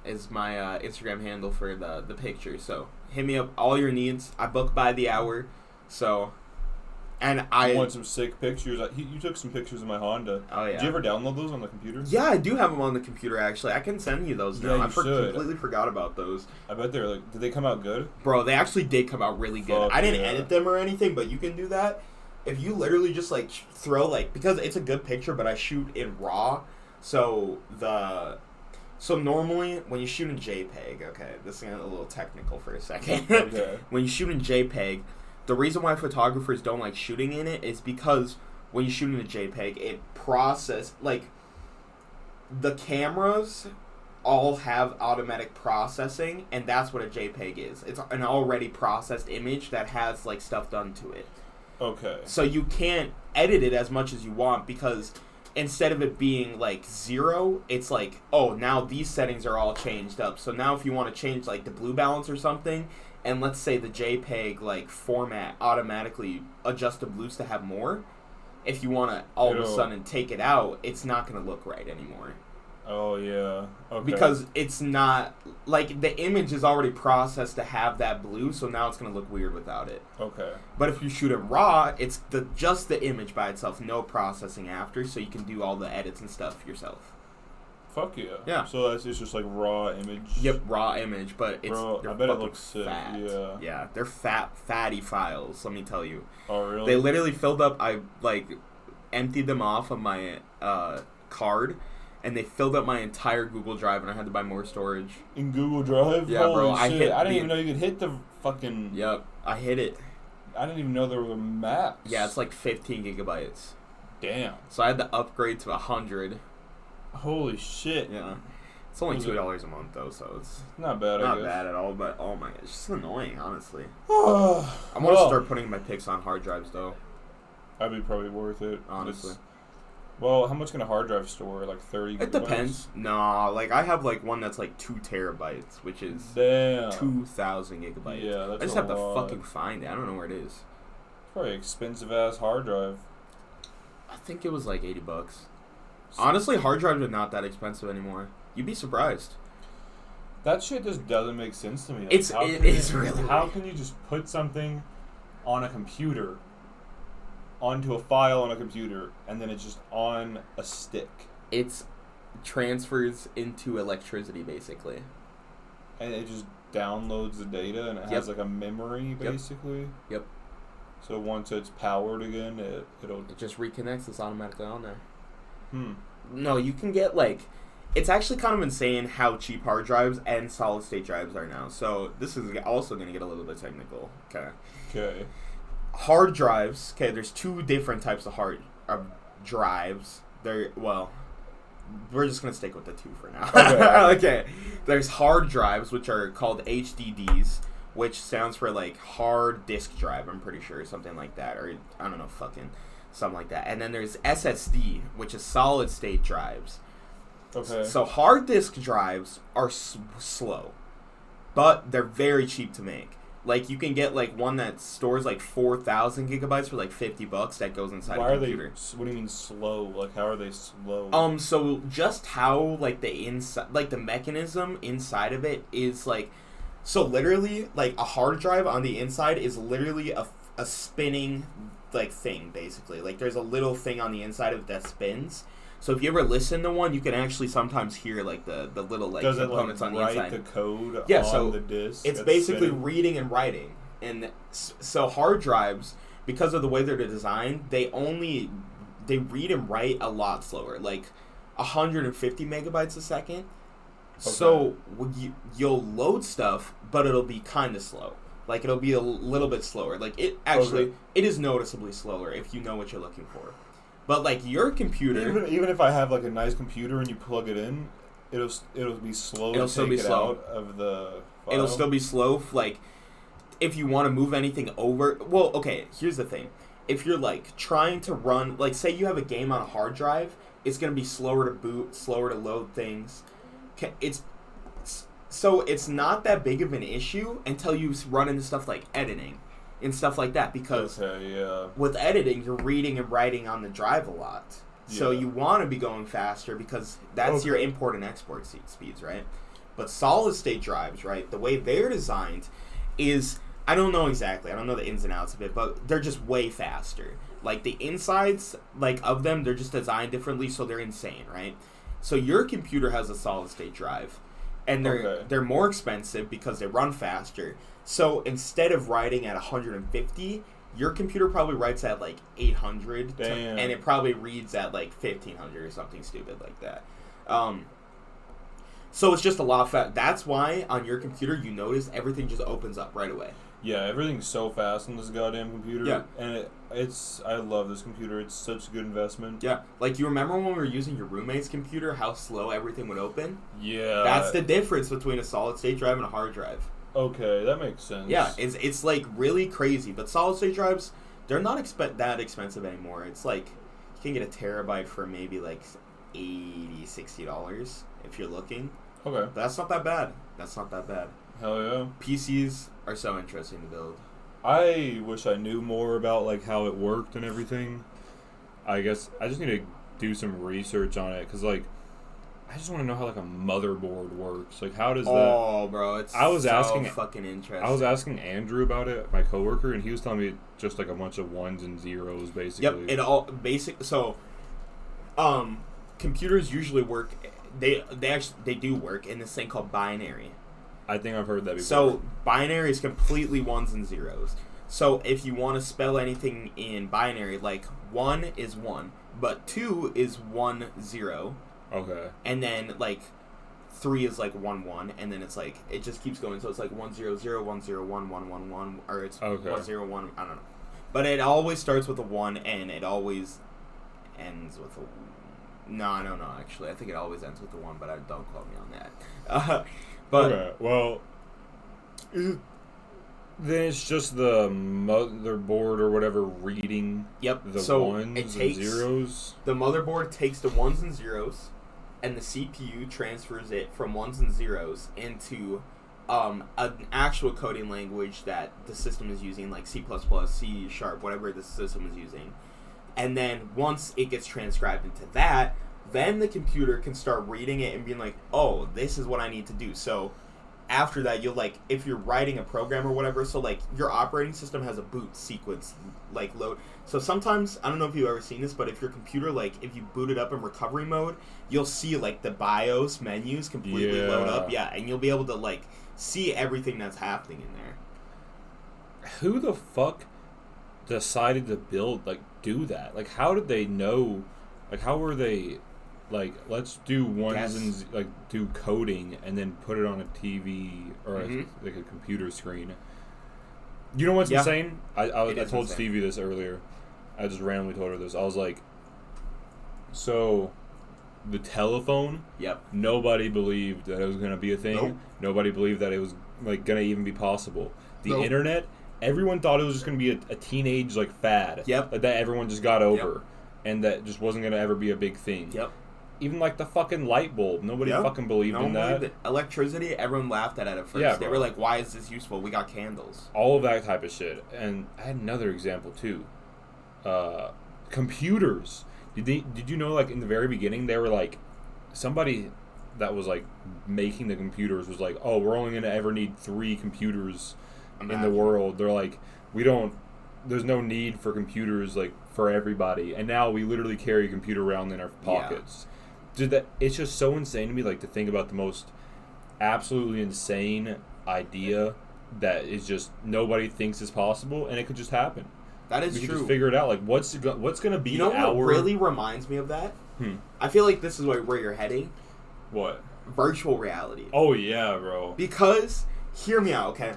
Speaker 2: is my uh, Instagram handle for the the picture. So hit me up. All your needs. I book by the hour. So, and I
Speaker 4: I want some sick pictures. I, you you took some pictures of my Honda.
Speaker 2: Oh yeah.
Speaker 4: Did you ever download those on the computer?
Speaker 2: yeah, I do have them on the computer actually. I can send you those now.
Speaker 4: Yeah,
Speaker 2: I
Speaker 4: you
Speaker 2: for-
Speaker 4: should.
Speaker 2: completely forgot about those.
Speaker 4: I bet they're like. Did they come out good?
Speaker 2: Bro, they actually did come out really good.
Speaker 4: Fuck
Speaker 2: I didn't
Speaker 4: yeah.
Speaker 2: edit them or anything, but you can do that. If you literally just like sh- throw like because it's a good picture, but I shoot in RAW, so the so normally when you shoot in JPEG, okay, this is gonna get a little technical for a second.
Speaker 4: Okay.
Speaker 2: when you shoot in JPEG, the reason why photographers don't like shooting in it is because when you shoot in a JPEG, it process like the cameras all have automatic processing, and that's what a JPEG is. It's an already processed image that has like stuff done to it.
Speaker 4: Okay.
Speaker 2: So you can't edit it as much as you want because instead of it being like zero, it's like, oh, now these settings are all changed up. So now if you want to change like the blue balance or something, and let's say the JPEG like format automatically adjusts the blues to have more, if you want to all of a
Speaker 4: It'll-
Speaker 2: sudden take it out, it's not going to look right anymore
Speaker 4: Oh yeah. Okay.
Speaker 2: because it's not like the image is already processed to have that blue, so now it's gonna look weird without it.
Speaker 4: okay.
Speaker 2: But if you shoot it raw, it's the just the image by itself, no processing after, so you can do all the edits and stuff yourself.
Speaker 4: Fuck yeah.
Speaker 2: Yeah.
Speaker 4: So that's it's just like raw image.
Speaker 2: Yep, raw image, but it's
Speaker 4: Bro,
Speaker 2: they're
Speaker 4: I bet it
Speaker 2: fucking
Speaker 4: looks sick,
Speaker 2: fat.
Speaker 4: yeah.
Speaker 2: they're fat, fatty files. Let me tell you,
Speaker 4: Oh really?
Speaker 2: they literally filled up. I like emptied them off of my uh, card, and they filled up my entire Google Drive, and I had to buy more storage.
Speaker 4: in Google Drive.
Speaker 2: Yeah,
Speaker 4: Holy
Speaker 2: bro, I
Speaker 4: shit.
Speaker 2: hit
Speaker 4: I didn't
Speaker 2: the-
Speaker 4: even know you could hit the fucking.
Speaker 2: Yep, I hit it.
Speaker 4: I didn't even know there were maps.
Speaker 2: Yeah, it's like 15 gigabytes.
Speaker 4: damn.
Speaker 2: So I had to upgrade to 100.
Speaker 4: Holy shit.
Speaker 2: Yeah. It's only
Speaker 4: Was it-
Speaker 2: $2 a month, though, so it's
Speaker 4: Not bad. I
Speaker 2: not
Speaker 4: guess.
Speaker 2: bad at all, but oh my, it's just annoying, honestly. I'm gonna
Speaker 4: well,
Speaker 2: start putting my pics on hard drives, though,
Speaker 4: That'd be probably worth it.
Speaker 2: honestly.
Speaker 4: It's- well, how much can a hard drive store? Like thirty.
Speaker 2: It
Speaker 4: gigabytes?
Speaker 2: depends. No, like I have like one that's like two terabytes, which is
Speaker 4: Damn.
Speaker 2: two thousand gigabytes.
Speaker 4: Yeah, that's
Speaker 2: I just
Speaker 4: a
Speaker 2: have
Speaker 4: lot.
Speaker 2: to fucking find it. I don't know where it is.
Speaker 4: Probably expensive ass hard drive.
Speaker 2: I think it was like eighty bucks. Honestly, hard drives are not that expensive anymore. You'd be surprised.
Speaker 4: That shit just doesn't make sense to me. Like,
Speaker 2: It's-
Speaker 4: how
Speaker 2: it
Speaker 4: can you-
Speaker 2: is really
Speaker 4: How
Speaker 2: weird.
Speaker 4: can you just put something on a computer, onto a file on a computer, and then it's just on a stick,
Speaker 2: It's transfers into electricity basically.
Speaker 4: and it just downloads the data, and it
Speaker 2: Yep.
Speaker 4: has like a memory basically.
Speaker 2: Yep.
Speaker 4: So once it's powered again, it it'll
Speaker 2: It just reconnects. It's automatically on there.
Speaker 4: hmm.
Speaker 2: No, you can get like. It's actually kind of insane how cheap hard drives and solid state drives are now. So this is also going to get a little bit technical. Okay.
Speaker 4: Okay.
Speaker 2: hard drives. Okay, there's two different types of hard of drives. There, well, we're just gonna stick with the two for now.
Speaker 4: Okay.
Speaker 2: Okay. there's hard drives, which are called HDDs, which stands for like hard disk drive. I'm pretty sure something like that, or I don't know, fucking something like that. And then there's SSD, which is solid state drives.
Speaker 4: Okay.
Speaker 2: So hard disk drives are s- slow, but they're very cheap to make. Like you can get like one that stores like four thousand gigabytes for like fifty bucks that goes inside
Speaker 4: Why
Speaker 2: a
Speaker 4: are they?
Speaker 2: computer.
Speaker 4: s- What do you mean slow? Like how are they slow?
Speaker 2: Um, so just how like the inside, like the mechanism inside of it is like, so literally like a hard drive on the inside is literally a, a spinning like thing basically. Like there's a little thing on the inside of it that spins. So if you ever listen to one, you can actually sometimes hear like the the little like
Speaker 4: Does it like
Speaker 2: components on the
Speaker 4: write
Speaker 2: inside.
Speaker 4: the code
Speaker 2: Yeah,
Speaker 4: on
Speaker 2: so
Speaker 4: the disk?
Speaker 2: it's
Speaker 4: that's
Speaker 2: basically
Speaker 4: spinning?
Speaker 2: reading and writing and s- so hard drives because of the way they're designed they only they read and write a lot slower like 150 megabytes a second so when you, you'll load stuff but it'll be kind of slow like it'll be a little bit slower like it actually
Speaker 4: Okay.
Speaker 2: it is noticeably slower if you know what you're looking for but like your computer
Speaker 4: Even, even if I have like a nice computer and you plug it in, it'll s- it'll be slow.
Speaker 2: It'll
Speaker 4: to
Speaker 2: still
Speaker 4: take
Speaker 2: be
Speaker 4: it
Speaker 2: slow.
Speaker 4: out of the. File.
Speaker 2: it'll still be slow. f- Like, if you want to move anything over, well, okay. Here's the thing: if you're like trying to run, like, say you have a game on a hard drive, it's gonna be slower to boot, slower to load things. Ca- It's s- so it's not that big of an issue until you s- run into stuff like editing and stuff like that because
Speaker 4: Okay. Yeah.
Speaker 2: with editing, you're reading and writing on the drive a lot. So
Speaker 4: Yeah.
Speaker 2: you want to be going faster because that's your
Speaker 4: Okay.
Speaker 2: import and export se- speeds, right? But solid state drives, right? The way they're designed is I don't know exactly. I don't know the ins and outs of it, but they're just way faster. Like the insides like of them, they're just designed differently so they're insane, right? So your computer has a solid state drive and they're
Speaker 4: Okay.
Speaker 2: they're more expensive because they run faster. So instead of writing at 150, your computer probably writes at like 800 to-
Speaker 4: Damn.
Speaker 2: and it probably reads at like 1500 or something stupid like that. Um so it's just a lot of fa- that's why on your computer you notice everything just opens up right away.
Speaker 4: Yeah. Everything's so fast on this goddamn computer.
Speaker 2: Yeah.
Speaker 4: And it, it's I love this computer. It's such a good investment.
Speaker 2: Yeah, like you remember when we were using your roommate's computer, how slow everything would open?
Speaker 4: Yeah.
Speaker 2: That's the difference between a solid state drive and a hard drive.
Speaker 4: Okay, that makes sense.
Speaker 2: Yeah, it's it's like really crazy. But solid state drives, they're not expe- that expensive anymore. It's like you can get a terabyte for maybe like 80 dollars if you're looking.
Speaker 4: okay.
Speaker 2: But that's not that bad. That's not that bad.
Speaker 4: Hell yeah.
Speaker 2: PCs are so interesting to build.
Speaker 4: I wish I knew more about like how it worked and everything. I guess I just need to do some research on it because like I just want to know how like a motherboard works. Like how does that?
Speaker 2: oh, bro, it's
Speaker 4: I was
Speaker 2: so
Speaker 4: asking-
Speaker 2: fucking interesting.
Speaker 4: I was asking Andrew about it, my coworker, and he was telling me just like a bunch of ones and zeros basically.
Speaker 2: Yep, it all basic. So, um, computers usually work. They they actually they do work in this thing called binary.
Speaker 4: I think I've heard that before.
Speaker 2: So binary is completely ones and zeros. So if you want to spell anything in binary, like one is one, but two is one zero,
Speaker 4: okay,
Speaker 2: and then like three is like one one, and then it's like it just keeps going. So it's like one zero zero one zero one one one one, or it's
Speaker 4: Okay.
Speaker 2: one zero one. I don't know, but it always starts with a one, and it always ends with a. No, no, no. Actually, I think it always ends with a one, but I don't quote me on that. Uh, but
Speaker 4: okay. Well, is it- then it's just the motherboard or whatever reading
Speaker 2: yep.
Speaker 4: the
Speaker 2: so
Speaker 4: ones
Speaker 2: it takes
Speaker 4: and zeros.
Speaker 2: the motherboard takes the ones and zeros, and the CPU transfers it from ones and zeros into um, an actual coding language that the system is using, like C++, C sharp, whatever the system is using. And then once it gets transcribed into that, then the computer can start reading it and being like, oh, this is what I need to do. So after that, you'll like, if you're writing a program or whatever, so like your operating system has a boot sequence, like load. So sometimes, I don't know if you've ever seen this, but if your computer, like, if you boot it up in recovery mode, you'll see like the BIOS menus completely load up.
Speaker 4: Yeah.
Speaker 2: Yeah. And you'll be able to like see everything that's happening in there.
Speaker 4: Who the fuck decided to build like do that? Like, how did they know? Like, how were they? Like, let's do ones
Speaker 2: Guess.
Speaker 4: and z- like do coding and then put it on a TV or a-
Speaker 2: Mhm.
Speaker 4: like a computer screen. You know what's
Speaker 2: Yeah.
Speaker 4: insane? I, I,
Speaker 2: It
Speaker 4: I
Speaker 2: is
Speaker 4: told
Speaker 2: insane.
Speaker 4: Stevie this earlier. I just randomly told her this. I was like, so the telephone
Speaker 2: Yep.
Speaker 4: Nobody believed that it was going to be a thing.
Speaker 8: Nope.
Speaker 4: Nobody believed that it was like going to even be possible. The
Speaker 8: Nope.
Speaker 4: internet, everyone thought it was just going to be a, a teenage like fad.
Speaker 2: Yep.
Speaker 4: Like, that everyone just got over, and that just wasn't going to ever be a big thing.
Speaker 2: Yep.
Speaker 4: Even like the fucking light bulb, nobody
Speaker 2: Yep.
Speaker 4: fucking believed
Speaker 2: No
Speaker 4: in
Speaker 2: one
Speaker 4: that.
Speaker 2: believed it. Electricity, everyone laughed at it at first.
Speaker 4: Yeah,
Speaker 2: they
Speaker 4: bro.
Speaker 2: were like, why is this useful? We got candles.
Speaker 4: All of that type of shit. And I had another example too. Uh, computers. Did they, did you know like in the very beginning they were like somebody that was like making the computers was like, "Oh, we're only going to ever need 3 computers in the
Speaker 2: Imagine.
Speaker 4: world. They're like, we don't. There's no need for computers like for everybody, and now we literally carry a computer around in our pockets. Dude, that it's just so insane to me. Like to think about the most absolutely insane idea that is just nobody thinks is possible, and it could just happen.
Speaker 2: That
Speaker 4: we
Speaker 2: is
Speaker 4: could
Speaker 2: true.
Speaker 4: just figure it out. Like what's go- what's gonna be
Speaker 2: you know
Speaker 4: our
Speaker 2: what really reminds me of that?
Speaker 4: Hmm.
Speaker 2: I feel like this is where, where you're heading.
Speaker 4: what?
Speaker 2: Virtual reality.
Speaker 4: Oh yeah, bro.
Speaker 2: Because, hear me out, okay?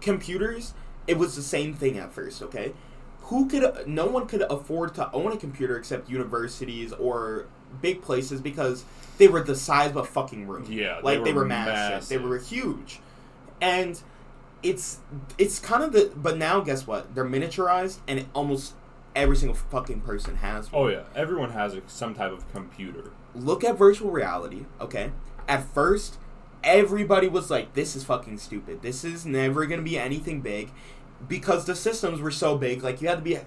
Speaker 2: Computers, it was the same thing at first, okay? Who could, no one could afford to own a computer except universities or big places because they were the size of a fucking room.
Speaker 4: Yeah, they
Speaker 2: Like they were,
Speaker 4: were
Speaker 2: massive. They
Speaker 4: massive.
Speaker 2: were huge. And it's, it's kind of the, but now guess what? They're miniaturized and almost every single fucking person has one
Speaker 4: Oh yeah, everyone has a, some type of computer.
Speaker 2: look at virtual reality, okay? At first, everybody was like, this is fucking stupid. This is never going to be anything big because the systems were so big. Like, you had to be.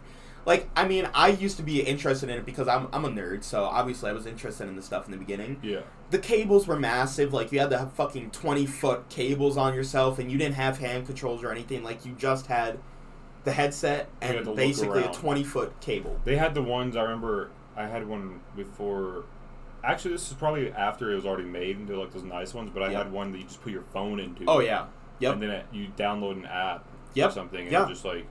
Speaker 2: Like, I mean, I used to be interested in it because I'm, I'm a nerd, so obviously I was interested in the stuff in the beginning
Speaker 4: Yeah.
Speaker 2: the cables were massive. Like you had to have fucking twenty foot cables on yourself, and you didn't have hand controls or anything. Like you just had the headset
Speaker 4: You had to
Speaker 2: and
Speaker 4: look
Speaker 2: basically a
Speaker 4: around.
Speaker 2: twenty foot cable.
Speaker 4: They had the ones I remember. I had one before. Actually, this is probably after it was already made into like those nice ones. But I
Speaker 2: Yep.
Speaker 4: had one that you just put your phone into.
Speaker 2: Oh yeah, yep.
Speaker 4: And then it, you download an app
Speaker 2: Yep.
Speaker 4: or something, and
Speaker 2: Yeah.
Speaker 4: it just like,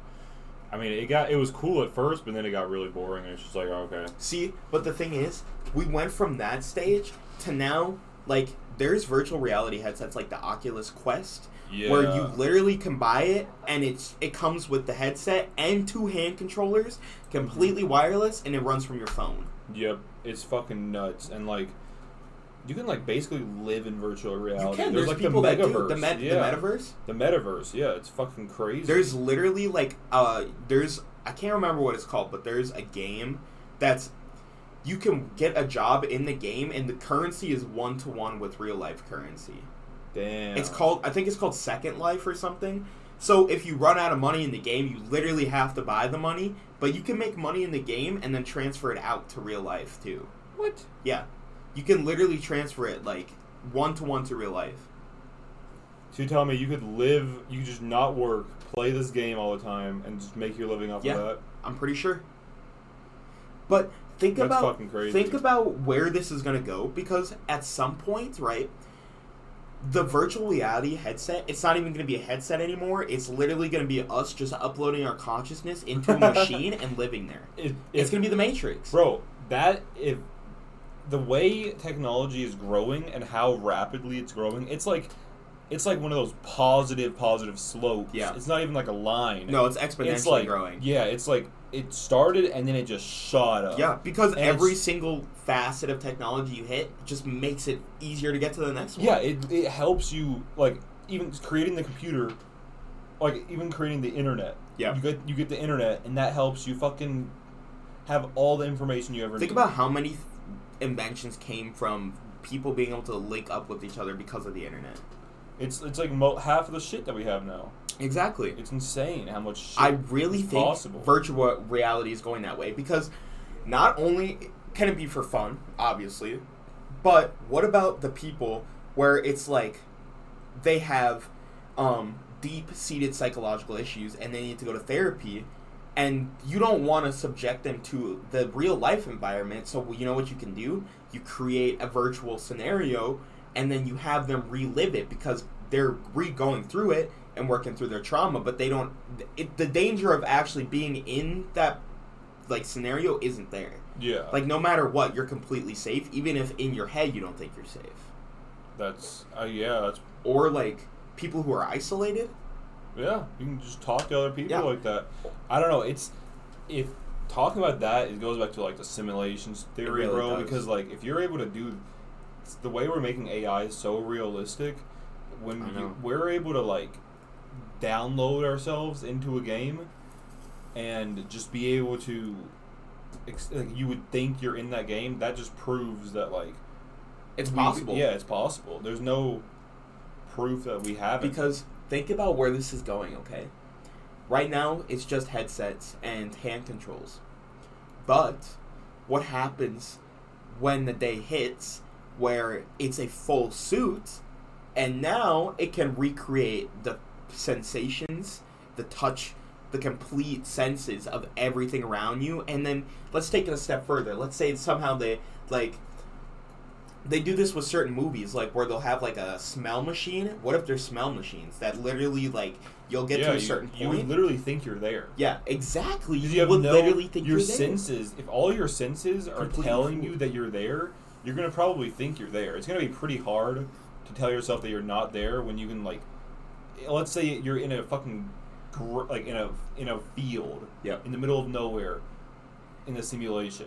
Speaker 4: I mean, it got it was cool at first, but then it got really boring, and it's just like oh, okay,
Speaker 2: See, but the thing is, we went from that stage to now, like, there's virtual reality headsets like the Oculus Quest,
Speaker 4: yeah.
Speaker 2: where you literally can buy it and it's it comes with the headset and two hand controllers,
Speaker 4: Mm-hmm.
Speaker 2: completely wireless, and it runs from your phone.
Speaker 4: Yep, it's fucking nuts, and like. You can like basically live in virtual reality.
Speaker 2: You can.
Speaker 4: There's,
Speaker 2: There's,
Speaker 4: like
Speaker 2: people
Speaker 4: the
Speaker 2: that
Speaker 4: metaverse.
Speaker 2: do the, met,
Speaker 4: yeah.
Speaker 2: the metaverse.
Speaker 4: The metaverse. Yeah, it's fucking crazy.
Speaker 2: There's literally like uh there's I can't remember what it's called, but there's a game that's you can get a job in the game and the currency is one to one with real life currency.
Speaker 4: damn.
Speaker 2: It's called I think it's called Second Life or something. So if you run out of money in the game, you literally have to buy the money, but you can make money in the game and then transfer it out to real life too.
Speaker 4: what?
Speaker 2: Yeah. You can literally transfer it like one to one to real life.
Speaker 4: So you tell me you could live, you could just not work, play this game all the time, and just make your living off
Speaker 2: Yeah.
Speaker 4: of that?
Speaker 2: I'm pretty sure. But think
Speaker 4: That's
Speaker 2: about
Speaker 4: fucking crazy.
Speaker 2: think about where this is gonna go because at some point, right, the virtual reality headset it's not even gonna be a headset anymore. It's literally gonna be us just uploading our consciousness into a machine and living there.
Speaker 4: It,
Speaker 2: It's gonna be the Matrix.
Speaker 4: Bro, that if the way technology is growing and how rapidly it's growing, it's like it's like one of those positive positive slopes.
Speaker 2: Yeah.
Speaker 4: It's not even like a line.
Speaker 2: No, it's exponentially
Speaker 4: it's like
Speaker 2: growing.
Speaker 4: Yeah, it's like it started and then it just shot up.
Speaker 2: Yeah, because
Speaker 4: And
Speaker 2: every
Speaker 4: it's-
Speaker 2: single facet of technology you hit just makes it easier to get to the next one.
Speaker 4: Yeah, it it helps you like even creating the computer like even creating the internet.
Speaker 2: Yeah.
Speaker 4: You get you get the internet and that helps you fucking have all the information you ever
Speaker 2: Think
Speaker 4: need.
Speaker 2: about how many inventions came from people being able to link up with each other because of the internet.
Speaker 4: it's it's like mo- half of the shit that we have now.
Speaker 2: Exactly.
Speaker 4: It's insane how much shit
Speaker 2: I really
Speaker 4: is
Speaker 2: think
Speaker 4: possible.
Speaker 2: virtual reality is going that way because not only can it be for fun, obviously, but what about the people where it's like they have um, deep seated psychological issues and they need to go to therapy and you don't want to subject them to the real life environment so you know what you can do you create a virtual scenario and then you have them relive it because they're re-going through it and working through their trauma but they don't it, the danger of actually being in that like scenario isn't there
Speaker 4: yeah,
Speaker 2: like no matter what you're completely safe even if in your head you don't think you're safe
Speaker 4: that's uh, yeah, that's
Speaker 2: or like people who are isolated
Speaker 4: yeah. You can just talk to other people
Speaker 2: Yeah.
Speaker 4: like that. I don't know. It's if talking about that, it goes back to like the simulations theory,
Speaker 2: really
Speaker 4: bro.
Speaker 2: does.
Speaker 4: Because like if you're able to do it's the way we're making AI so realistic, when
Speaker 2: I know.
Speaker 4: you, we're able to like download ourselves into a game and just be able to ex- like you would think you're in that game that just proves that like
Speaker 2: it's
Speaker 4: we-
Speaker 2: possible
Speaker 4: yeah it's possible there's no proof that we haven't
Speaker 2: because think about where this is going okay right now it's just headsets and hand controls but what happens when the day hits where it's a full suit and now it can recreate the sensations the touch the complete senses of everything around you and then let's take it a step further let's say somehow they like they do this with certain movies like where they'll have like a smell machine what if they're smell machines that literally like you'll get
Speaker 4: yeah,
Speaker 2: to a
Speaker 4: you-
Speaker 2: certain
Speaker 4: you,
Speaker 2: point
Speaker 4: literally think you're there
Speaker 2: yeah exactly
Speaker 4: 'Cause
Speaker 2: you,
Speaker 4: you have
Speaker 2: would
Speaker 4: no-
Speaker 2: literally think
Speaker 4: your
Speaker 2: you're there.
Speaker 4: senses if all your senses are
Speaker 2: Completely
Speaker 4: telling
Speaker 2: fooled.
Speaker 4: you that you're there you're gonna probably think you're there it's gonna be pretty hard to tell yourself that you're not there when you can like let's say you're in a fucking gr- like in a in a field
Speaker 2: Yep.
Speaker 4: in the middle of nowhere in the simulation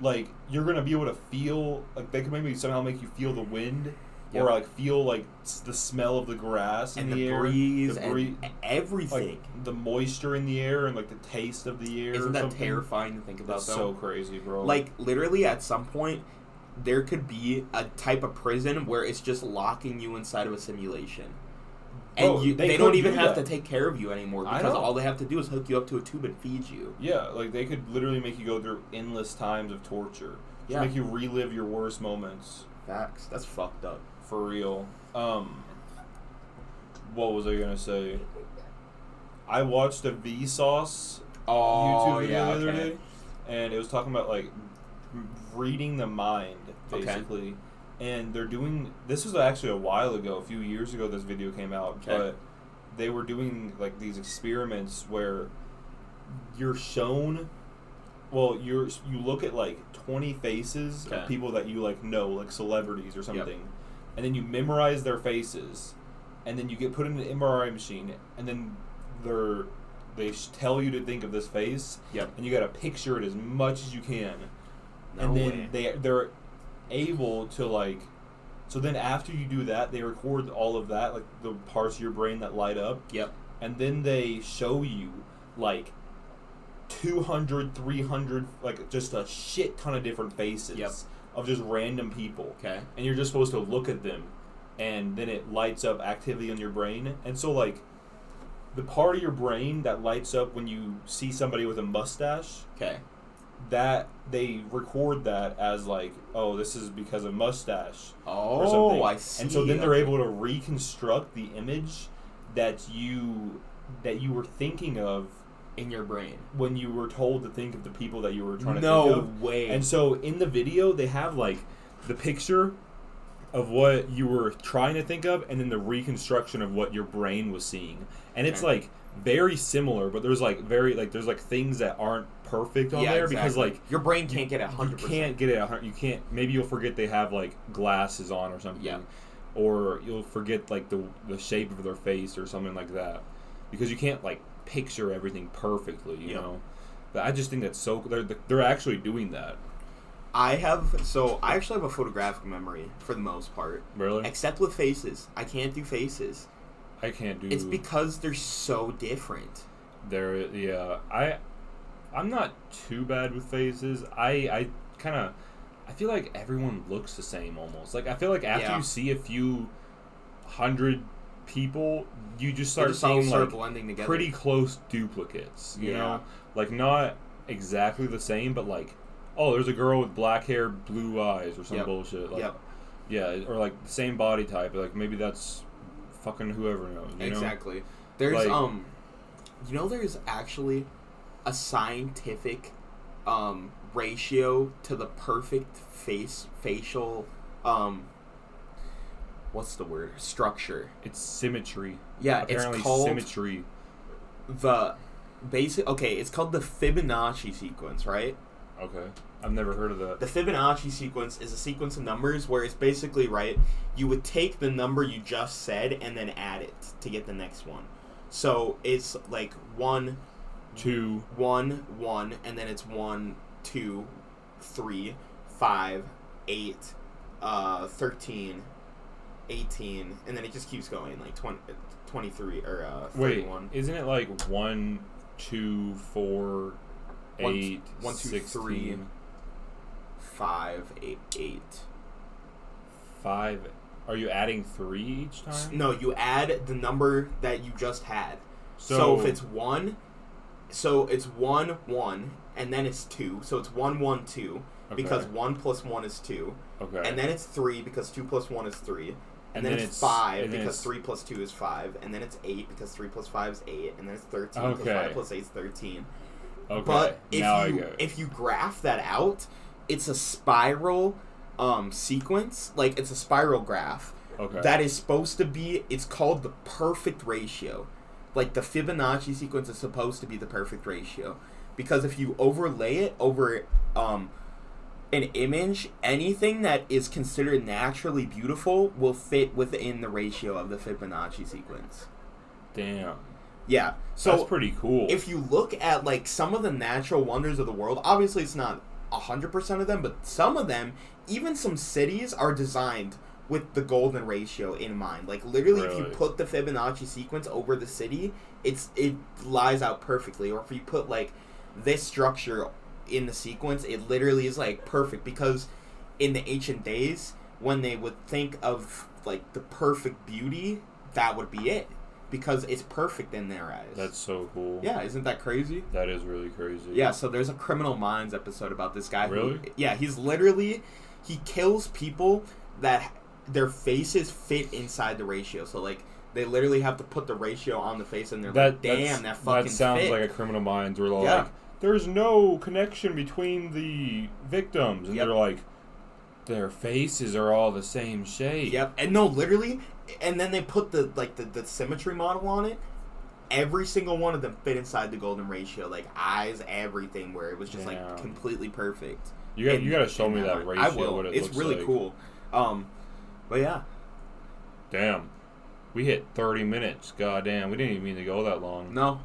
Speaker 4: like you're gonna be able to feel like they can maybe somehow make you feel the wind
Speaker 2: Yep.
Speaker 4: or like feel like s- the smell of the grass
Speaker 2: and
Speaker 4: in the,
Speaker 2: the
Speaker 4: air
Speaker 2: breeze
Speaker 4: the bree-
Speaker 2: and everything
Speaker 4: like the moisture in the air and like the taste of the air.
Speaker 2: isn't
Speaker 4: or
Speaker 2: that
Speaker 4: something.
Speaker 2: terrifying to think about
Speaker 4: That's
Speaker 2: though?
Speaker 4: so crazy, bro.
Speaker 2: Like literally, at some point, there could be a type of prison where it's just locking you inside of a simulation, and
Speaker 4: Bro,
Speaker 2: you,
Speaker 4: they
Speaker 2: they, don't
Speaker 4: could
Speaker 2: even
Speaker 4: do
Speaker 2: have
Speaker 4: that.
Speaker 2: to take care of you anymore
Speaker 4: I
Speaker 2: because
Speaker 4: know.
Speaker 2: all they have to do is hook you up to a tube and feed you.
Speaker 4: yeah, like they could literally make you go through endless times of torture. To
Speaker 2: Yeah.
Speaker 4: make you relive your worst moments
Speaker 2: Facts. That's fucked up.
Speaker 4: for real. Um, what was I gonna say? I watched a Vsauce
Speaker 2: Oh,
Speaker 4: YouTube video the other day, and it was talking about like m- reading the mind
Speaker 2: Okay.
Speaker 4: basically. And they're doing this was actually a while ago, a few years ago. This video came out,
Speaker 2: Okay.
Speaker 4: but they were doing like these experiments where you're shown. Well, you're you look at like twenty faces
Speaker 2: Okay.
Speaker 4: of people that you like know, like celebrities or something, and then you memorize their faces, and then you get put in an MRI machine, and then they're they sh- tell you to think of this face,
Speaker 2: Yep.
Speaker 4: and you got to picture it as much as you can,
Speaker 2: No
Speaker 4: and then
Speaker 2: way.
Speaker 4: they they're able to like. So then after you do that, they record all of that, like the parts of your brain that light up,
Speaker 2: Yep.
Speaker 4: and then they show you like 200 300 like just a shit ton of different faces
Speaker 2: Yep.
Speaker 4: of just random people
Speaker 2: Okay.
Speaker 4: and you're just supposed to look at them and then it lights up activity on your brain and so like the part of your brain that lights up when you see somebody with a mustache
Speaker 2: Okay.
Speaker 4: that they record that as like oh this is because of mustache or
Speaker 2: Oh,
Speaker 4: something.
Speaker 2: I see.
Speaker 4: And so then they're
Speaker 2: Okay.
Speaker 4: able to reconstruct the image that you that you were thinking of
Speaker 2: in your brain.
Speaker 4: when you were told to think of the people that you were trying to think
Speaker 2: No
Speaker 4: of.
Speaker 2: way.
Speaker 4: And so in the video, they have like the picture of what you were trying to think of, and then the reconstruction of what your brain was seeing. And it's
Speaker 2: Okay.
Speaker 4: like very similar, but there's like very like there's like things that aren't perfect on there because
Speaker 2: exactly.
Speaker 4: like
Speaker 2: your brain can't get a
Speaker 4: you
Speaker 2: hundred percent.
Speaker 4: can't get it. a hun- You can't. Maybe you'll forget they have like glasses on or something.
Speaker 2: Yeah.
Speaker 4: Or you'll forget like the the shape of their face or something like that, because you can't like picture everything perfectly. You
Speaker 2: Yeah.
Speaker 4: know. But I just think that's so. They're they're actually doing that.
Speaker 2: I have so I actually have a photographic memory for the most part,
Speaker 4: Really.
Speaker 2: except with faces. I can't do faces.
Speaker 4: I can't do.
Speaker 2: It's because they're so different.
Speaker 4: there. Yeah. I. I'm not too bad with faces. I I kind of. I feel like everyone looks the same almost. Like I feel like after
Speaker 2: Yeah.
Speaker 4: you see a few hundred people, you just
Speaker 2: They
Speaker 4: start
Speaker 2: just all
Speaker 4: seeing
Speaker 2: start
Speaker 4: like
Speaker 2: blending together.
Speaker 4: pretty close duplicates. You
Speaker 2: Yeah.
Speaker 4: know, like not exactly the same, but like, oh, there's a girl with black hair, blue eyes, or some
Speaker 2: Yep.
Speaker 4: bullshit. Like,
Speaker 2: Yep.
Speaker 4: Yeah, or like the same body type. Like maybe that's fucking whoever knows. You Know?
Speaker 2: exactly. There's
Speaker 4: Like-
Speaker 2: um, you know, there's actually a scientific um ratio to the perfect face facial um. What's the word? Structure.
Speaker 4: It's symmetry.
Speaker 2: Yeah,
Speaker 4: Apparently,
Speaker 2: it's called
Speaker 4: symmetry.
Speaker 2: the basic. Okay, it's called the Fibonacci sequence, right?
Speaker 4: Okay, I've never heard of that.
Speaker 2: The Fibonacci sequence is a sequence of numbers where it's basically right. You would take the number you just said and then add it to get the next one. So it's like one,
Speaker 4: Two.
Speaker 2: one, one, and then it's one, two, three, five, eight, uh, 13, 18, and then it just keeps going like 20, 23 or uh,
Speaker 4: Wait,
Speaker 2: 31.
Speaker 4: isn't it like one, two, four,
Speaker 2: One-
Speaker 4: eight,
Speaker 2: one, two, three.
Speaker 4: 16,
Speaker 2: five, eight, eight.
Speaker 4: five? Are you adding three each
Speaker 2: S-
Speaker 4: time?
Speaker 2: No, you add the number that you just had. So, if it's one, so it's one one, and then it's two. So it's one one two because
Speaker 4: Okay.
Speaker 2: one plus one is two,
Speaker 4: okay,
Speaker 2: and then it's three because two plus one is three, and,
Speaker 4: And
Speaker 2: then,
Speaker 4: then
Speaker 2: it's
Speaker 4: it's-
Speaker 2: five
Speaker 4: and then
Speaker 2: because
Speaker 4: it's-
Speaker 2: three plus two is five, and then it's eight because three plus five is eight, and then it's thirteen plus
Speaker 4: Okay.
Speaker 2: five plus eight is thirteen.
Speaker 4: okay,
Speaker 2: But if
Speaker 4: now I
Speaker 2: you
Speaker 4: get it.
Speaker 2: if you graph that out, it's a spiral um, sequence. Like it's a spiral graph
Speaker 4: okay,
Speaker 2: that is supposed to be it's called the perfect ratio like the fibonacci sequence is supposed to be the perfect ratio because if you overlay it over um an image anything that is considered naturally beautiful will fit within the ratio of the fibonacci sequence
Speaker 4: damn,
Speaker 2: yeah so
Speaker 4: that's pretty cool.
Speaker 2: if you look at like some of the natural wonders of the world, obviously it's not 100% of them, but some of them, even some cities are designed with the golden ratio in mind. Like literally if you
Speaker 4: Really?
Speaker 2: put the Fibonacci sequence over the city, it's it lies out perfectly or if you put like this structure in the sequence, it literally is like perfect because in the ancient days when they would think of like the perfect beauty, that would be it because it's perfect in their eyes.
Speaker 4: that's so cool.
Speaker 2: Yeah, isn't that crazy?
Speaker 4: that is really crazy.
Speaker 2: Yeah, so there's a Criminal Minds episode about this guy. who-
Speaker 4: Really?
Speaker 2: yeah, he's literally he kills people that their faces fit inside the ratio. So like they literally have to put the ratio on the face, and they're
Speaker 4: that
Speaker 2: like, "Damn, that
Speaker 4: that's-
Speaker 2: fucking
Speaker 4: that sounds
Speaker 2: fit."
Speaker 4: like a Criminal Minds where they're
Speaker 2: Yeah.
Speaker 4: like, there's no connection between the victims, and
Speaker 2: Yep.
Speaker 4: they're like, their faces are all the same shape.
Speaker 2: Yep, and no, literally, and then they put the like the, the symmetry model on it. Every single one of them fit inside the golden ratio, like eyes, everything, where it was just
Speaker 4: Damn.
Speaker 2: like completely perfect.
Speaker 4: You got
Speaker 2: in-
Speaker 4: you got to show
Speaker 2: in
Speaker 4: me that
Speaker 2: one.
Speaker 4: ratio.
Speaker 2: I will.
Speaker 4: What it
Speaker 2: it's
Speaker 4: looks
Speaker 2: really
Speaker 4: like.
Speaker 2: cool. Um, but yeah,
Speaker 4: Damn, we hit thirty minutes. God damn, we didn't even mean to go that long.
Speaker 2: no,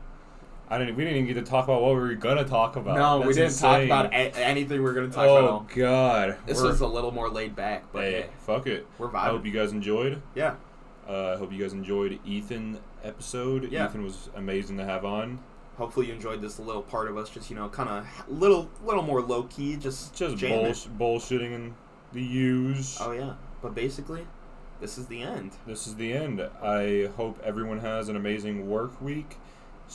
Speaker 4: I didn't. We didn't even get to talk about what we were gonna talk about.
Speaker 2: no, we
Speaker 4: That's
Speaker 2: didn't talk
Speaker 4: insane.
Speaker 2: about a- anything. We're gonna talk
Speaker 4: oh
Speaker 2: about. All.
Speaker 4: God,
Speaker 2: This
Speaker 4: We're-
Speaker 2: was a little more laid back, but
Speaker 4: hey,
Speaker 2: hey,
Speaker 4: fuck it.
Speaker 2: we're
Speaker 4: I hope
Speaker 2: vibing.
Speaker 4: you guys enjoyed.
Speaker 2: Yeah,
Speaker 4: Uh, I hope you guys enjoyed Ethan episode.
Speaker 2: Yeah.
Speaker 4: Ethan was amazing to have on.
Speaker 2: hopefully you enjoyed this little part of us. Just you know, kind of little, little more low key. Just,
Speaker 4: Just
Speaker 2: jamming.
Speaker 4: bulls- bullshitting and the use.
Speaker 2: Oh yeah, but basically, this is the end.
Speaker 4: This is the end. I hope everyone has an amazing work week.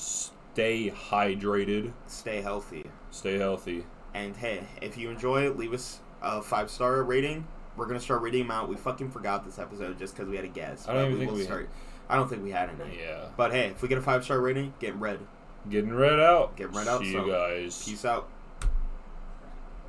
Speaker 4: Stay hydrated.
Speaker 2: Stay healthy,
Speaker 4: Stay healthy.
Speaker 2: and hey, if you enjoy, it, leave us a five star rating. We're gonna start reading them out. We fucking forgot this episode just because we had a guest.
Speaker 4: I don't
Speaker 2: but we
Speaker 4: even think
Speaker 2: will
Speaker 4: we-
Speaker 2: start. I don't think we had any.
Speaker 4: Yeah.
Speaker 2: But hey, if we get a five star rating, get red.
Speaker 4: Getting right out.
Speaker 2: Getting right out,
Speaker 4: See
Speaker 2: so-
Speaker 4: you guys.
Speaker 2: Peace out.